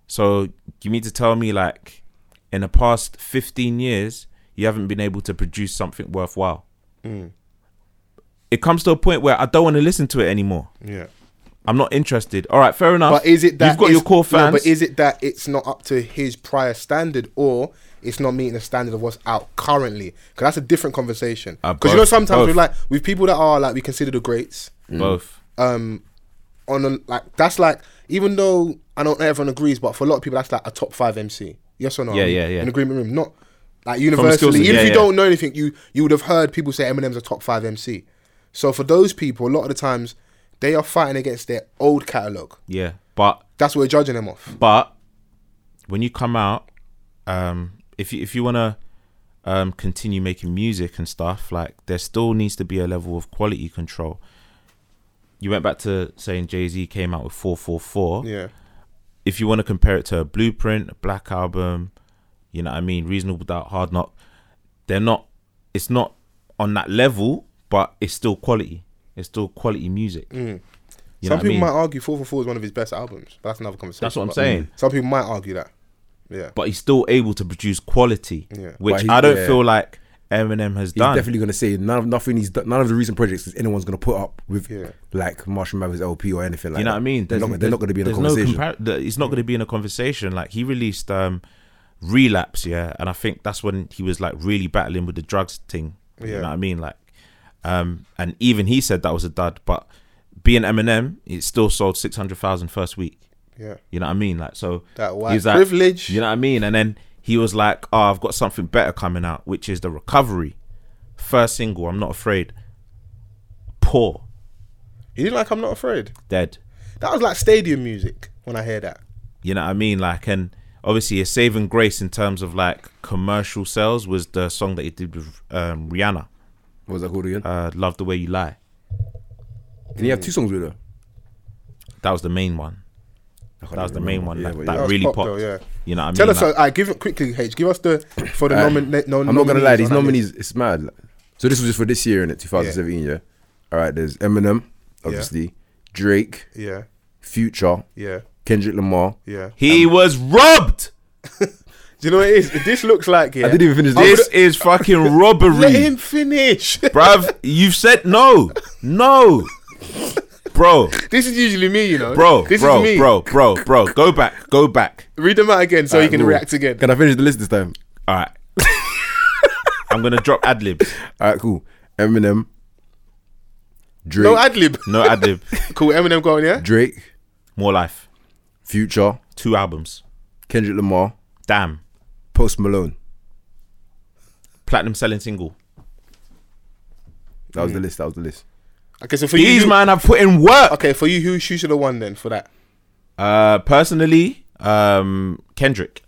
So you mean to tell me like in the past 15 years you haven't been able to produce something worthwhile?
Mm.
It comes to a point where I don't want to listen to it anymore.
Yeah.
I'm not interested. All right, fair enough.
But is it that
you've got
it's-
your core fans?
No, but is it that it's not up to his prior standard, or it's not meeting the standard of what's out currently? Because that's a different conversation.
Uh,
Because you know
both,
sometimes
both.
with like with people that are like we consider the greats.
both?
Um, on a, like that's like even though I don't know everyone agrees, but for a lot of people that's like a top five MC. Yes or no?
Yeah, yeah, yeah.
An agreement room, not like
skills
universally.
and-
Even
yeah,
if you
yeah.
don't know anything, you you would have heard people say Eminem's a top five MC. So for those people, a lot of the times they are fighting against their old catalog.
Yeah, but
That's what we're judging them off.
But when you come out, um, if you if you want to um, continue making music and stuff, like there still needs to be a level of quality control. You went back to saying Jay Z came out with four four four.
Yeah.
If you want to compare it to a Blueprint, a Black Album, you know what I mean, Reasonable Doubt, Hard Knock, they're not. It's not on that level, but it's still quality. It's still quality music. You know
Mm. some
what I
people
mean?
might argue 444 is one of his best albums, but that's another conversation.
That's what I'm
But
saying.
Some people might argue that. Yeah.
but he's still able to produce quality,
Yeah.
which
But he-
I don't
yeah.
feel like Eminem has
He's
done.
definitely gonna say none of nothing. He's done, none of the recent projects that anyone's gonna put up with
Yeah.
like Marshall Mathers LP or anything like
you know
that.
what I mean?
They're
There's-
not, they're not gonna be in a
there's no
conversation.
compar- the- it's not going to be in a conversation. Like he released um, relapse, yeah, and I think that's when he was like really battling with the drugs thing. You
Yeah.
know what I mean? Like, um, and even he said that was a dud, but being Eminem, it still sold 600,000 first week.
Yeah.
You know what I mean? Like so
That white
he's like-
privilege.
You know what I mean? And then he was like, Oh, I've got something better coming out, which is the recovery. First single, I'm not afraid. Poor,
He didn't like I'm Not Afraid.
dead.
That was like stadium music when I hear that.
You know what I mean? Like and obviously a saving grace in terms of like commercial sales was the song that he did with um, Rihanna.
What was that called again?
Uh, Love the Way You Lie.
Did he have two songs with her?
That was the main one. That was the main one
Yeah,
that,
but
that
yeah.
really
pop
popped.
though, yeah.
You know what I
Tell
mean?
us,
Like,
uh, I give it quickly, H. Give us the for the
Alright.
nomin- no,
I'm not gonna lie, these
on that list.
nominees it's mad. Like, So this was just for this year, in it, 2017. Yeah. All right. There's Eminem, obviously, Drake,
Yeah.
Future,
Yeah.
Kendrick Lamar.
Yeah.
he was robbed.
Do you know what it is? This looks like yeah.
I didn't even finish
This
this.
is fucking
Let
robbery.
him finish.
bruv, you've said no, no, bro,
this is usually me, you know.
bro,
This
bro,
is me.
bro, bro, bro. Go back, go back.
Read them out again so you can react again.
Can I finish the list this time?
All right, I'm gonna drop ad libs.
All right, cool. Eminem, Drake,
No ad lib.
No ad lib.
Cool. Eminem going yeah.
Drake,
More life.
Future,
Two albums.
Kendrick Lamar,
Damn.
Post Malone.
Platinum selling single.
That was the list. That was the list.
Okay, so for you,
These man have put in work.
Okay, for you, who who should have won then for that?
Uh, personally, um, Kendrick.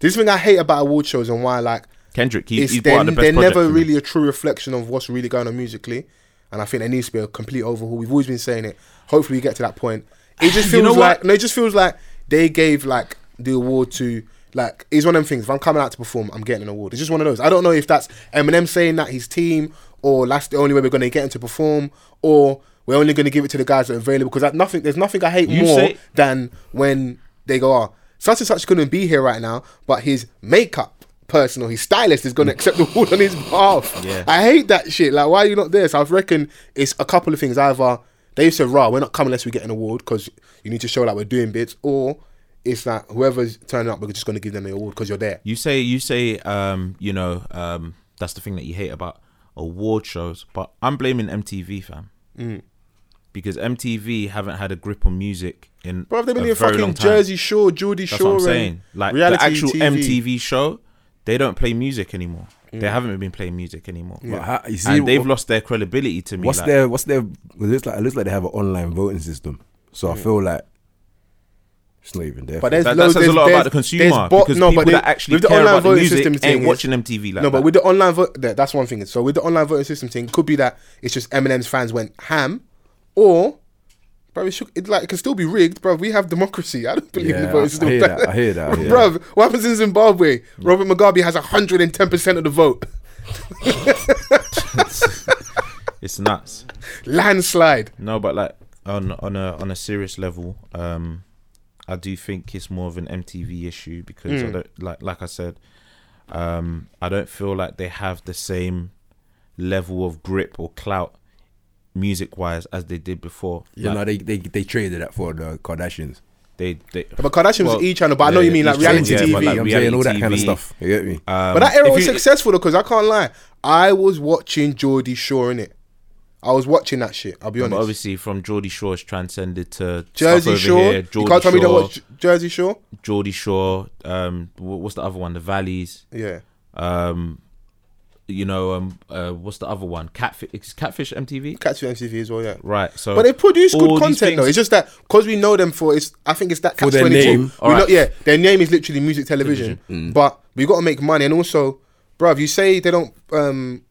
This thing I hate about award shows and why like
Kendrick. He,
it's
he's
they're,
brought out the best
they're
project
never
for me.
really a true reflection of what's really going on musically, and I think there needs to be a complete overhaul. We've always been saying it. Hopefully, we get to that point. It just feels
You know what?
like no, it just feels like they gave like the award to like it's one of them things. If I'm coming out to perform, I'm getting an award. It's just one of those. I don't know if that's Eminem saying that his team, or that's the only way we're going to get him to perform, or we're only going to give it to the guys that are available because nothing. There's nothing I hate
You
more
say-
than when they go, oh, such and such couldn't be here right now, but his makeup person or his stylist is going to accept the award on his behalf.
Mm. Yeah.
I hate that shit. Like, why are you not there? So I reckon it's a couple of things. Either they said, rah, we're not coming unless we get an award because you need to show that we're doing bits, or it's that whoever's turning up, we're just going to give them the award because you're there.
You say you say um, you know um, that's the thing that you hate about award shows, but I'm blaming MTV, fam,
Mm.
because MTV haven't had a grip on music in
Bro, they've been
a
in
very long
fucking
time.
Jersey Shore, Geordie Shore,
That's what I'm
and
saying. Like the
reality
actual MTV show, they don't play music anymore. They
Mm.
haven't been playing music anymore,
But how- you see,
and they've
wh-
lost their credibility to me.
what's
like,
their what's their? It looks like it looks like they have an online voting system. So I feel like it's not even there.
But there's
That, that
loads,
says a
there's-
lot about
there's-
the
there's
consumer
bot-
because
no,
people
but
that
they-
actually
with the
care
online
about the
voting
music
system
ain't
thing is-
watching MTV like
no, but
that.
with the online vote, that, that's one thing. So with the online voting system thing, could be that it's just Eminem's fans went ham, or bro, it, should, it like it can still be rigged, bro. We have democracy. I don't believe in the
yeah,
voting
I,
system,
hear that. I hear that. I hear that.
bro. What happens in Zimbabwe? Robert Mugabe has hundred and ten percent of the vote,
it's nuts.
landslide.
No, but like on on a on a serious level, um, I do think it's more of an MTV issue because I
Mm.
don't like like I said, um, I don't feel like they have the same level of grip or clout music wise as they did before.
Yeah,
Like,
no, they, they they traded that for the Kardashians.
they they
But Kardashian
Well,
was E channel, but I know
yeah,
you mean like
each channel,
reality
yeah,
TV.
but, like,
You know what I'm
reality
saying all that kind of
TV.
stuff. You get me?
um,
but that era
if
was
you-
successful because I can't lie. I was watching Geordie Shore in it. I was watching that shit. I'll be
But
honest.
obviously, from Geordie Shore, it's transcended to
Jersey
stuff over
Shore.
Here,
you
Geordie
can't tell
Shore,
me you don't watch J- Jersey Shore.
Geordie Shore. Um, wh- what's the other one? The Valleys.
Yeah.
Um, you know, um, uh, what's the other one? Catfish. Is Catfish MTV?
Catch you MTV as well. Yeah.
Right. So,
But they produce good
Uh, all these
content though.
things-
It's just that because we know them for it's. I think it's that catch
their
twenty
name.
two.
All right.
Yeah, their name is literally music television.
Mm.
But we got to make money, and also, bruv, you say they don't um,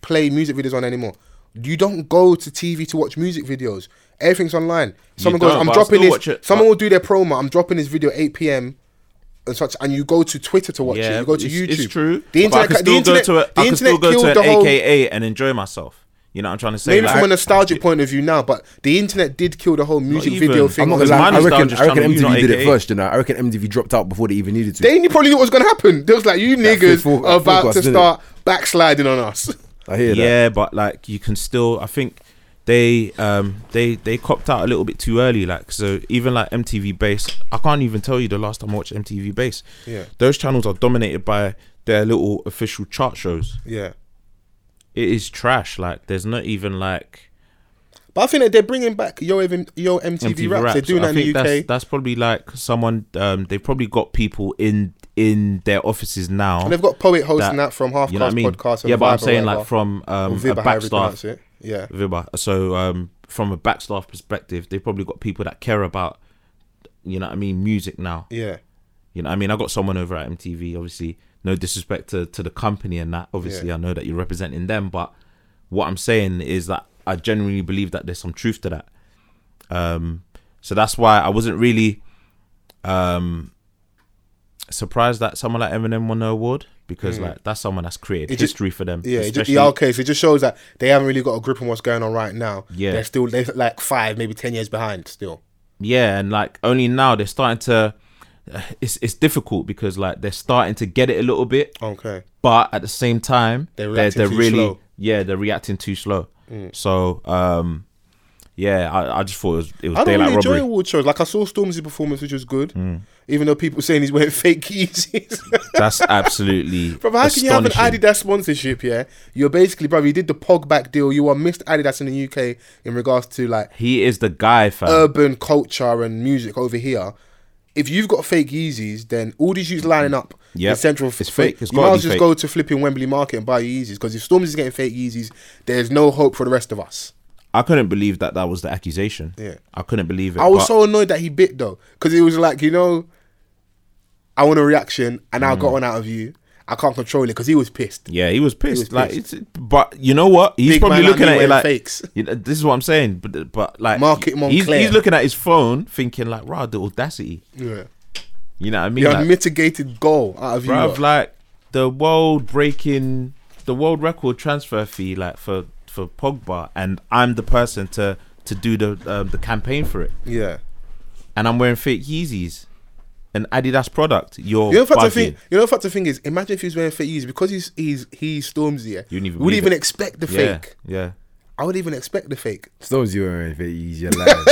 play music videos on anymore. You don't go to TV to watch music videos. Everything's online. Someone goes,
don't,
I'm
but I
dropping
still
this.
watch it.
Someone will do their promo. I'm dropping this video 8 p.m. and such. And you go to Twitter to watch it. You go to
it's-
YouTube.
It's true.
The
but I
internet,
could
ca- the
still go
internet,
to a,
the
I could still
internet
go
killed
to
the
an
whole.
AKA and enjoy myself. You know what I'm trying to say?
Maybe
Like,
from a nostalgic point of view now, but the internet did kill the whole music
even.
video
I'm
thing.
not
on
gonna lie,
the
I
Minus
reckon,
Down
I
just
recked
trying to
MTV
unite
did it
AKA.
first, you know. I reckon MTV dropped out before they even needed to.
They knew- probably knew what was going to happen. They was like, you niggas
fore-
are about
forecast,
to
didn't
start backsliding on us.
I hear that.
yeah, but like you can still. I think they um they they copped out a little bit too early. Like so, even like MTV Base, I can't even tell you the last time I watched MTV Base.
Yeah.
those channels are dominated by their little official chart shows.
Yeah.
It is trash. Like there's not even like
But I think that they're bringing back Yo, even, Yo MTV,
MTV
Raps.
raps.
They're doing
I
that in the
think
UK.
that's that's probably like someone. Um, they've probably got people in in their offices now.
and they've got Poet hosting that,
that-
from Half
you know what
Cast
I mean?
Podcast. And
yeah, but
Vibe
I'm saying
or
like
whatever.
from um,
Or
a
Viber, however you
backstaff
pronounce it. Yeah.
Viba. So um, from a backstaff perspective, they probably got people that care about, you know, what I mean, music now.
Yeah.
You know, what I mean, I got someone over at MTV. Obviously, no disrespect to, to the company and that. Obviously,
Yeah.
I know that you're representing them, but what I'm saying is that I genuinely believe that there's some truth to that. Um, so that's why I wasn't really um surprised that someone like Eminem won the award because like that's someone that's created
Mm. It just-
history for them.
Yeah, it just,
especially-
the our case, it just shows that they haven't really got a grip on what's going on right now.
Yeah.
They're still they're like five, maybe 10 years behind still.
yeah and like only now they're starting to it's it's difficult because like they're starting to get it a little bit
Okay.
but at the same time
They're
they're,
reacting
they're
too
really
slow. Mm.
yeah they're reacting too slow so um yeah I, I just thought it was, it was
I don't
daylight
really enjoy
robbery Hmm.
award shows. Like I saw Stormzy's performance, which was good, even though people saying he's wearing fake Yeezys.
that's absolutely
Bro, how can you have an
astonishing.
Adidas sponsorship? Yeah, you're basically, bro. You did the Pog back deal. You are Mr. Adidas in the UK in regards to like
he is the guy fam
urban culture and music over here. If you've got fake Yeezys, then all these you's lining up
Yep.
in central.
It's fake. It's
you
gotta be
might as well just
fake.
go to flipping Wembley Market and buy your Yeezys because if Storms is getting fake Yeezys, there's no hope for the rest of us.
i couldn't believe that that was the accusation
Yeah.
i couldn't believe it
I was
but-
so annoyed that he bit though, because it was like you know, I want a reaction, and I
Mm.
got one out of you. I can't control it because he was pissed.
Yeah, he was pissed.
was
like,
pissed.
It's, but you know what? He's
Big
probably
man like
looking
me
at it
wearing
like
fakes.
You know, this is what I'm saying. But but like,
Market
he's,
Moncler.
he's looking at his phone, thinking like, "Wow, the audacity."
Yeah.
You know what I mean?
The
Like,
unmitigated goal out of you.
bruv,
lot.
like the world breaking, the world record transfer fee, like for for Pogba, and I'm the person to to do the um, the campaign for it,
yeah.
and I'm wearing fake Yeezys, an Adidas product. You're
You know, in fact, the
bugging.
thing. You know, in fact, the thing is, imagine if he was wearing fake Yeezys because he's he's he storms here.
You wouldn't even
would
believe
even
it.
expect the
yeah,
fake.
yeah.
I would even expect the fake.
Stones, you're wearing fake Yeezys. You're lying.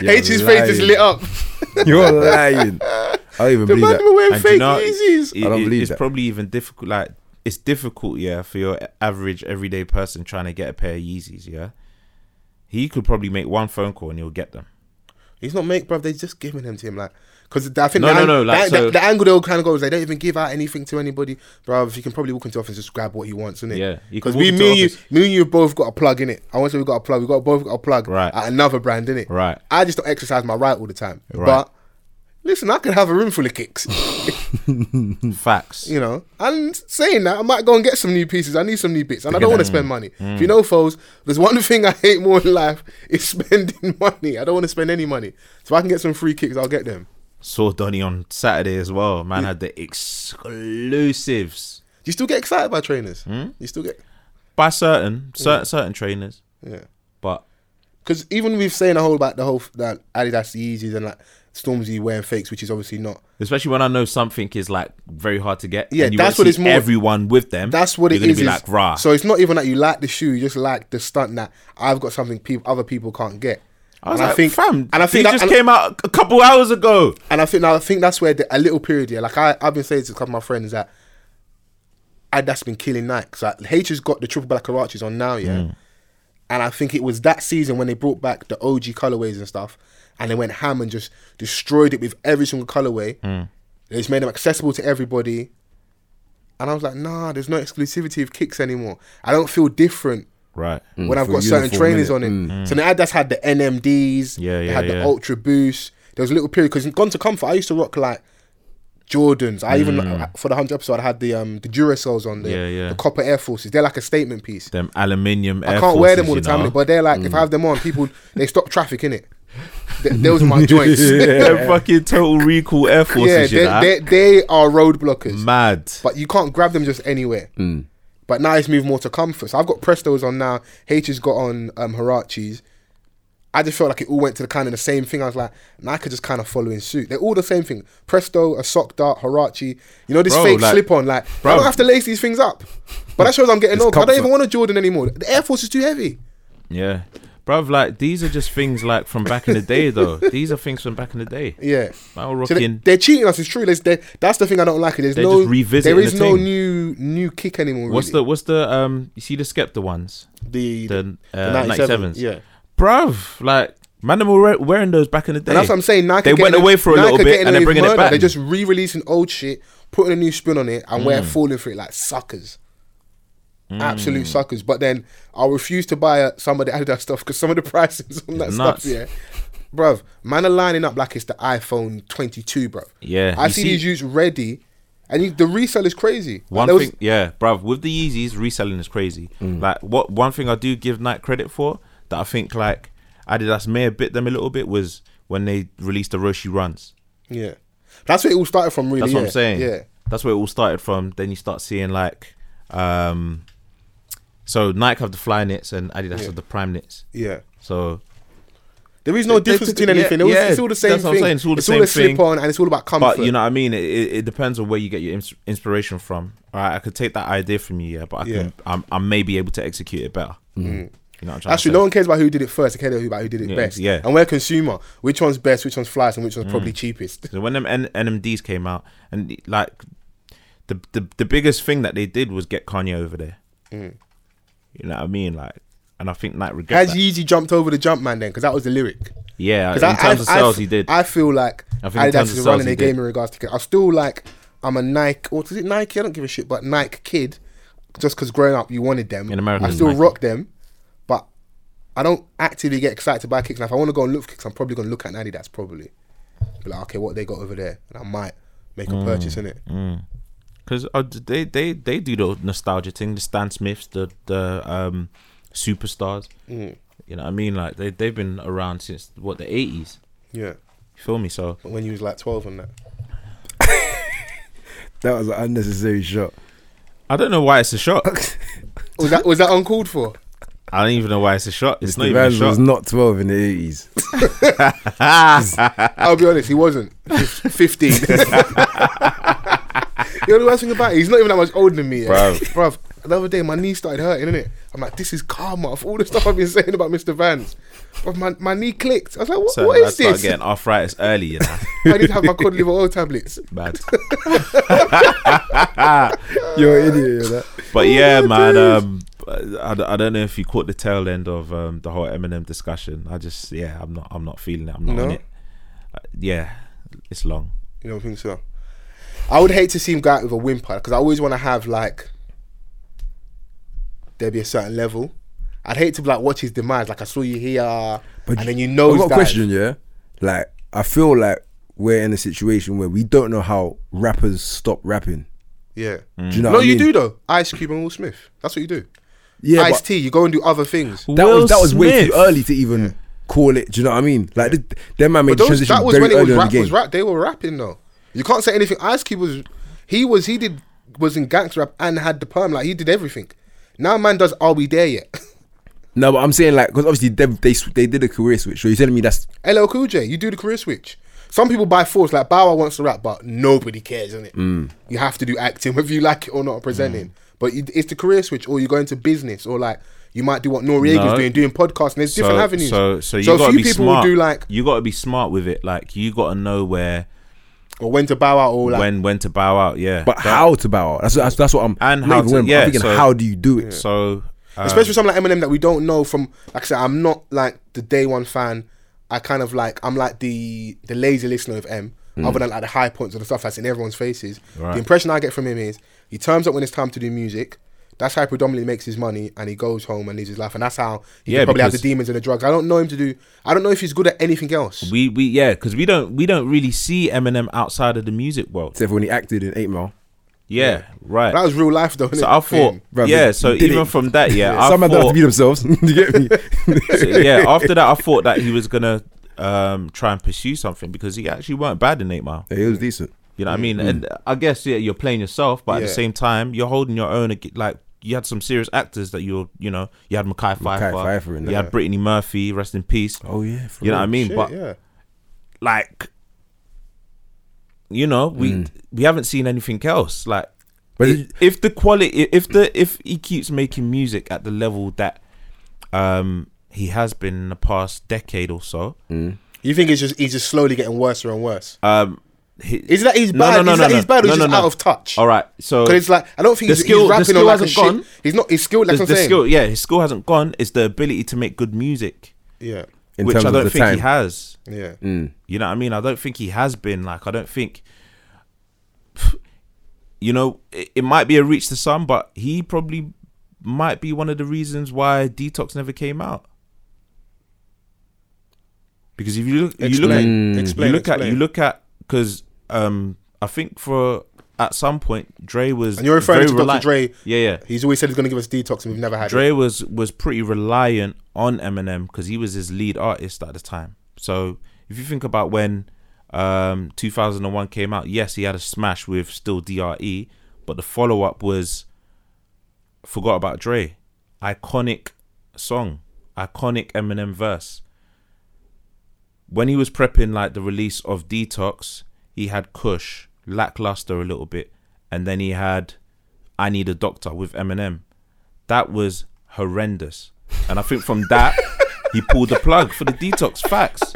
You're
H's face is
lying.
lit up.
You're lying. I don't
The
even believe
man were
that.
wearing
And
fake
you know,
Yeezys.
it-
I don't
it-
believe
it's
that.
probably even difficult. Like it's difficult, yeah, for your average everyday person trying to get a pair of Yeezys. Yeah, he could probably make one phone call and he'll get them.
He's not make, bruv. They just giving them to him, like, because I think
No,
the,
no,
ang-
no, like,
the, the-
so-
the angle they'll kind of go is they don't even give out anything to anybody, bruv. If you can probably walk into office and just grab what he wants, isn't it?
Yeah, you can
Because
walk
we,
into
me, and you,
office.
me and you both got a plug in it. I want to say we got a plug. We got both got a plug
Right.
at another brand, innit?
Right.
I just don't exercise my right all the time,
Right.
but. Listen, I could have a room full of kicks,
Facts.
you know. And saying that, I might go and get some new pieces. I need some new bits, and I don't want to spend money.
Mm.
If you know, foes, there's one thing I hate more in life is spending money. I don't want to spend any money. So if I can get some free kicks, I'll get them.
Saw Donny on Saturday as well. Man had the exclusives
Do you still get excited by trainers?
Hmm?
You still get,
by certain certain certain trainers,
yeah.
but
Because even with saying the whole about the whole that Adidas Yeezys and like Stormzy wearing fakes, which is obviously not.
Especially when I know something is like very hard to get.
Yeah,
and you
that's
won't
what
see
it's more-
Everyone with them.
That's what
you're
it
gonna
is.
Be
is-
like rah.
So it's not even that you like the shoe; you just like the stunt that I've got something people other people can't get.
I was
and
like,
I think,
fam.
and I think
he
that,
just
and-
came out a couple hours ago.
And I think now I think that's where the, a little period here. Like I, I've been saying to a couple of my friends that Adidas been killing Nike. Like H has got the triple black Arachis on now, yeah. And I think it was that season when they brought back the OG colorways and stuff, and they went ham and just destroyed it with every single colorway. They just made them accessible to everybody. And I was like, nah, there's no exclusivity of kicks anymore. I don't feel different
Right.
when I've
for
got certain
uniform,
trainers on
innit?
it. So now Adidas had the NMDs,
Mm. Yeah,
they
yeah,
had the
yeah.
Ultra Boost. There was a little period because gone to comfort. I used to rock like Jordans. I even for the hundred episode, I had the um the Durasols on the,
Yeah, Mm. yeah.
the copper Air Forces. They're like a statement piece.
Them aluminium.
I can't wear them all the time, innit? but they're like
Mm.
if I have them on, people they stop traffic in it. Those are my joints. yeah,
yeah, fucking total recall Air
they,
Forces. you know?
they they are road blockers.
mad.
But you can't grab them just anywhere. But now it's moved more to comfort. So I've got Prestos on now. H has got on um, Hirachis. I just felt like it all went to the kind of the same thing. I was like, Nike are just kind of following suit. They're all the same thing. Presto, a sock dart, Hirachi. You know, this
Bro,
fake
like-
slip on. Like,
Bro.
I don't have to lace these things up. But that shows I'm getting
It's
old. I don't
comfort.
even want a Jordan anymore. The Air Force is too heavy.
Yeah. Bruv, like these are just things like from back in the day, though. these are things from back in the day.
Yeah.
I was
So they,
rocking.
they're cheating us. It's true. There's, there- that's the thing I don't like. There's
They're
no
just revisiting
There is
the
no
thing.
new new kick anymore.
what's
really.
the what's the um? You see the Skepta ones,
the
the
the
uh, 97s.
Yeah.
Bruv, like man, them were wear- wearing those back in the day.
And that's what I'm saying. Nike
They
are getting
went away for a
Nike
little
are
bit
getting
and
away
they're
with
bringing it
murder.
back.
They're just re-releasing old shit, putting a new spin on it, and
Mm.
we're falling for it like suckers, absolute suckers. But then I refuse to buy uh, some of the Adidas stuff because some of the prices on that
It's
stuff,
nuts.
yeah, bruv, man are lining up like it's the iPhone 22, bruv.
Yeah,
I
you
see,
see-
these used ready, and you, the resell is crazy. Like,
One
there was-
thing, yeah, bruv, with the Yeezys, reselling is crazy.
Mm.
Like, what one thing I do give Nike credit for that I think like Adidas may have bit them a little bit was when they released the Roshi runs.
yeah, that's where it all started from. Really,
That's what
yeah,
I'm saying.
Yeah,
that's where it all started from. Then you start seeing like, um, so Nike have the fly knits and Adidas have the prime knits.
yeah.
So
There is no
They- they-
difference between
yeah,
anything. It was-
yeah,
it's all the same
that's what I'm
thing.
saying. It's all the
all
same
a
thing.
slip on, and it's all about comfort.
But you know what I mean. It, it, it depends on where you get your ins- inspiration from. All right, I could take that idea from you, yeah, but I
Yeah. Mm.
can. I'm, I may be able to execute it better. You know what I'm trying
Actually,
to
no
say?
one cares about who did it first. They care about who did it
Yeah,
best.
yeah. Mm.
And we're consumer. Which one's best? Which one's flies? And which one's probably cheapest?
So when them N- NMDs came out, and like the, the the biggest thing that they did was get Kanye over there. You know what I mean? Like, and I think Nike
Mm. Has
regrets that.
Yeezy jumped over the jump man then? Because that was the lyric.
yeah, in
'Cause
terms of sales,
f-
he did.
I feel like
I think in terms
Adidas
of
is
sales,
running
he
their game
did.
in regards to. I still like. I'm a Nike. What is it? Nike. I don't give a shit. But Nike kid, just because growing up you wanted them.
In America,
I
it's
still
Nike.
rock them, but I don't actively get excited by kicks. Now, if I want to go and look for kicks, I'm probably going to look at an Adidas probably. Be like, okay, what they got over there, and I might make
Mm.
a purchase in it.
Because uh, they, they they do the nostalgia thing, the Stan Smiths, the the um, superstars.
Mm.
You know what I mean? Like they they've been around since what the eighties.
Yeah.
You feel me? So
But when you was like 12 and that.
That was an unnecessary shot.
I don't know why it's a shot.
Was that was that uncalled for?
I don't even know why it's a shot. It's not
Mr.
even a
Vans was
shot.
not 12 in the 80s.
I'll be honest, he wasn't. Fif- 15. you know the worst thing about it? He's not even that much older than me. Yeah?
Bruv.
Bruv, the other day my knee started hurting, innit? I'm like, this is karma of all the stuff I've been saying about Mr. Vans. Bruv, my, my knee clicked. I was like, what,
So
what
I
is
start
this?
getting arthritis early, you know.
I need to have my cod liver oil tablets.
Bad.
You're an idiot. You're that.
But yeah, man. Um, I, I don't know if you caught the tail end of um, the whole Eminem discussion. I just yeah, I'm not I'm not feeling it. I'm not
No?
on it. Uh, yeah, it's long.
You don't think so? I would hate to see him go out with a whimper because I always want to have like there be a certain level. I'd hate to like watch his demise. Like I saw you here, and then you know.
I've got a question, yeah? Like, I feel like we're in a situation where we don't know how rappers stop rapping.
Yeah. Mm.
Do you know
no,
what I
you
mean?
do though. Ice Cube and Will Smith. That's what you do.
Yeah,
Ice
but
T. You go and do other things.
that
Will
was, that was way too
Smith.
early to even call it. Do you know what I mean? Like, th- their man made
But
the
those,
transition
that was
very
when it was
early on in
rap.
the game.
Was rap. They were rapping though. You can't say anything. Ice Cube was. He was. He did. Was in gangster rap and had the perm. Like he did everything. Now man does. Are we there yet?
No, but I'm saying, like, because obviously they, they, sw- they did a career switch. So you're telling me that's
LL Cool J, you do the career switch. Some people by force, like Bow Wow wants to rap, but nobody cares, isn't it?
Mm.
You have to do acting, whether you like it or not, presenting. But you, it's the career switch, or you go into business, or like you might do what Noriega's
No.
doing, doing podcasts, and there's different avenues.
So, so you
So a
gotta
few
be
people will
smart.
do, like-
you got to be smart with it. Like you got to know where,
or when to bow out, or like
when, when to bow out. Yeah.
But how to bow out? That's that's, that's what I'm.
And
not
how
even
to-
when, but
yeah,
I'm thinking
so-
how do you do it?
so, um,
especially with someone like Eminem that we don't know from. Like I said, I'm not like the day one fan. I kind of like I'm like the the lazy listener of M. Other than like the high points of the stuff that's in everyone's faces,
Mm. Right.
the impression I get from him is he turns up when it's time to do music. That's how he predominantly makes his money, and he goes home and lives his life, and that's how he
Yeah,
could probably has the
because-
demons and the drugs. I don't know him to do. I don't know if he's good at anything else.
we we yeah, because we don't we don't really see Eminem outside of the music world.
Except for when he acted in Eight Mile.
Yeah, right.
That was real life, though.
so
innit?
I thought,
Bruv,
yeah.
they
So
did
even
it.
from that, yeah, I
Some had to
thought,
beat themselves. you get me?
so, yeah. After that, I thought that he was gonna um try and pursue something because he actually weren't bad in Eight Mile.
Yeah, it was decent.
You know what I
Mm-hmm.
mean? And I guess yeah, you're playing yourself, but at the
Yeah.
same time, you're holding your own. ag- Like you had some serious actors that you're, you know, you had Mackay Pfeiffer,
Pfeiffer in
you had
there.
Brittany Murphy, rest in peace.
Oh yeah, for
you know what I mean?
Shit,
but
yeah.
like, you know, we we haven't seen anything else. Like,
Mm. But
i-
did you-
if the quality, if the if he keeps making music at the level that um he has been in the past decade or so,
Mm.
you think it's just he's just slowly getting worse and worse.
um, he-
Is that he's
No,
bad?
no, no,
is
no,
that
no.
he's bad or
No,
he's
no,
just
no.
out of touch?
all right, so
Because it's like I don't think
The
he's,
skill-
he's
the
rapping
skill
on like a
hasn't
shit.
gone.
He's not. His skill. That's
the,
what I'm
the
saying.
skill, yeah, his skill hasn't gone. It's the ability to make good music,
Yeah.
in
which
terms
I
of
don't
the
think
time. Mm.
he has.
Yeah.
You know what I mean? I don't think he has been like. I don't think. You know, it, it might be a reach to some, but he probably might be one of the reasons why Detox never came out. Because if you look, you look at
Explain. Explain.
you look at
explain.
you look at because um I think for at some point Dre was
And you're referring
very
to Dr.
reliant-
Dre.
yeah yeah
He's always said he's going to give us detox, and we've never had it.
Dre was was pretty reliant on Eminem because he was his lead artist at the time. So if you think about when um, 2001 came out, yes, he had a smash with still Dre, but the follow up was forgot about Dre, iconic song, iconic Eminem verse. When he was prepping like the release of Detox, he had Kush, lackluster a little bit, and then he had I Need a Doctor with Eminem that was horrendous. And I think from that, he pulled the plug for the detox facts.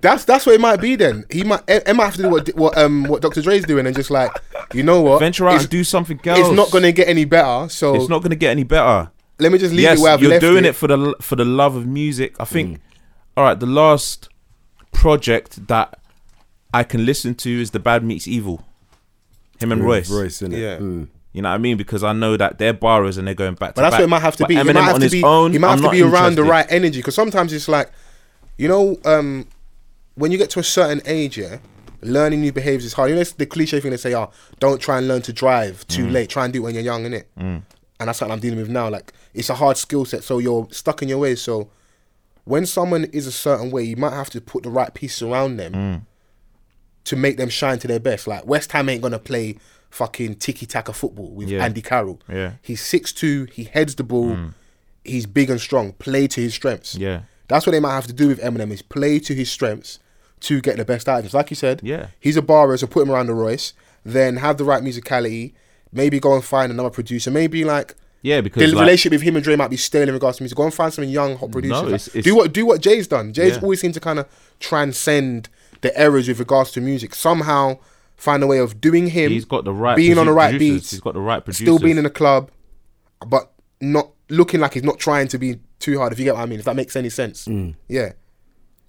That's that's what it might be. Then he might. Em might have to do what what um what Dr. Dre's doing, and just like you know what,
Venture out
it's,
and do something else.
it's not going to get any better. So
It's not going to get any better.
let me just leave
yes,
it Mm. where I've
you're
left
doing it. for the for the love of music. I think. All right, the last project that I can listen to is the Bad Meets Evil. Him and Royce.
Royce, innit?
Yeah.
Mm.
You know what I mean? Because I know that they're borrowers and they're going back.
But that's
back.
what it might have to
But
be.
Eminem
he might have
on
to
his
be,
own,
he might
I'm
have to
not
be around the
interested.
right energy because sometimes it's like, you know, um, when you get to a certain age, yeah, learning new behaviors is hard. You know, it's the cliche thing they say, "Oh, don't try and learn to drive
Mm.
too late. Try and do it when you're young, innit?" Mm. And that's what I'm dealing with now. Like, it's a hard skill set, so you're stuck in your ways. So, when someone is a certain way, you might have to put the right pieces around them
Mm.
to make them shine to their best. Like West Ham ain't gonna play fucking tiki taka football with
Yeah.
Andy Carroll.
Yeah. Mm.
He's 6'2, he heads the ball, he's big and strong. Play to his strengths.
Yeah.
That's what they might have to do with Eminem is play to his strengths to get the best out of him. So Like you said,
Yeah.
he's a borrower, so put him around the Royce, then have the right musicality, maybe go and find another producer, maybe like
Yeah, because
the
like,
relationship with him and Dre might be stale in regards to music. Go and find some young hot producers. Like,
it's- it's-
do what do what Jay's done. Jay's
Yeah.
always seemed to kind of transcend the errors with regards to music. Somehow find a way of doing him.
he's got the right
being on the
produ-
right
producers.
beats.
He's got the right producers.
still being in the club, but not looking like he's not trying to be too hard. If you get what I mean, if that makes any sense, yeah.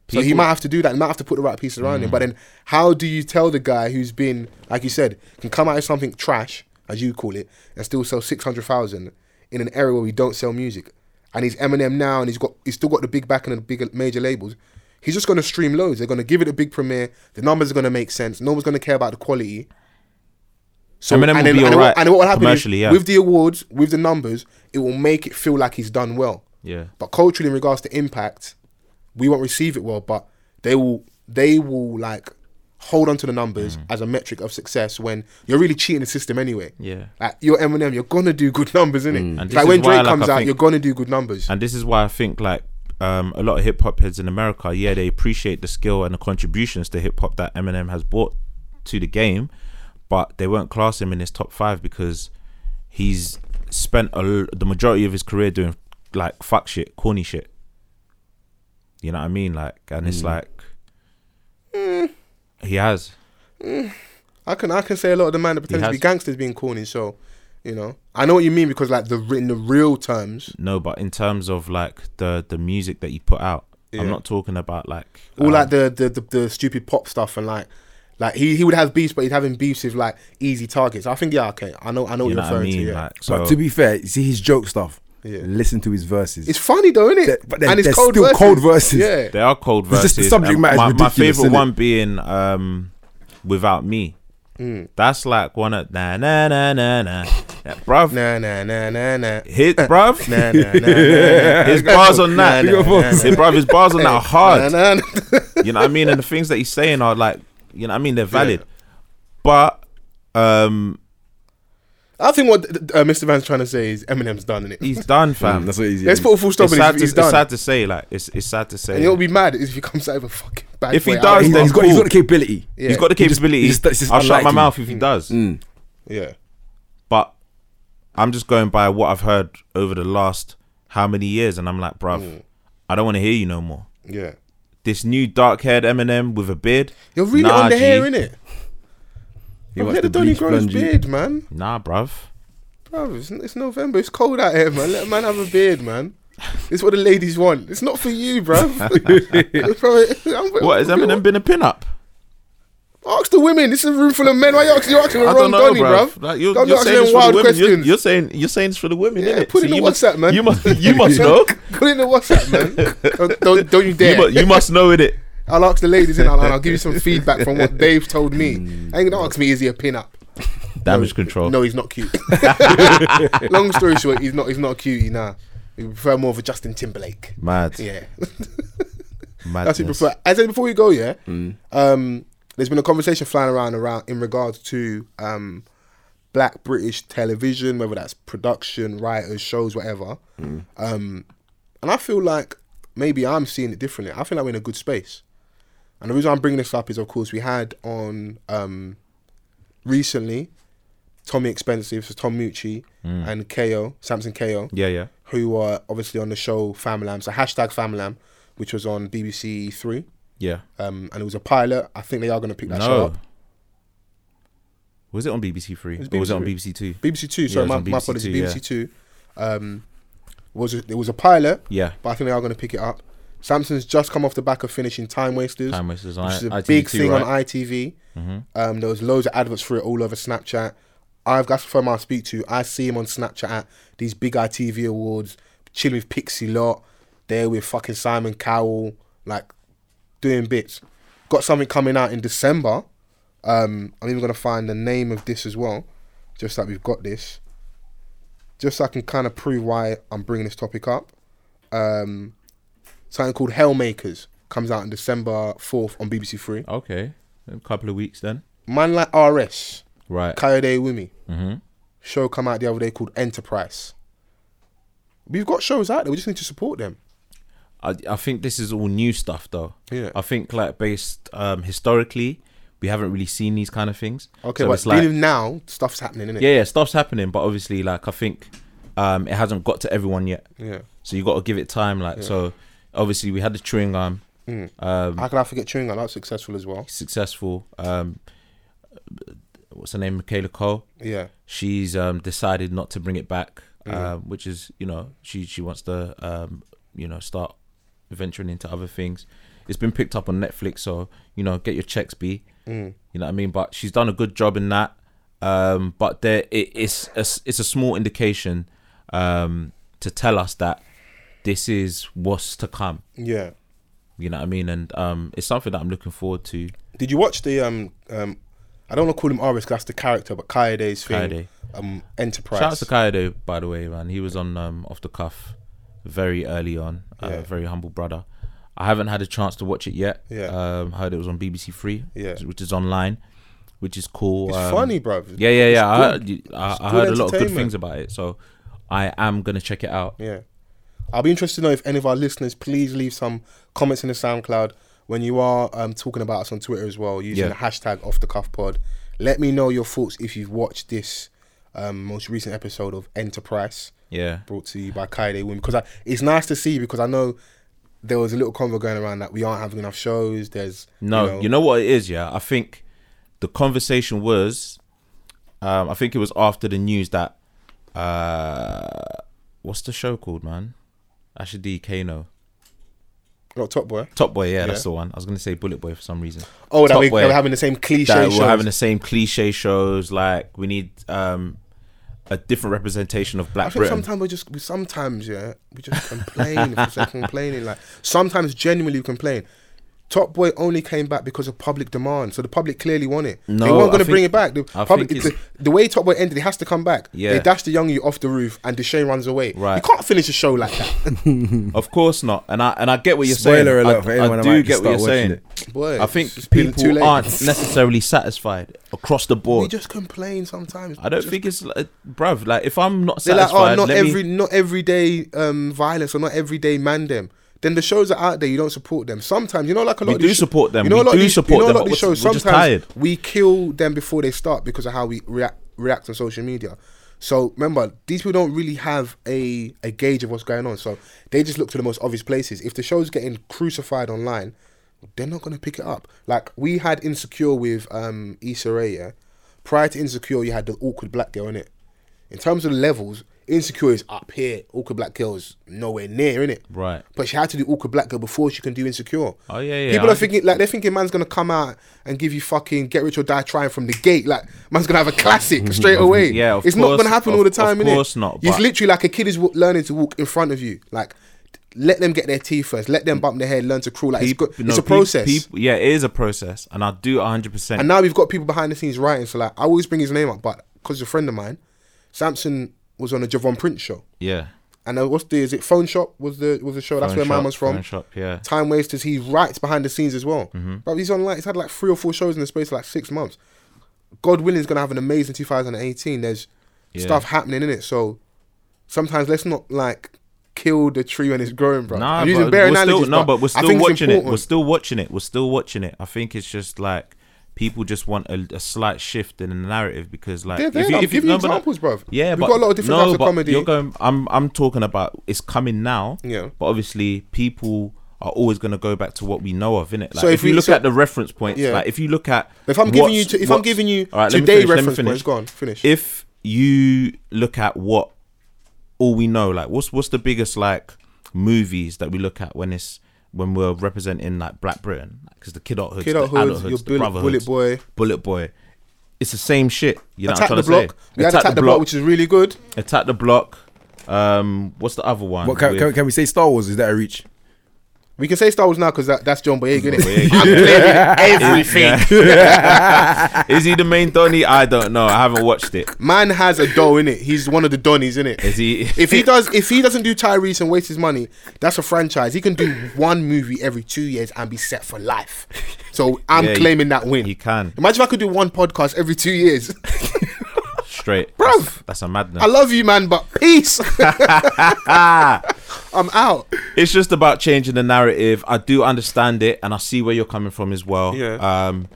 So he might have to do that. He might have to put the right pieces around him. But
Mm.
then, how do you tell the guy who's been, like you said, can come out of something trash, as you call it, and still sell six hundred thousand in an area where we don't sell music, and he's Eminem now, and he's got he's still got the big back and the big major labels. He's just going to stream loads. They're going to give it a big premiere. The numbers are going to make sense. No one's going to care about the quality. So
Eminem will
and then,
be
and then
alright
what, and then what will happen
commercially,
is,
yeah.
with the awards, with the numbers, it will make it feel like he's done well.
yeah.
But culturally, in regards to impact, we won't receive it well. But they will, they will like hold on to the numbers
Mm.
as a metric of success when you're really cheating the system anyway.
Yeah. Mm.
Like you're Eminem, you're gonna do good numbers, innit?
And
It's
this
Like
is
when
why,
Drake
like, I
comes out,
think-
you're gonna do good numbers.
And this is why I think like um, a lot of hip hop heads in America, yeah, they appreciate the skill and the contributions to hip hop that Eminem has brought to the game, but they won't class him in his top five because he's spent a l the majority of his career doing like fuck shit, corny shit. You know what I mean? Like, and
Hmm.
it's like he has.
I can I can say a lot of the man that pretends to be
has-
gangsters being corny. So, you know, I know what you mean because like the in the real terms,
No, but in terms of like the the music that you put out,
Yeah.
I'm not talking about like
all
um,
like the, the the the stupid pop stuff and like. Like he, he would have beefs, but he'd having beefs with like easy targets. I think yeah, okay, I know I know what
you
you're
know what I
referring
mean.
to. Yeah.
Like, so
but to be fair, you see his joke stuff.
Yeah.
Listen to his verses.
it's funny though, isn't
They're-
it?
but they're-
and it's
they're
cold
still
verses.
cold verses.
Yeah,
they are cold
It's
verses.
just the subject
and
matter is
my, my
ridiculous,
favorite
isn't
one
it?
being um, "Without Me."
Mm.
That's like one of na na na na na, Yeah, bruv.
nah nah nah nah nah.
Hit bruv.
Nah, nah, nah, nah, nah.
His bars on that.
Nah, nah, nah,
His bruv. His bars on that are hard.
Nah, nah, nah.
You know what I mean? And the things that he's saying are like, you know what I mean? They're valid. But um,
I think what uh, Mr. Van's trying to say is Eminem's done it.
he's done, fam.
Mm, that's what he's.
Let's put a full stop
it's,
in
sad
it.
to,
He's
it's
done.
sad to say, like, it's, it's sad to
and he'll
say.
be mad if he comes out with a fucking bad
If he
way out.
does,
He's,
then
he's got. He's
cool.
got the capability.
yeah.
He's got the
He just-
capability.
he just- it's just
I'll shut my
unlikely.
mouth if he does.
Mm.
yeah.
But I'm just going by what I've heard over the last how many years, and I'm like, bruv,
Hmm.
I don't want to hear you no more.
Yeah.
This new dark haired Eminem with a beard.
You're really
nah,
on the hair,
G.
innit?
He
I've let
wants to
the Donny
bleach
grow his
blonde G.
beard, man.
Nah, bruv.
Bro, it's, it's November. It's cold out here, man. Let a man have a beard, man. It's what the ladies want. It's not for you, bro.
What, has Eminem been a pin up?
Ask the women. This is a room full of men. Why you asking, you're asking the
I don't
wrong
know,
Donny,
bro.
bro?
Like, you're,
Don't
you're
be
saying
asking
it's for
wild
the women. You're,
questions.
you're saying you're saying it's for the women.
Yeah,
innit?
put it
So
in the
you must-
WhatsApp, man.
You must you must know.
Put it in the WhatsApp, man. Don't- don't, don't you dare.
You, mu- you must know it.
I'll ask the ladies and I'll, I'll give you some feedback from what they've told me.
Hmm.
I ain't gonna ask me is he a pin up?
Damage control.
No, he's not cute. Long story short, he's not. He's not a cutie. Nah, we prefer more of a Justin Timberlake.
Mad.
Yeah,
Madness.
that's what we prefer. I said before we go, yeah. Um, there's been a conversation flying around around in regards to um, black British television, whether that's production, writers, shows, whatever. Um, and I feel like maybe I'm seeing it differently. I feel like we're in a good space. And the reason I'm bringing this up is, of course, we had on um, recently Tommy Expensive, so Tom Mucci and KO, Samson KO,
Yeah, yeah.
who are obviously on the show Famlam, so hashtag Famlam, which was on BBC Three.
Yeah.
Um, and it was a pilot. I think they are going to pick that show
No.
up.
Was it on BBC Three?
It's
or was it on
BBC
BBC Two?
BBC Two,
Yeah,
sorry,
it was
my,
on
my
BBC
apologies,
Two,
BBC Two. Um, was a, it was a pilot,
Yeah.
but I think they are going to pick it up. Samson's just come off the back of finishing Time Wasters,
Time Wasters on
which is a
I- ITV2,
big thing
right? Mm-hmm.
on ITV. Um, there was loads of adverts for it all over Snapchat. I've got from I speak to, I see him on Snapchat at these big ITV awards, chilling with Pixie Lot, there with fucking Simon Cowell, like doing bits. Got something coming out in December. Um, I'm even gonna find the name of this as well, just like we've got this, just so I can kind of prove why I'm bringing this topic up. Um, something called Hellmakers comes out in December 4th on BBC Three.
Okay. A couple of weeks then.
Man like RS,
Right.
Coyote Wimmy,
Mhm.
show come out the other day called Enterprise. We've got shows out there. We just need to support them.
I, I think this is all new stuff though.
Yeah.
I think like based um historically, we haven't really seen these kind of things.
Okay,
So
but
it's like-
dealing now, stuff's happening, innit?
yeah, yeah, stuff's happening, but obviously like I think um it hasn't got to everyone yet.
Yeah.
So you got to give it time. Like so, obviously we had the chewing gum, um,
How can I forget Chewing Gum? That was successful as well.
successful. Um, what's her name? Michaela Cole.
Yeah.
She's um, decided not to bring it back, um, which is you know she she wants to um, you know start venturing into other things. It's been picked up on Netflix, so you know get your checks, B. You know what I mean. But she's done a good job in that. Um, but there it, it's a, s- it's a small indication um, to tell us that this is what's to come.
Yeah.
You know what I mean? And um, it's something that I'm looking forward to.
Did you watch the um um? I don't want to call him RS 'cause that's the character, but Coyote's thing.
Coyote.
Um, Enterprise.
Shout out to Kaido, by the way, man. He was on um, off the cuff very early on. Uh,
Yeah.
Very humble brother. I haven't had a chance to watch it yet.
Yeah.
Um, heard it was on BBC Three.
Yeah.
Which is online, which is cool.
It's
um,
funny, bruv.
Yeah, yeah, yeah. I
It's
heard, I, I
good
heard a lot of good
entertainment.
things about it, so I am gonna check it out.
Yeah. I'll be interested to know if any of our listeners please leave some comments in the SoundCloud when you are um, talking about us on Twitter as well using
Yeah.
the hashtag off the cuff pod. Let me know your thoughts if you've watched this um, most recent episode of Enterprise
Yeah.
brought to you by Kaide Women because I, it's nice to see because I know there was a little convo going around that we aren't having enough shows. There's
No, you know, what it is, yeah. I think the conversation was, um, I think it was after the news that, uh, what's the show called, man? Asher D Kano,
not Top Boy.
Top Boy, yeah,
Yeah.
that's the one. I was gonna say Bullet Boy for some reason.
Oh, that
Top
we,
Boy.
they were having the same cliche
that
shows.
we're having the same cliche shows. Like we need um, a different representation of
I
Black
think
Britain.
sometimes we just we sometimes yeah we just complain for sake of complaining like sometimes genuinely we complain. Top Boy only came back because of public demand, so the public clearly want it. they
No,
weren't
I
going to bring
think-
it back. The,
I
public,
think
the,
it's-
the way Top Boy ended, it has to come back.
Yeah.
They dash the young you off the roof, and Deshae runs away.
Right.
You can't finish a show like that,
Of course not. And I and I get what you're
Spoiler
saying.
alert
I,
for anyone
I
that
do
might
get what
start
you're
watching
saying.
it.
boy.
I think
it's been too
people
late.
aren't necessarily satisfied across the
We
board.
just complain sometimes.
I don't
Just-
think it's like, bruv. Like if I'm not
They're like,
satisfied,
oh, not
let
every
me,
not everyday um, violence or not everyday man them. Then the shows are out there. You don't support them. Sometimes you know, like a lot.
We
of these
do
sh-
support them.
You know,
We
a lot
do
of these,
support
you know
them,
A lot of
but
these
we're-
shows.
we're just
Sometimes
tired.
we kill them before they start because of how we react react on social media. So remember, these people don't really have a a gauge of what's going on. So they just look to the most obvious places. If the show's getting crucified online, they're not going to pick it up. Like we had Insecure with um, Issa Rae. Yeah? Prior to Insecure, you had the awkward black girl in it. In terms of the levels, Insecure is up here. Awkward Black Girl is nowhere near, innit?
Right.
But she had to do Awkward Black Girl before she can do Insecure.
Oh, yeah, yeah,
People are
I-
thinking like they're thinking man's gonna come out and give you fucking Get Rich or Die Trying from the gate. Like man's gonna have a classic straight away.
yeah, of
it's not
course-
gonna happen
of-
all the time,
of
innit?
course not,
It's
but-
literally like a kid is w- learning to walk in front of you. Like. Let them get their teeth first. Let them bump their head, learn to crawl. Like
peop-
it's, good.
no,
it's a
peop-
process.
peop- yeah, it is a process, and I do 100.
And
percent
now we've got people behind the scenes writing. So like, I always bring his name up, but because he's a friend of mine, Samson was on a Javon Prince show.
Yeah,
And uh, what's the is it Phone Shop was the was the show? That's
Phone
where mine
Shop,
was from.
Phone Shop, yeah.
Time Wasters. He writes behind the scenes as well.
Mm-hmm.
But he's on like he's had like three or four shows in the space of like six months. God willing, he's gonna have an amazing 2018. There's
Yeah.
stuff happening in it. So sometimes let's not like kill the tree when it's growing, bro.
nah,
I'm
but
using bare
we're still,
analogies,
no, but we're
I
still
think it's
watching it.
important.
We're still watching it. We're still watching it. I think it's just like people just want a, a slight shift in the narrative because, like,
They're there, I'm giving
no,
you
but like-
examples, bruv.
Yeah,
We've
but
got a lot of different
no,
types of
but
comedy.
You're going. I'm I'm talking about it's coming now.
Yeah.
but obviously people. Are always going to go back to what we know of, innit? Like,
So
if,
if
you
we-
look
so-
at the reference points,
Yeah.
like if you look at
If I'm giving
what's-
you to, if I'm
what's-
giving you
All right, let me
today
finish, let me
reference
finish
points, go on, finish.
if you look at what all we know, like what's what's the biggest like movies that we look at when it's when we're representing like Black Britain, because the Kid Hoods,
Kid
the
Out Hoods,
Adulthoods,
your
the
Bullet-
Brotherhoods,
Bullet Boy.
Bullet Boy. It's the same shit. You know
attack
what
the
I'm trying
block.
to say?
We had attack, the block, which is really good.
attack the block. Um, what's the other one?
What, can,
with-
can, can we say Star Wars? Is that a reach?
We can say Star Wars now because that, that's John Boyega. Isn't it? I'm clearing everything.
is he the main Donny? I don't know. I haven't watched it.
Man has a dough in it. He's one of the Donnies in it.
Is he?
If he does, if he doesn't do Tyrese and waste his money, that's a franchise. He can do one movie every two years and be set for life. So I'm
Yeah, he-
claiming that win.
he can.
Imagine if I could do one podcast every two years.
straight,
Bruv.
That's, that's a madness.
I love you, man, but peace. I'm out.
it's just about changing the narrative. I do understand it, and I see where you're coming from as well.
Yeah.
Um,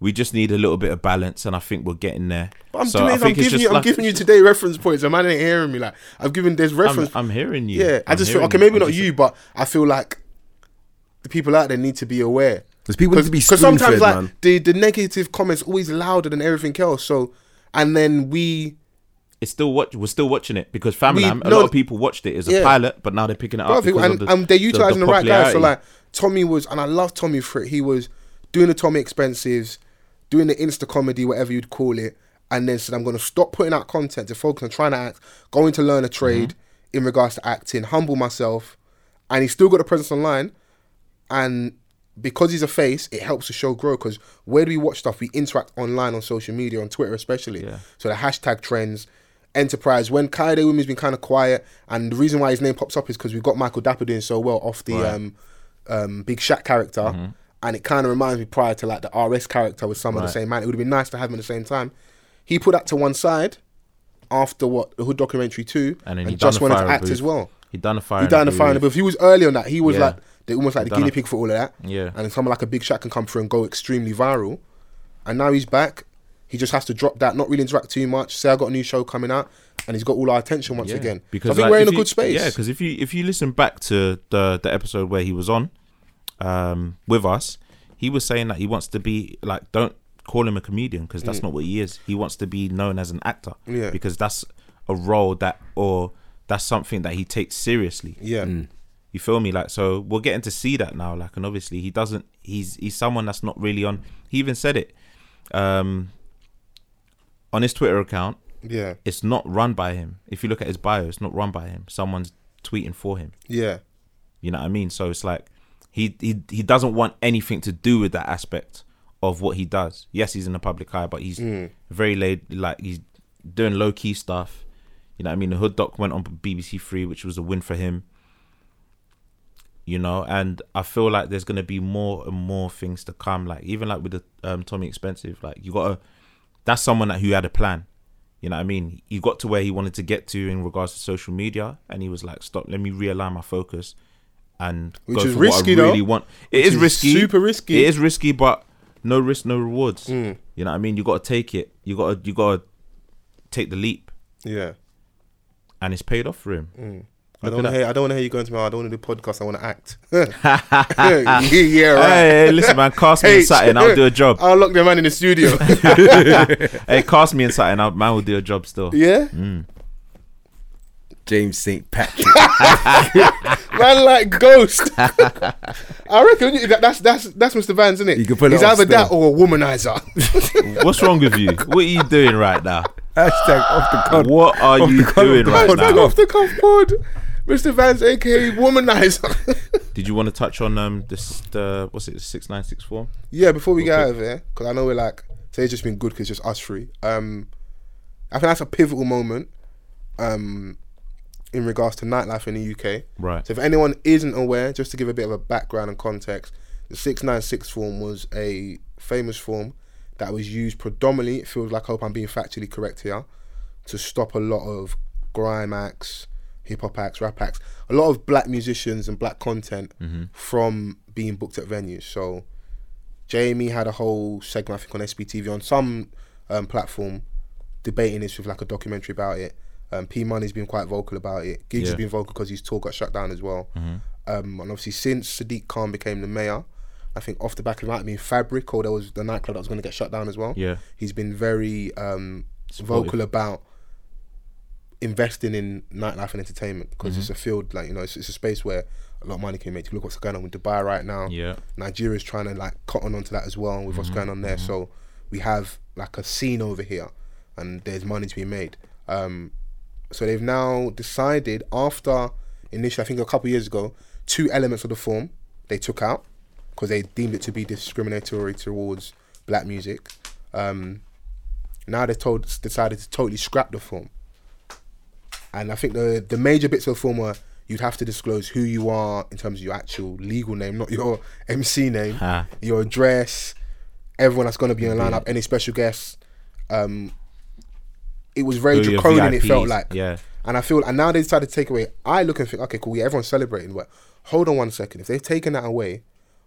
we just need a little bit of balance, and I think we're getting there.
But I'm
So
doing.
I
I'm
think it's
giving
just
you. I'm
like-
giving you today reference points. A man ain't hearing me. Like I've given there's reference.
I'm, I'm hearing you.
yeah, i
I'm
just feel
hearing
okay. Maybe
I'm
not
just-
you, but I feel like the people out there need to be aware.
There's people need to be
because sometimes
spoon-fed,
like
man.
the the negative comments always louder than everything else. So and then we
It's still watch. We're still watching it because Family
We-
Am. A
no-
lot of people watched it as a
Yeah.
pilot, but now they're picking it up.
Brother,
Uh, because of
and,
the,
and they're
the-
utilizing the, right guys. So
popularity.
like Tommy was, and I love Tommy for it. He was doing the Tommy expensives, doing the Insta comedy, whatever you'd call it, and then said, "I'm going to stop putting out content to focus on trying to act, going to learn a trade
Mm-hmm.
in regards to acting, humble myself." And he's still got a presence online, and because he's a face, it helps the show grow. Because where do we watch stuff? We interact online on social media, on Twitter especially.
Yeah.
So the hashtag trends, enterprise. When Kaide Women's been kind of quiet, and the reason why his name pops up is because we've got Michael Dapper doing so well off the um, um, Big Shaq character,
Mm-hmm.
and it kind of reminds me prior to like the RS character with some of the
Right.
same man. It would have been nice to have him at the same time. He put that to one side after what the Hood documentary too,
And then he
and just
done the
wanted to
fire
act
booth.
as well.
He done a fire.
He
in a
down the
few
fire,
weeks.
but if he was early on that, he was
Yeah.
like they almost like the
Done a-
guinea pig for all of that.
Yeah.
And someone like a big shot can come through and go extremely viral. And now he's back. He just has to drop that, not really interact too much. Say I got a new show coming out, and he's got all our attention once
Yeah.
again.
Because
Because I think
like,
we're in
if
a
you-
good space.
Yeah, because if you if you listen back to the the episode where he was on, um, with us, he was saying that he wants to be like don't call him a comedian because that's not what he is. He wants to be known as an actor.
Mm. Yeah.
Because that's a role that or that's something that he takes seriously.
yeah,
You feel me? Like so we're getting to see that now. Like and obviously he doesn't he's he's someone that's not really on he even said it. Um on his Twitter account,
yeah,
it's not run by him. If you look at his bio, it's not run by him. Someone's tweeting for him.
yeah.
You know what I mean? So it's like he he he doesn't want anything to do with that aspect of what he does. Yes, he's in the public eye, but he's very laid like he's doing low key stuff. You know what I mean? The Hood Doc went on BBC Three, which was a win for him. You know, and I feel like there's gonna be more and more things to come. Like even like with the um, Tommy Expensive, like you gotta that's someone that who had a plan. You know what I mean? He got to where he wanted to get to in regards to social media, and he was like, "Stop, let me realign my focus and
Which
go
is
for what
risky,
I really
though.
want." It is
is
risky,
super risky. Mm.
It is risky, but no risk, no rewards. You know what I mean? You got to take it. You got to you got to take the leap,
Yeah.
and it's paid off for him.
I
Look at
don't want to
that.
hear. I don't want to hear you going to me. "Oh, I don't want to do podcasts. I want to act. yeah, right.
Hey, hey, listen, man, cast me in
Hey,
something, I'll do a job.
I'll lock the man in the studio.
hey, cast me in something, I'll, man will do a job still.
yeah,
James St. Patrick.
man, like ghost. I reckon you- that, that's that's that's Mr. Vans, isn't it?
You can pull it
He's
off
either that
still.
or a womanizer.
What's wrong with you? What are you doing right now?
Hashtag off the cuff.
What
Oh
are you doing right
Hashtag
now?
off the cuff pod. Mr. Vans, aka womanizer.
Did you want to touch on um this the what's it six nine six four?
yeah, before we get out of here, because I know we're like today's just been good because just us three. Um, I think that's a pivotal moment. Um, in regards to nightlife in the UK.
Right.
So if anyone isn't aware, just to give a bit of a background and context, the 696 form was a famous form that was used predominantly, it feels like I hope I'm being factually correct here, to stop a lot of grime acts, hip hop acts, rap acts, a lot of black musicians and black content from being booked at venues. So Jamie had a whole segment, I think, on SBTV on some um, platform debating this with like a documentary about it. Um, P Money's been quite vocal about it. Giggs
Yeah. Mm-hmm.
has been vocal because his tour got shut down as well. Um, and obviously, since Sadiq Khan became the mayor, I think off the back of that, I mean, Fabric, or there was the nightclub that was going to get shut down as well.
Yeah.
He's been very um,
Supportive.
vocal about investing in nightlife and entertainment because
Mm-hmm.
it's a field, like, you know, it's, it's a space where a lot of money can be made. Look what's going on with Dubai right now.
Yeah.
Nigeria's trying to like cotton onto that as well with what's going on there. So we have like a scene over here, and there's money to be made. Um, so they've now decided after initially, I think a couple years ago, two elements of the form they took out because they deemed it to be discriminatory towards black music. Um, now they've told decided to totally scrap the form. And I think the the major bits of the form were you'd have to disclose who you are in terms of your actual legal name, not your MC name,
Ha.
your address, everyone that's going to be in the lineup, any special guests. Um, it was very
Who your
draconian. It felt
VIPs,
like,
yeah.
And I feel, and now they decided to take away. I look and think, okay, cool, yeah, everyone's celebrating, but hold on one second. If they've taken that away,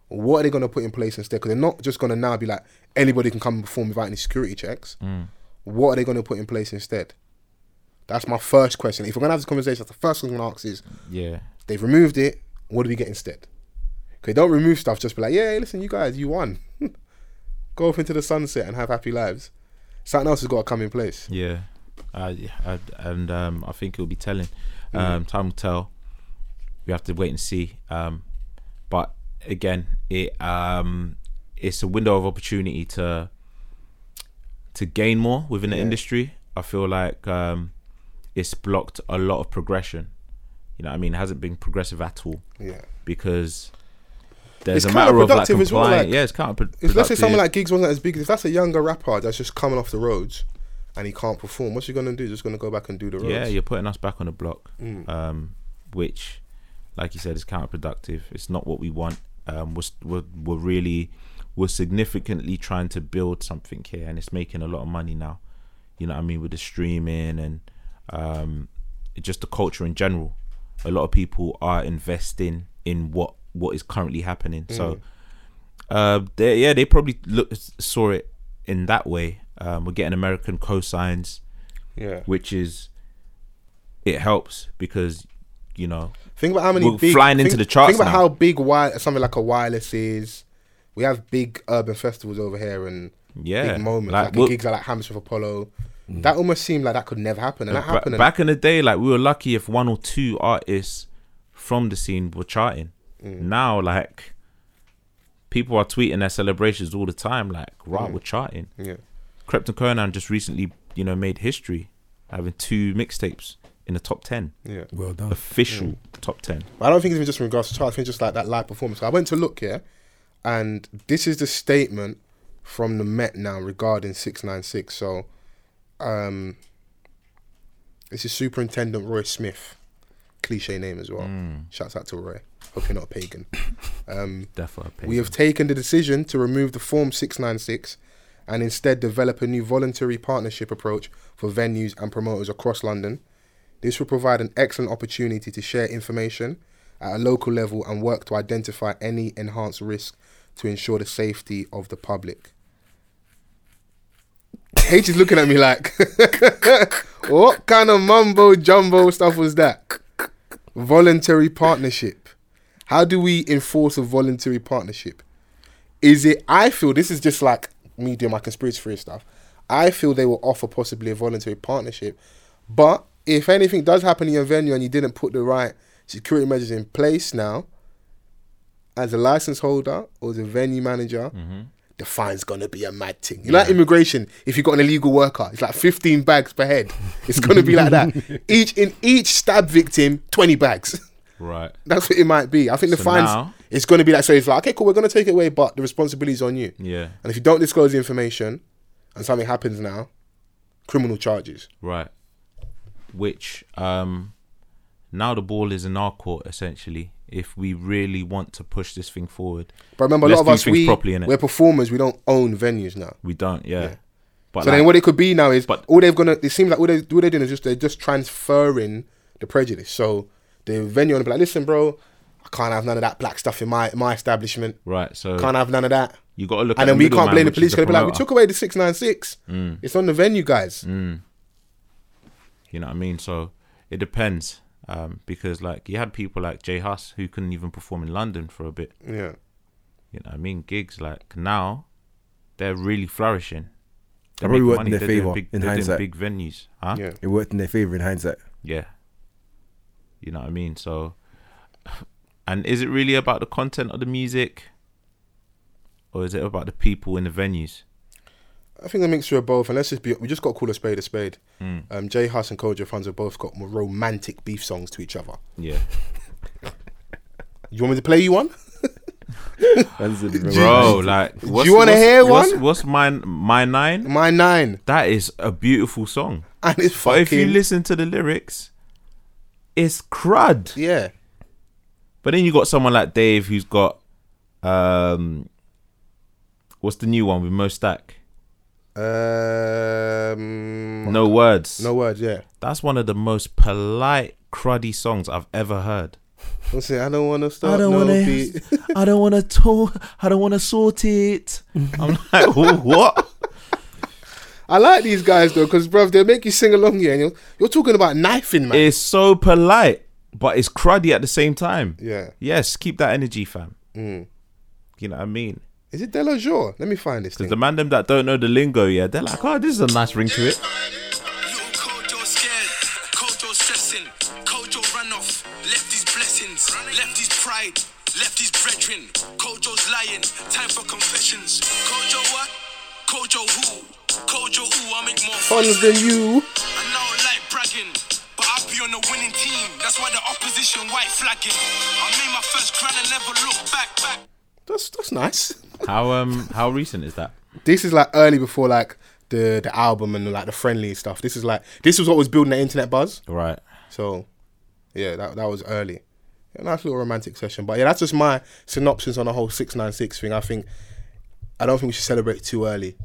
what are they going to put in place instead? Because they're not just going to now be like anybody can come and perform without any security checks. What are they going to put in place instead? That's my first question. If we're gonna have this conversation, that's the first thing I'm gonna ask is
Yeah.
they've removed it. What do we get instead? Okay, don't remove stuff. Just be like, yeah, listen, you guys, you won. Go off into the sunset and have happy lives. Something else has got to come in place.
Yeah. Uh, yeah, I, and um, I think it'll be telling. Um, Time will tell. We have to wait and see. Um, but again, it um, it's a window of opportunity to to gain more within the industry. I feel like um, it's blocked a lot of progression. You know, what I mean, it hasn't been progressive at all.
Yeah.
because there's
It's
a matter of like
counterproductive
compliance.
as well, like,
yeah, it's counterproductive.
If, let's say someone like Giggs wasn't as big. If that's a younger rapper that's just coming off the roads and he can't perform, what's he gonna do? Just gonna go back and do the roads?
yeah,
Mm.
you're putting us back on the block, um, which, like you said, is counterproductive. It's not what we want. Um, we're, st- we're we're really we're significantly trying to build something here, and it's making a lot of money now. You know what I mean with the streaming and um, just the culture in general. a lot of people are investing in what what is currently happening.
Mm.
So, uh, they, yeah, they probably look, saw it in that way. Um, we're getting American cosigns,
Yeah.
which is it helps because you know
Think about how many
We're
big,
flying into
think-
the charts
Think about
now.
how big wi- something like a wireless is. We have big urban festivals over here and
yeah
big moments
like,
like,
we're-
gigs like Hammersmith Apollo. That almost seemed like that could never happen, and that
Ba-
happened. and-
back in the day, like we were lucky if one or two artists from the scene were charting.
Mm.
Now, like people are tweeting their celebrations all the time. Like, right,
Mm.
we're charting.
yeah.
Krypton Conan just recently, you know, made history having two mixtapes in the top ten,
Yeah,
Well done.
official
Mm.
top ten.
but I don't think it's even just in regards to charts. I think just like that live performance. I went to look here, and this is the statement from the Met now regarding six nine six. So, um, this is Superintendent Roy Smith, cliche name as well. Shouts out to Roy. Hope you're not a pagan. Um,
Therefore, I
We have taken the decision to remove the Form 696 and instead develop a new voluntary partnership approach for venues and promoters across London. This will provide an excellent opportunity to share information at a local level and work to identify any enhanced risk to ensure the safety of the public. H is looking at me like, what kind of mumbo jumbo stuff was that? Voluntary partnership. How do we enforce a voluntary partnership? Is it? I feel this is just like me doing my conspiracy theory stuff. I feel they will offer possibly a voluntary partnership, but if anything does happen in your venue and you didn't put the right security measures in place now, as a license holder or as a venue manager, the fine's gonna be a mad thing. You know, like immigration. If you got an illegal worker, it's like fifteen bags per head. It's gonna be like that. Each in each stab victim, twenty bags.
right.
That's what it might be. I think the
So
fines
now-
it's going to be like so. It's like okay, cool, we're going to take it away, but the responsibility is on you.
Yeah,
And if you don't disclose the information, and something happens now, criminal charges.
right. Which um, now the ball is in our court essentially. If we really want to push this thing forward,
But remember, a
Let's
lot of
do
us
things
we
properly, innit?
we're performers. We don't own venues now.
we don't. Yeah.
Yeah.
But
so
like,
then, what it could be now is
but-
all they've gonna. It seems like all, they, all they're doing is just they're just transferring the prejudice. So the venue on be like, listen, bro, I can't have none of that black stuff in my my establishment.
right. So
Can't have none of that.
You got to look. at
and then
the
we can't
middleman,
blame the
which is
police. 'cause They'll be like, we
promoter. Mm.
took away the six nine six. It's on the venue, guys.
You know what I mean? So it depends, um, because like you had people like Jay Huss who couldn't even perform in London for a bit.
Yeah.
You know what I mean? Gigs like now, they're really flourishing. They're
probably
making
worked in their
They're doing
favour
big,
in
they're doing
hindsight.
big venues, huh?
Yeah.
It worked in their favour in hindsight.
Yeah. You know what I mean? So, and is it really about the content of the music, or is it about the people in the venues?
I think a mixture of both, and let's just be, we just got to call a spade a spade.
Mm.
Um, Jay Huss and Kojo Funds have both got more romantic beef songs to each other.
Yeah,
You want me to play you one?
bro. Like,
you
what's-
wanna
what's-
hear
what's-
one?
What's my my nine?
My nine.
That is a beautiful song.
And it's
But
fucking.
if you listen to the lyrics, it's crud.
yeah.
But then you got someone like Dave who's got um what's the new one with Mo Stack?
Um,
No words.
No words, yeah.
That's one of the most polite, cruddy songs I've ever heard.
What's it? I don't want to start. no beef.
I don't wanna talk I don't wanna sort it. I'm like, "Wha- what?
I like these guys though, because, bruv, they make you sing along here, and you're, you're talking about knifing, man.
It's so polite, but it's cruddy at the same time.
yeah. Mm.
Yes, keep that energy, fam. You know what I mean?
Is it De La Jour? Let me find this thing.
The man them that don't know the lingo, yeah, they're like, oh, this is a nice ring to it.
Little Kojo scared, Kojo stressing. Kojo ran off, left his blessings, left his pride, left his brethren. Kojo's lying, time for confessions. Kojo what? Kojo who? Kojo who? I make more
Funds than you.
I know I like bragging, but I'll be on the winning team. That's why the opposition white flagging. I made my first grand and never looked back, back.
That's, that's nice.
How um how recent is that?
This is like early before like the the album and like the friendly stuff. This is like this was what was building the internet buzz.
Right.
So yeah, that that was early. A nice little romantic session. But yeah, that's just my synopsis on the whole six nine six thing. I think I don't think we should celebrate too early.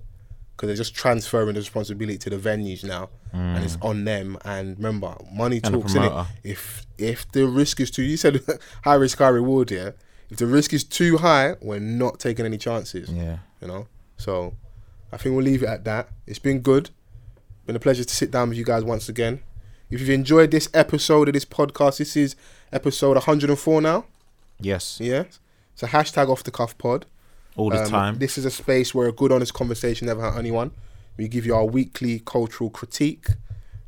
because they're just transferring the responsibility to the venues now, and it's on them. And remember, money
And the
talks in it.
promoter.
If if the risk is too, you said high risk, high reward. Yeah. If the risk is too high, we're not taking any chances.
Yeah.
You know. So, I think we'll leave it at that. It's been good. Been a pleasure to sit down with you guys once again. If you've enjoyed this episode of this podcast, this is episode 104 now.
Yes.
Yeah. It's a hashtag off the cuff pod.
All the
Um,
time.
This is a space where a good, honest conversation never hurt anyone. We give you our weekly cultural critique,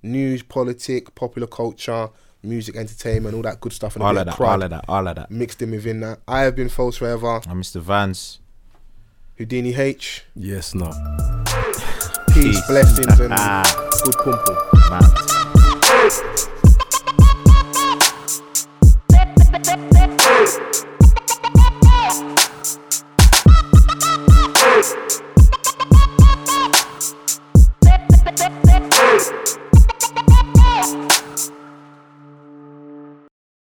news, politic, popular culture, music, entertainment, all that good stuff, and a
all
bit
of
of
that.
crud
All
Mm.
of that. All of that.
mixed in within that. I have been false forever.
I'm Mr. Vance.
Houdini H.
Yes, no.
Peace,
Peace.
blessings, and
Ah.
good pumple.
Man.
Bip, bip, bip, bip,